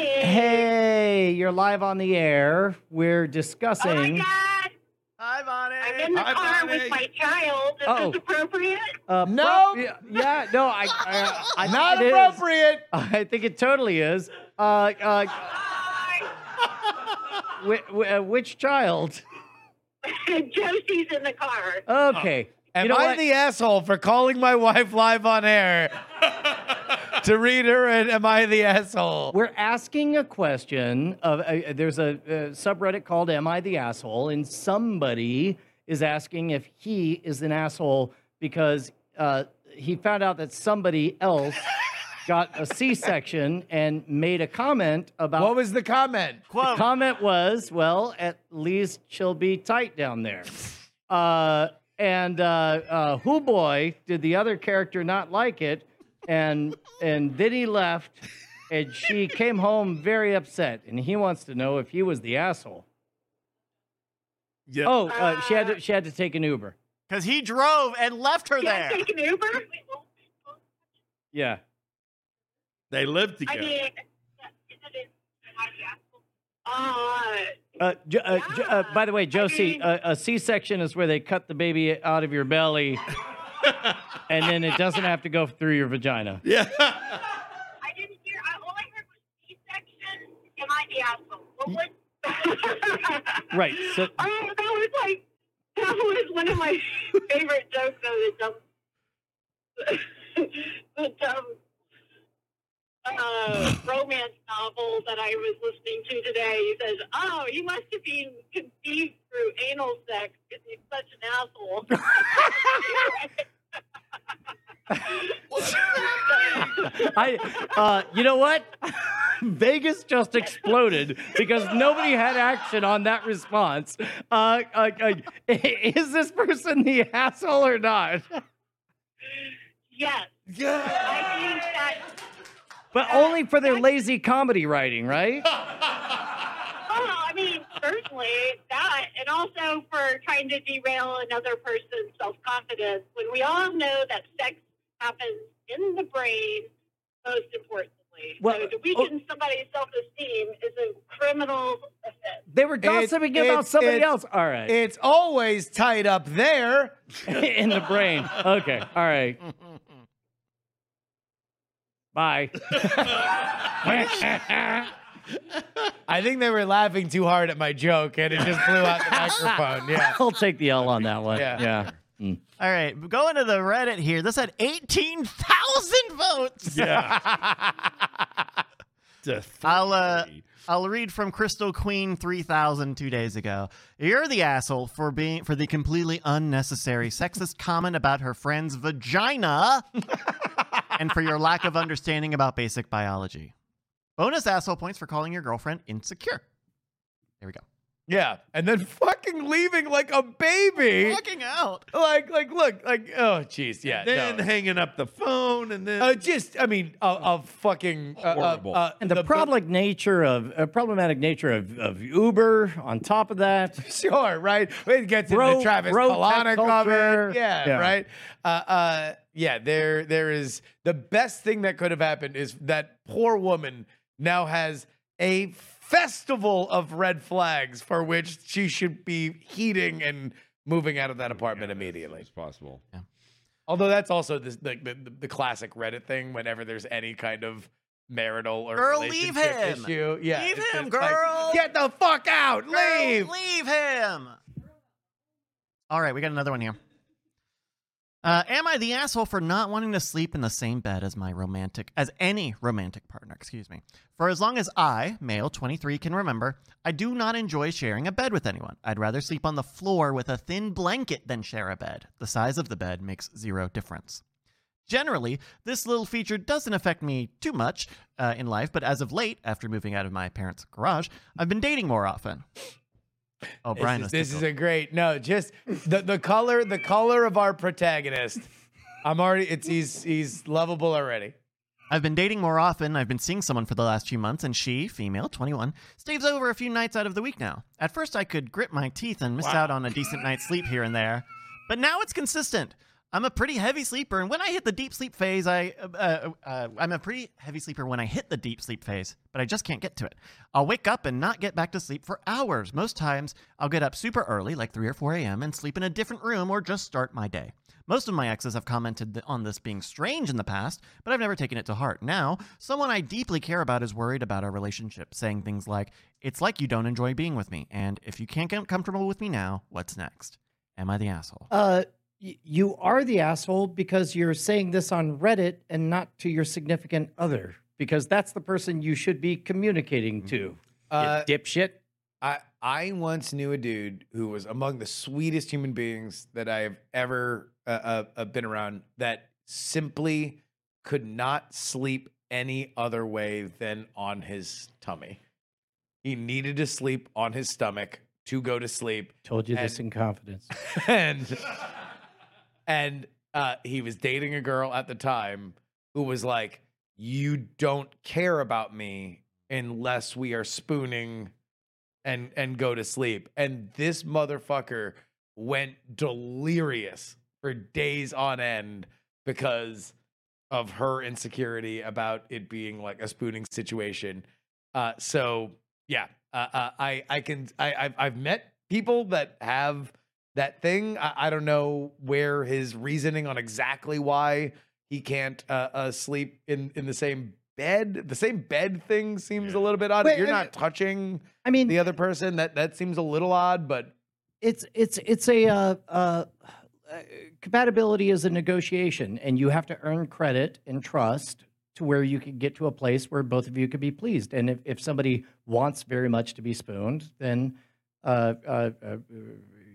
Speaker 2: Hey, you're live on the air. We're discussing.
Speaker 8: Oh, God,
Speaker 4: Hi,
Speaker 8: I'm in the
Speaker 1: Hi,
Speaker 8: car
Speaker 1: Bonnie.
Speaker 8: with my child. This
Speaker 2: Uh-oh.
Speaker 8: is appropriate.
Speaker 2: uh, pro-
Speaker 3: Oh No.
Speaker 2: yeah, yeah, no, I, I, I think
Speaker 3: Not
Speaker 2: it is.
Speaker 3: appropriate.
Speaker 2: I think it totally is. Uh, uh, whi- whi- uh, which child?
Speaker 8: Josie's in the car.
Speaker 2: Okay.
Speaker 3: Am
Speaker 2: you know
Speaker 3: I
Speaker 2: what?
Speaker 3: the asshole for calling my wife live on air to read her? And am I the asshole?
Speaker 2: We're asking a question of uh, there's a uh, subreddit called "Am I the asshole?" and somebody is asking if he is an asshole because uh, he found out that somebody else got a C-section and made a comment about.
Speaker 3: What was the comment?
Speaker 2: the comment was, "Well, at least she'll be tight down there." Uh, and uh, uh, who boy did the other character not like it, and and then he left, and she came home very upset, and he wants to know if he was the asshole.
Speaker 1: Yeah.
Speaker 2: Oh, uh, she had to, she had to take an Uber.
Speaker 4: Because he drove and left her
Speaker 8: Can I
Speaker 4: there.
Speaker 8: take an Uber?
Speaker 2: Yeah.
Speaker 1: They live
Speaker 8: I
Speaker 1: together.
Speaker 8: mean, uh,
Speaker 2: Uh, J- uh, J- uh, by the way, Josie,
Speaker 8: mean-
Speaker 2: uh, a C-section is where they cut the baby out of your belly, and then it doesn't have to go through your vagina.
Speaker 1: Yeah.
Speaker 8: I didn't hear. I, all I heard was C-section. Am I the asshole? What was?
Speaker 2: Right. So
Speaker 8: Oh, that was like that was one of my favorite jokes of the dumb, the dumb uh, romance novel that I was listening to today. He says, "Oh, you must have been conceived through anal sex because he's such an asshole."
Speaker 2: I, uh, you know what? Vegas just exploded because nobody had action on that response. Uh, uh, uh, is this person the asshole or not?
Speaker 8: yes, I think that.
Speaker 2: But only for their lazy comedy writing, right?
Speaker 8: Oh, I mean, certainly that, and also for trying to derail another person's self confidence when we all know that sex happens in the brain, most importantly.
Speaker 2: Well,
Speaker 8: so to weaken somebody's self esteem is a criminal offense.
Speaker 2: They were gossiping about
Speaker 3: it's-
Speaker 2: somebody
Speaker 3: it's-
Speaker 2: else. All right,
Speaker 3: It's always tight up there.
Speaker 2: in the brain. Okay, all right. Bye.
Speaker 3: I think they were laughing too hard at my joke, and it just blew out the microphone. Yeah.
Speaker 2: I'll take the L on that one.
Speaker 3: Yeah.
Speaker 2: yeah.
Speaker 4: All right, going to the Reddit here. This had 18,000 votes.
Speaker 1: Yeah. To
Speaker 4: I'll uh,
Speaker 1: three.
Speaker 4: I'll read from Crystal Queen 3000 two days ago. You're the asshole for being for the completely unnecessary sexist comment about her friend's vagina, and for your lack of understanding about basic biology. Bonus asshole points for calling your girlfriend insecure. There we go.
Speaker 3: Yeah. And then fucking leaving like a baby.
Speaker 4: Fucking out.
Speaker 3: Like, like, look, like, oh, jeez. Yeah.
Speaker 1: then
Speaker 3: no.
Speaker 1: hanging up the phone and then
Speaker 3: Uh, just, I mean, a, a fucking uh, uh,
Speaker 1: Horrible.
Speaker 3: uh,
Speaker 2: And the, problematic nature of uh, problematic nature of, of Uber. On top of that,
Speaker 3: Sure, right. It gets
Speaker 2: Bro-
Speaker 3: into Travis
Speaker 2: bro
Speaker 3: Kalanick
Speaker 2: tech
Speaker 3: of
Speaker 2: culture.
Speaker 3: it. Yeah,
Speaker 2: Yeah.
Speaker 3: right. Uh, uh, yeah, there, there is the best thing that could have happened is that poor woman now has a festival of red flags for which she should be heating and moving out of that apartment immediately.
Speaker 1: as possible.
Speaker 3: Although that's also this, the, the the classic Reddit thing. Whenever there's any kind of marital or
Speaker 4: Girl, leave
Speaker 3: relationship
Speaker 4: him.
Speaker 3: issue, yeah,
Speaker 4: Leave
Speaker 3: it's
Speaker 4: him,
Speaker 3: just like,
Speaker 4: girl.
Speaker 3: get the fuck out, leave.
Speaker 4: Girl, leave him. All right, we got another one here. Uh, am I the asshole for not wanting to sleep in the same bed as my romantic, as any romantic partner? Excuse me. For as long as I, male 23, can remember, I do not enjoy sharing a bed with anyone. I'd rather sleep on the floor with a thin blanket than share a bed. The size of the bed makes zero difference. Generally, this little feature doesn't affect me too much uh, in life, but as of late, after moving out of my parents' garage, I've been dating more often. Oh,
Speaker 3: This
Speaker 4: Brian,
Speaker 3: is,
Speaker 4: was
Speaker 3: this is
Speaker 4: tickled.
Speaker 3: a great no. Just the the color, the color of our protagonist. I'm already. It's he's he's lovable already.
Speaker 4: I've been dating more often. I've been seeing someone for the last few months, and she, female, 21, stays over a few nights out of the week now. At first, I could grit my teeth and miss out on a decent night's sleep here and there, but now it's consistent. I'm a pretty heavy sleeper, and when I hit the deep sleep phase, I uh, uh, uh, I'm a pretty heavy sleeper when I hit the deep sleep phase, but I just can't get to it. I'll wake up and not get back to sleep for hours. Most times, I'll get up super early, like 3 or 4 a.m., and sleep in a different room or just start my day. Most of my exes have commented th- on this being strange in the past, but I've never taken it to heart. Now, someone I deeply care about is worried about our relationship, saying things like, It's like you don't enjoy being with me, and if you can't get comfortable with me now, what's next? Am I the asshole?
Speaker 2: Uh, y- you are the asshole because you're saying this on Reddit and not to your significant other because that's the person you should be communicating to.
Speaker 3: Uh,
Speaker 2: you dipshit.
Speaker 3: I I once knew a dude who was among the sweetest human beings that I have ever uh, uh, uh, been around. That simply could not sleep any other way than on his tummy. He needed to sleep on his stomach to go to sleep,
Speaker 2: Told you this in confidence.
Speaker 3: and and uh, he was dating a girl at the time who was like, "You don't care about me unless we are spooning and and go to sleep." And this motherfucker went delirious for days on end because of her insecurity about it being like a spooning situation. Uh, so yeah, uh, uh, I I can I I've, I've met people that have that thing. I, I don't know where his reasoning on exactly why he can't uh, uh, sleep in in the same bed. The same bed thing seems a little bit odd.
Speaker 2: Wait,
Speaker 3: You're
Speaker 2: and-
Speaker 3: not touching
Speaker 2: I mean,
Speaker 3: the other person. That that seems a little odd, but
Speaker 2: it's it's it's a uh, uh, uh, compatibility is a negotiation, and you have to earn credit and trust to where you can get to a place where both of you can be pleased. And if, if somebody wants very much to be spooned, then uh, uh, uh,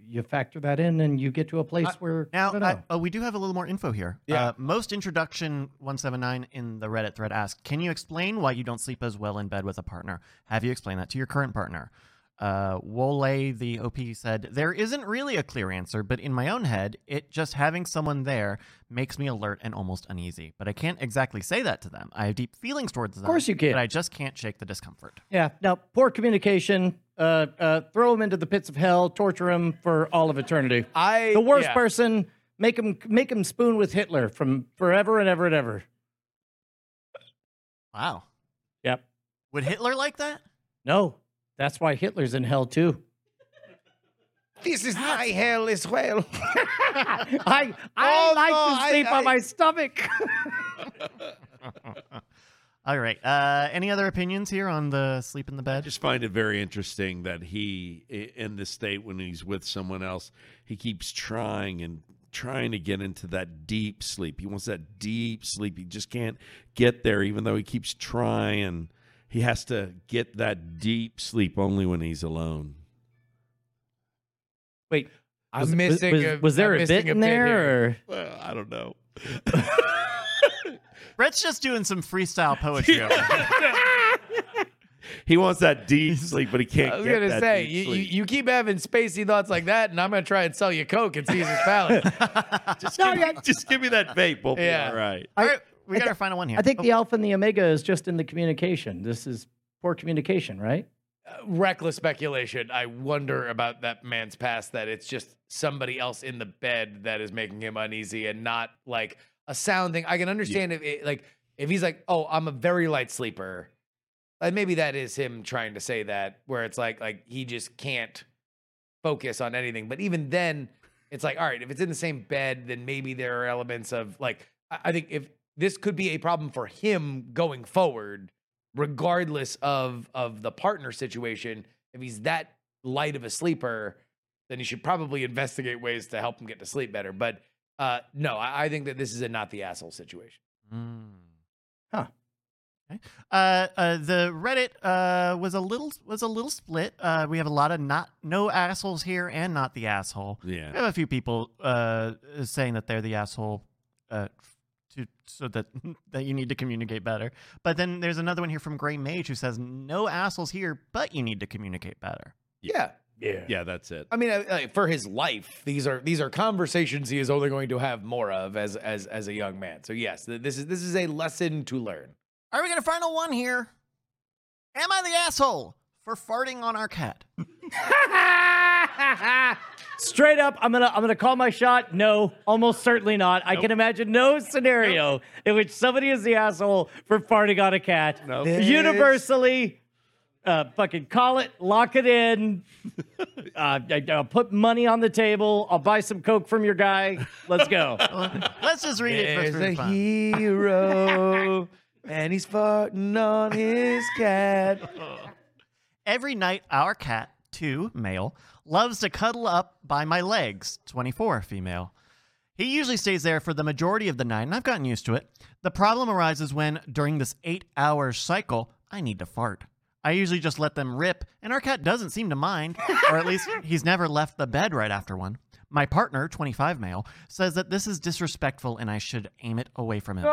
Speaker 2: you factor that in, and you get to a place where
Speaker 4: Now,
Speaker 2: I don't know.
Speaker 4: I, oh, we do have a little more info here.
Speaker 3: Yeah.
Speaker 4: Uh, most introduction 179 in the Reddit thread asked, "Can you explain why you don't sleep as well in bed with a partner? Have you explained that to your current partner?" Uh, Wole the OP said, "There isn't really a clear answer, but in my own head, it just having someone there makes me alert and almost uneasy. But I can't exactly say that to them. I have deep feelings towards them. Of
Speaker 2: course you can.
Speaker 4: but I just can't shake the discomfort."
Speaker 2: yeah. Now, poor communication. Uh, uh, throw them into the pits of hell. Torture them for all of eternity.
Speaker 3: I
Speaker 2: the worst
Speaker 3: yeah.
Speaker 2: person. Make him make him spoon with Hitler from forever and ever and ever.
Speaker 4: Wow.
Speaker 2: Yep.
Speaker 4: Would Hitler like that?
Speaker 2: No, that's why Hitler's in hell too.
Speaker 3: This is
Speaker 1: Ah.
Speaker 3: my hell as well.
Speaker 2: I I
Speaker 3: Oh,
Speaker 2: like
Speaker 3: no,
Speaker 2: to
Speaker 3: I-
Speaker 2: sleep
Speaker 3: I-
Speaker 2: on my stomach.
Speaker 4: All right. Uh, any other opinions here on the sleep in the
Speaker 1: I
Speaker 4: bed?
Speaker 1: just find it very interesting that he, i- in this state, when he's with someone else, he keeps trying and trying to get into that deep sleep. He wants that deep sleep. He just can't get there, even though he keeps trying. He has to get that deep sleep only when he's alone.
Speaker 2: Wait,
Speaker 3: I'm
Speaker 2: was, was-
Speaker 3: missing
Speaker 2: Was,
Speaker 3: a-
Speaker 2: was there
Speaker 3: I'm
Speaker 2: a
Speaker 3: missing
Speaker 2: bit
Speaker 3: a
Speaker 2: in
Speaker 3: bit
Speaker 2: there? Or?
Speaker 1: Well, I don't know.
Speaker 4: Brett's just doing some freestyle poetry. over here.
Speaker 1: He wants that deep sleep, but he can't.
Speaker 3: I was
Speaker 1: get
Speaker 3: gonna
Speaker 1: that
Speaker 3: say
Speaker 1: deep
Speaker 3: you, you,
Speaker 1: sleep.
Speaker 3: you keep having spacey thoughts like that, and I'm gonna try and sell you coke at Caesar's Palace.
Speaker 1: just, give me, just give me that vape. We'll be
Speaker 3: Yeah.
Speaker 1: all right.
Speaker 4: All right, we
Speaker 2: I
Speaker 4: got
Speaker 2: thi-
Speaker 4: our final one here.
Speaker 2: I think
Speaker 4: Oh,
Speaker 2: the alpha and the omega is just in the communication. This is poor communication, right?
Speaker 3: Reckless speculation. I wonder about that man's past. That it's just somebody else in the bed that is making him uneasy, and not like a sounding. I can understand if it, like if he's like, "Oh, I'm a very light sleeper," like maybe that is him trying to say that, where it's like like he just can't focus on anything. But even then, it's like, all right, if it's in the same bed, then maybe there are elements of like, I I think if this could be a problem for him going forward, regardless of of the partner situation, if he's that light of a sleeper, then he should probably investigate ways to help him get to sleep better. But uh, no, I, I think that this is a not the asshole situation.
Speaker 4: mm.
Speaker 2: Huh.
Speaker 4: Okay. Uh, uh, the Reddit uh, was a little was a little split. Uh, we have a lot of not no assholes here and not the asshole.
Speaker 1: Yeah.
Speaker 4: We have a few people uh, saying that they're the asshole uh, to so that that you need to communicate better. But then there's another one here from Gray Mage who says no assholes here, but you need to communicate better.
Speaker 3: Yeah.
Speaker 9: Yeah.
Speaker 1: Yeah, that's it.
Speaker 3: I mean, I- like, for his life, these are these are conversations he is only going to have more of as as as a young man. So yes, th- this is this is a lesson to learn.
Speaker 4: Are we gonna final one here? Am I the asshole for farting on our cat?
Speaker 2: Straight up, I'm gonna I'm gonna call my shot. No, almost certainly not. I can imagine no scenario in which somebody is the asshole for farting on a cat.
Speaker 1: No.
Speaker 2: Universally, uh, fucking call it, lock it in. uh, I, will put money on the table. I'll buy some coke from your guy. Let's go.
Speaker 4: Let's just read it first.
Speaker 3: There's
Speaker 4: for
Speaker 3: a
Speaker 4: fun.
Speaker 3: hero, and he's farting on his cat.
Speaker 4: Every night, our cat, two, male, loves to cuddle up by my legs, 24, female. He usually stays there for the majority of the night, and I've gotten used to it. The problem arises when, during this eight hour cycle, I need to fart. I usually just let them rip, and our cat doesn't seem to mind, or at least he's never left the bed right after one. My partner, 25 male, says that this is disrespectful and I should aim it away from him.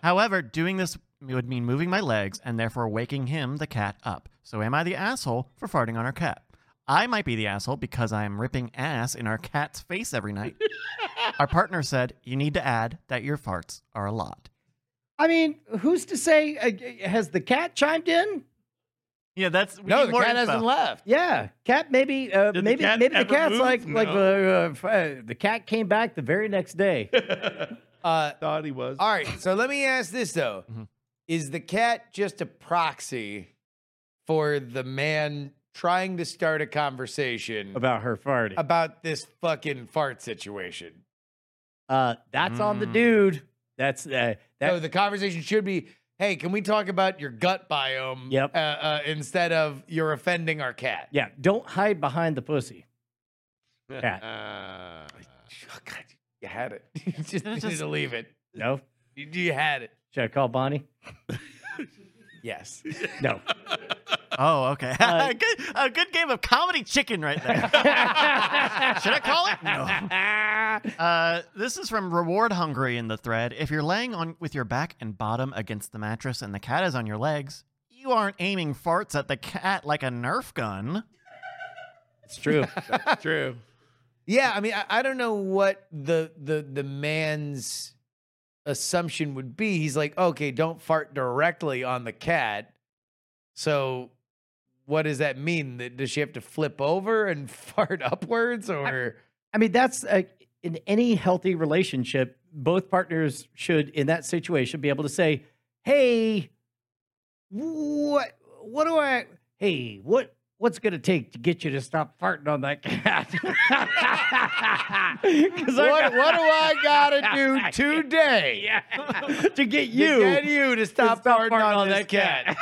Speaker 4: However, doing this would mean moving my legs and therefore waking him, the cat, up. So am I the asshole for farting on our cat? I might be the asshole because I am ripping ass in our cat's face every night. our partner said, You need to add that your farts are a lot.
Speaker 2: I mean, who's to say? Uh, has the cat chimed in?
Speaker 4: Yeah, that's we
Speaker 3: No,
Speaker 4: need
Speaker 3: the
Speaker 4: more
Speaker 3: cat
Speaker 4: info.
Speaker 3: hasn't left.
Speaker 2: Yeah, cat. Maybe, uh,
Speaker 9: Did the
Speaker 2: maybe,
Speaker 9: cat
Speaker 2: maybe the
Speaker 9: ever
Speaker 2: cat's
Speaker 9: move?
Speaker 2: like, like uh,
Speaker 9: No.
Speaker 2: uh, f- uh, the cat came back the very next day.
Speaker 3: Uh,
Speaker 1: Thought he was.
Speaker 3: all right, so let me ask this though:
Speaker 2: Mm-hmm.
Speaker 4: Mhm.
Speaker 3: Is the cat just a proxy for the man trying to start a conversation
Speaker 2: about her farting.
Speaker 3: about this fucking fart situation?
Speaker 2: Uh, that's on the dude. That's uh, that.
Speaker 3: Mm. so the conversation should be, "Hey, can we talk about your gut biome?"
Speaker 2: Yep.
Speaker 3: Uh, uh, instead of you're offending our cat.
Speaker 2: yeah, don't hide behind the pussy. Cat.
Speaker 3: Oh, God, you had it. you just
Speaker 4: It's
Speaker 3: needed
Speaker 4: just-
Speaker 3: to leave it.
Speaker 2: No.
Speaker 3: You, you had it.
Speaker 2: Should I call Bonnie?
Speaker 3: Yes.
Speaker 2: No.
Speaker 4: Oh, okay.
Speaker 2: Uh,
Speaker 4: good, a good game of comedy chicken right there. Should I call it? No. Uh, this is from Reward Hungry in the thread. If you're laying on with your back and bottom against the mattress and the cat is on your legs, you aren't aiming farts at the cat like a Nerf gun.
Speaker 2: it's true.
Speaker 1: True.
Speaker 3: Yeah, I mean, I, I don't know what the the the man's assumption would be. He's like, okay, don't fart directly on the cat. So, what does that mean? That- Does she have to flip over and fart upwards, or
Speaker 2: I mean, that's uh, in any healthy relationship, both partners should, in that situation, be able to say, "Hey, what? What do I? Hey, what?" What's gonna take to get you to stop farting on that cat? 'Cause I
Speaker 3: what?
Speaker 2: got-
Speaker 3: What do I gotta do today
Speaker 2: Yeah. to get
Speaker 3: to
Speaker 2: you
Speaker 3: get you to stop, farting, on,
Speaker 2: that
Speaker 3: this cat?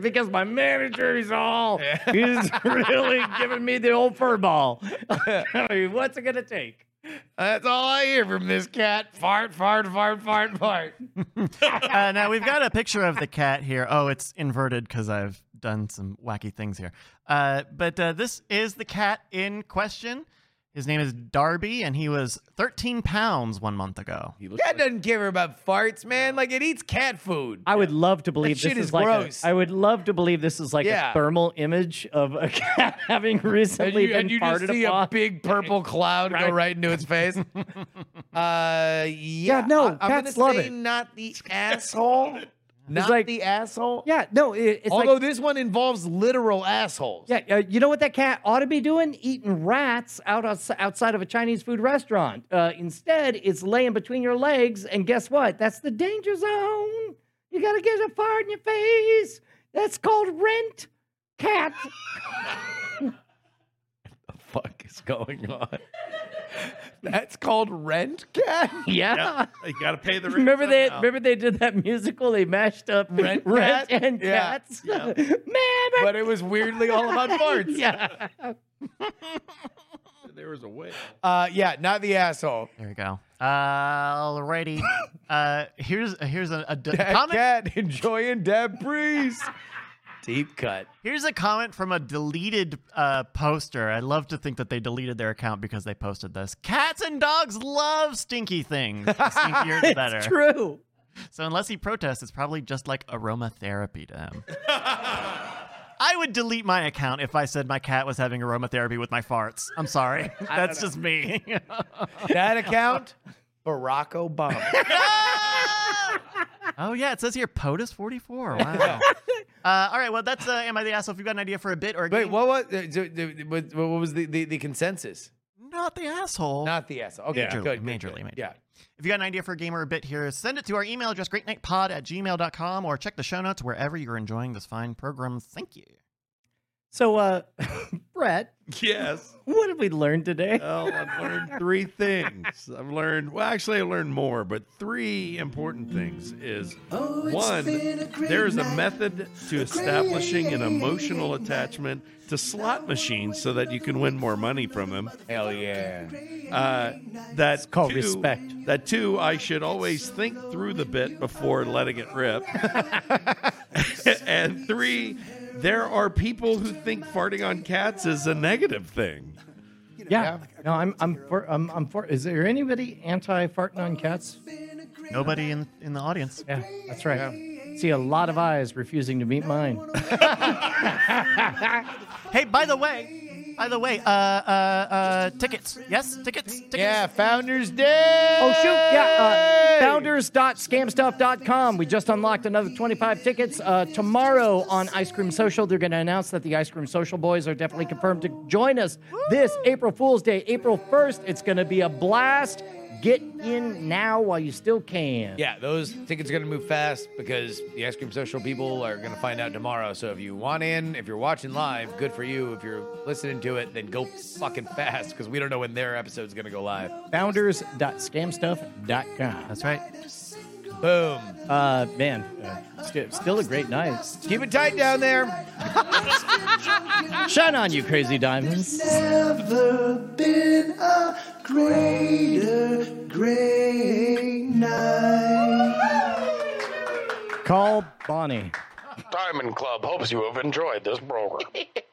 Speaker 2: because my manager is all he's really giving me the old fur ball. I mean, what's it gonna take?
Speaker 3: That's all I hear from this cat: fart, fart, fart, fart, fart.
Speaker 4: Uh, now we've got a picture of the cat here. Oh, it's inverted because I've done some wacky things here. Uh, but uh, this is the cat in question. His name is Darby, and he was 13 pounds one month ago.
Speaker 1: He looks
Speaker 3: Cat
Speaker 1: like,
Speaker 3: doesn't care about farts, man. Like it eats cat food.
Speaker 2: I would love to believe
Speaker 3: shit
Speaker 2: this is,
Speaker 3: is
Speaker 2: like
Speaker 3: gross.
Speaker 2: A, I would love to believe this is like
Speaker 3: Yeah.
Speaker 2: a thermal image of a cat having recently been farted
Speaker 3: just see
Speaker 2: upon.
Speaker 3: a big purple cloud go
Speaker 2: Right.
Speaker 3: right into its face. uh, yeah,
Speaker 2: no,
Speaker 3: I, I'm
Speaker 2: cats
Speaker 3: gonna
Speaker 2: love
Speaker 3: say
Speaker 2: it.
Speaker 3: Not the asshole. not
Speaker 2: like-
Speaker 3: the asshole.
Speaker 2: yeah, no, it, it's
Speaker 3: Although
Speaker 2: like
Speaker 3: this one involves literal assholes.
Speaker 2: yeah, uh, you know what that cat ought to be doing? Eating rats out outs- outside of a Chinese food restaurant. Uh, instead, it's laying between your legs, and guess what? That's the danger zone. You gotta get a fart in your face. That's called rent, cat.
Speaker 3: fuck is going on? That's called rent cat.
Speaker 2: yeah.
Speaker 1: you got to pay the rent.
Speaker 2: Remember they
Speaker 1: somehow.
Speaker 2: remember they did that musical? They mashed up
Speaker 3: Rent
Speaker 2: rent,
Speaker 3: Cat?
Speaker 2: and
Speaker 3: Yeah.
Speaker 2: cats. Man, I-
Speaker 3: But it was weirdly all about farts.
Speaker 2: yeah.
Speaker 1: There was a way.
Speaker 3: Uh, yeah, not the asshole.
Speaker 4: There we go. Uh, alrighty. Uh, here's here's a, a d-
Speaker 3: That
Speaker 4: comic
Speaker 3: cat enjoying debris. Deep cut.
Speaker 4: Here's a comment from a deleted uh, poster. I love to think that they deleted their account because they posted this. Cats and dogs love stinky things. The stinkier the better.
Speaker 2: It's true.
Speaker 4: So unless he protests, it's probably just like aromatherapy to him. I would delete my account if I said my cat was having aromatherapy with my farts. I'm sorry. That's just me.
Speaker 3: That account, Barack Obama.
Speaker 4: oh yeah, it says here POTUS 44. Wow. uh, all right, well that's uh, am I the asshole? If you've got an idea for a bit or a
Speaker 3: Wait,
Speaker 4: game,
Speaker 3: what was uh, d- d- what what was the, the, the consensus?
Speaker 4: not the asshole.
Speaker 3: Not the asshole. Okay,
Speaker 4: Yeah.
Speaker 3: good, good,
Speaker 4: Majorly,
Speaker 3: good.
Speaker 4: majorly.
Speaker 3: Yeah.
Speaker 4: If you got an idea for a game or a bit here, send it to our email address, greatnightpod at gmail.com, or check the show notes wherever you're enjoying this fine program. Thank you.
Speaker 2: So, uh, Brett,
Speaker 1: Yes.
Speaker 2: what did we learn today?
Speaker 1: Well, I've learned three things. I've learned, well, actually, I learned more, but three important things is one, there is Oh, a method to establishing an emotional attachment to slot machines so that you can win more money from them.
Speaker 3: Hell yeah.
Speaker 1: Uh, that's
Speaker 2: called respect.
Speaker 1: That two, I should always think through the bit before letting it rip. and three, there are people who think farting on cats is a negative thing.
Speaker 2: Yeah. No, I'm I'm for I'm, I'm for. Is there anybody anti farting on cats?
Speaker 4: Nobody in, in the audience.
Speaker 2: Yeah, that's right. See a lot of eyes refusing to meet mine.
Speaker 4: Hey, by the way, by the way, uh, uh, uh, tickets. Yes, tickets. tickets.
Speaker 3: Yeah, Founders Day.
Speaker 2: Oh shoot! Yeah, uh, founders.scamstuff.com. We just unlocked another 25 tickets. Uh, tomorrow on Ice Cream Social, they're going to announce that the Ice Cream Social boys are definitely confirmed to join us this April Fool's Day, April 1st. It's going to be a blast. Get in now while you still can.
Speaker 3: Yeah, those tickets are going to move fast because the ice cream social people are going to find out tomorrow. So if you want in, if you're watching live, good for you. If you're listening to it, then go fucking fast because we don't know when their episode's going to go live.
Speaker 2: Founders.scamstuff.com.
Speaker 4: That's right.
Speaker 3: Boom.
Speaker 2: Uh, man, uh, st- still a great night.
Speaker 3: Keep it tight down there.
Speaker 2: Shine on, you crazy diamonds.
Speaker 10: never been a greater, great night.
Speaker 2: Call Bonnie.
Speaker 11: Diamond Club hopes you have enjoyed this program.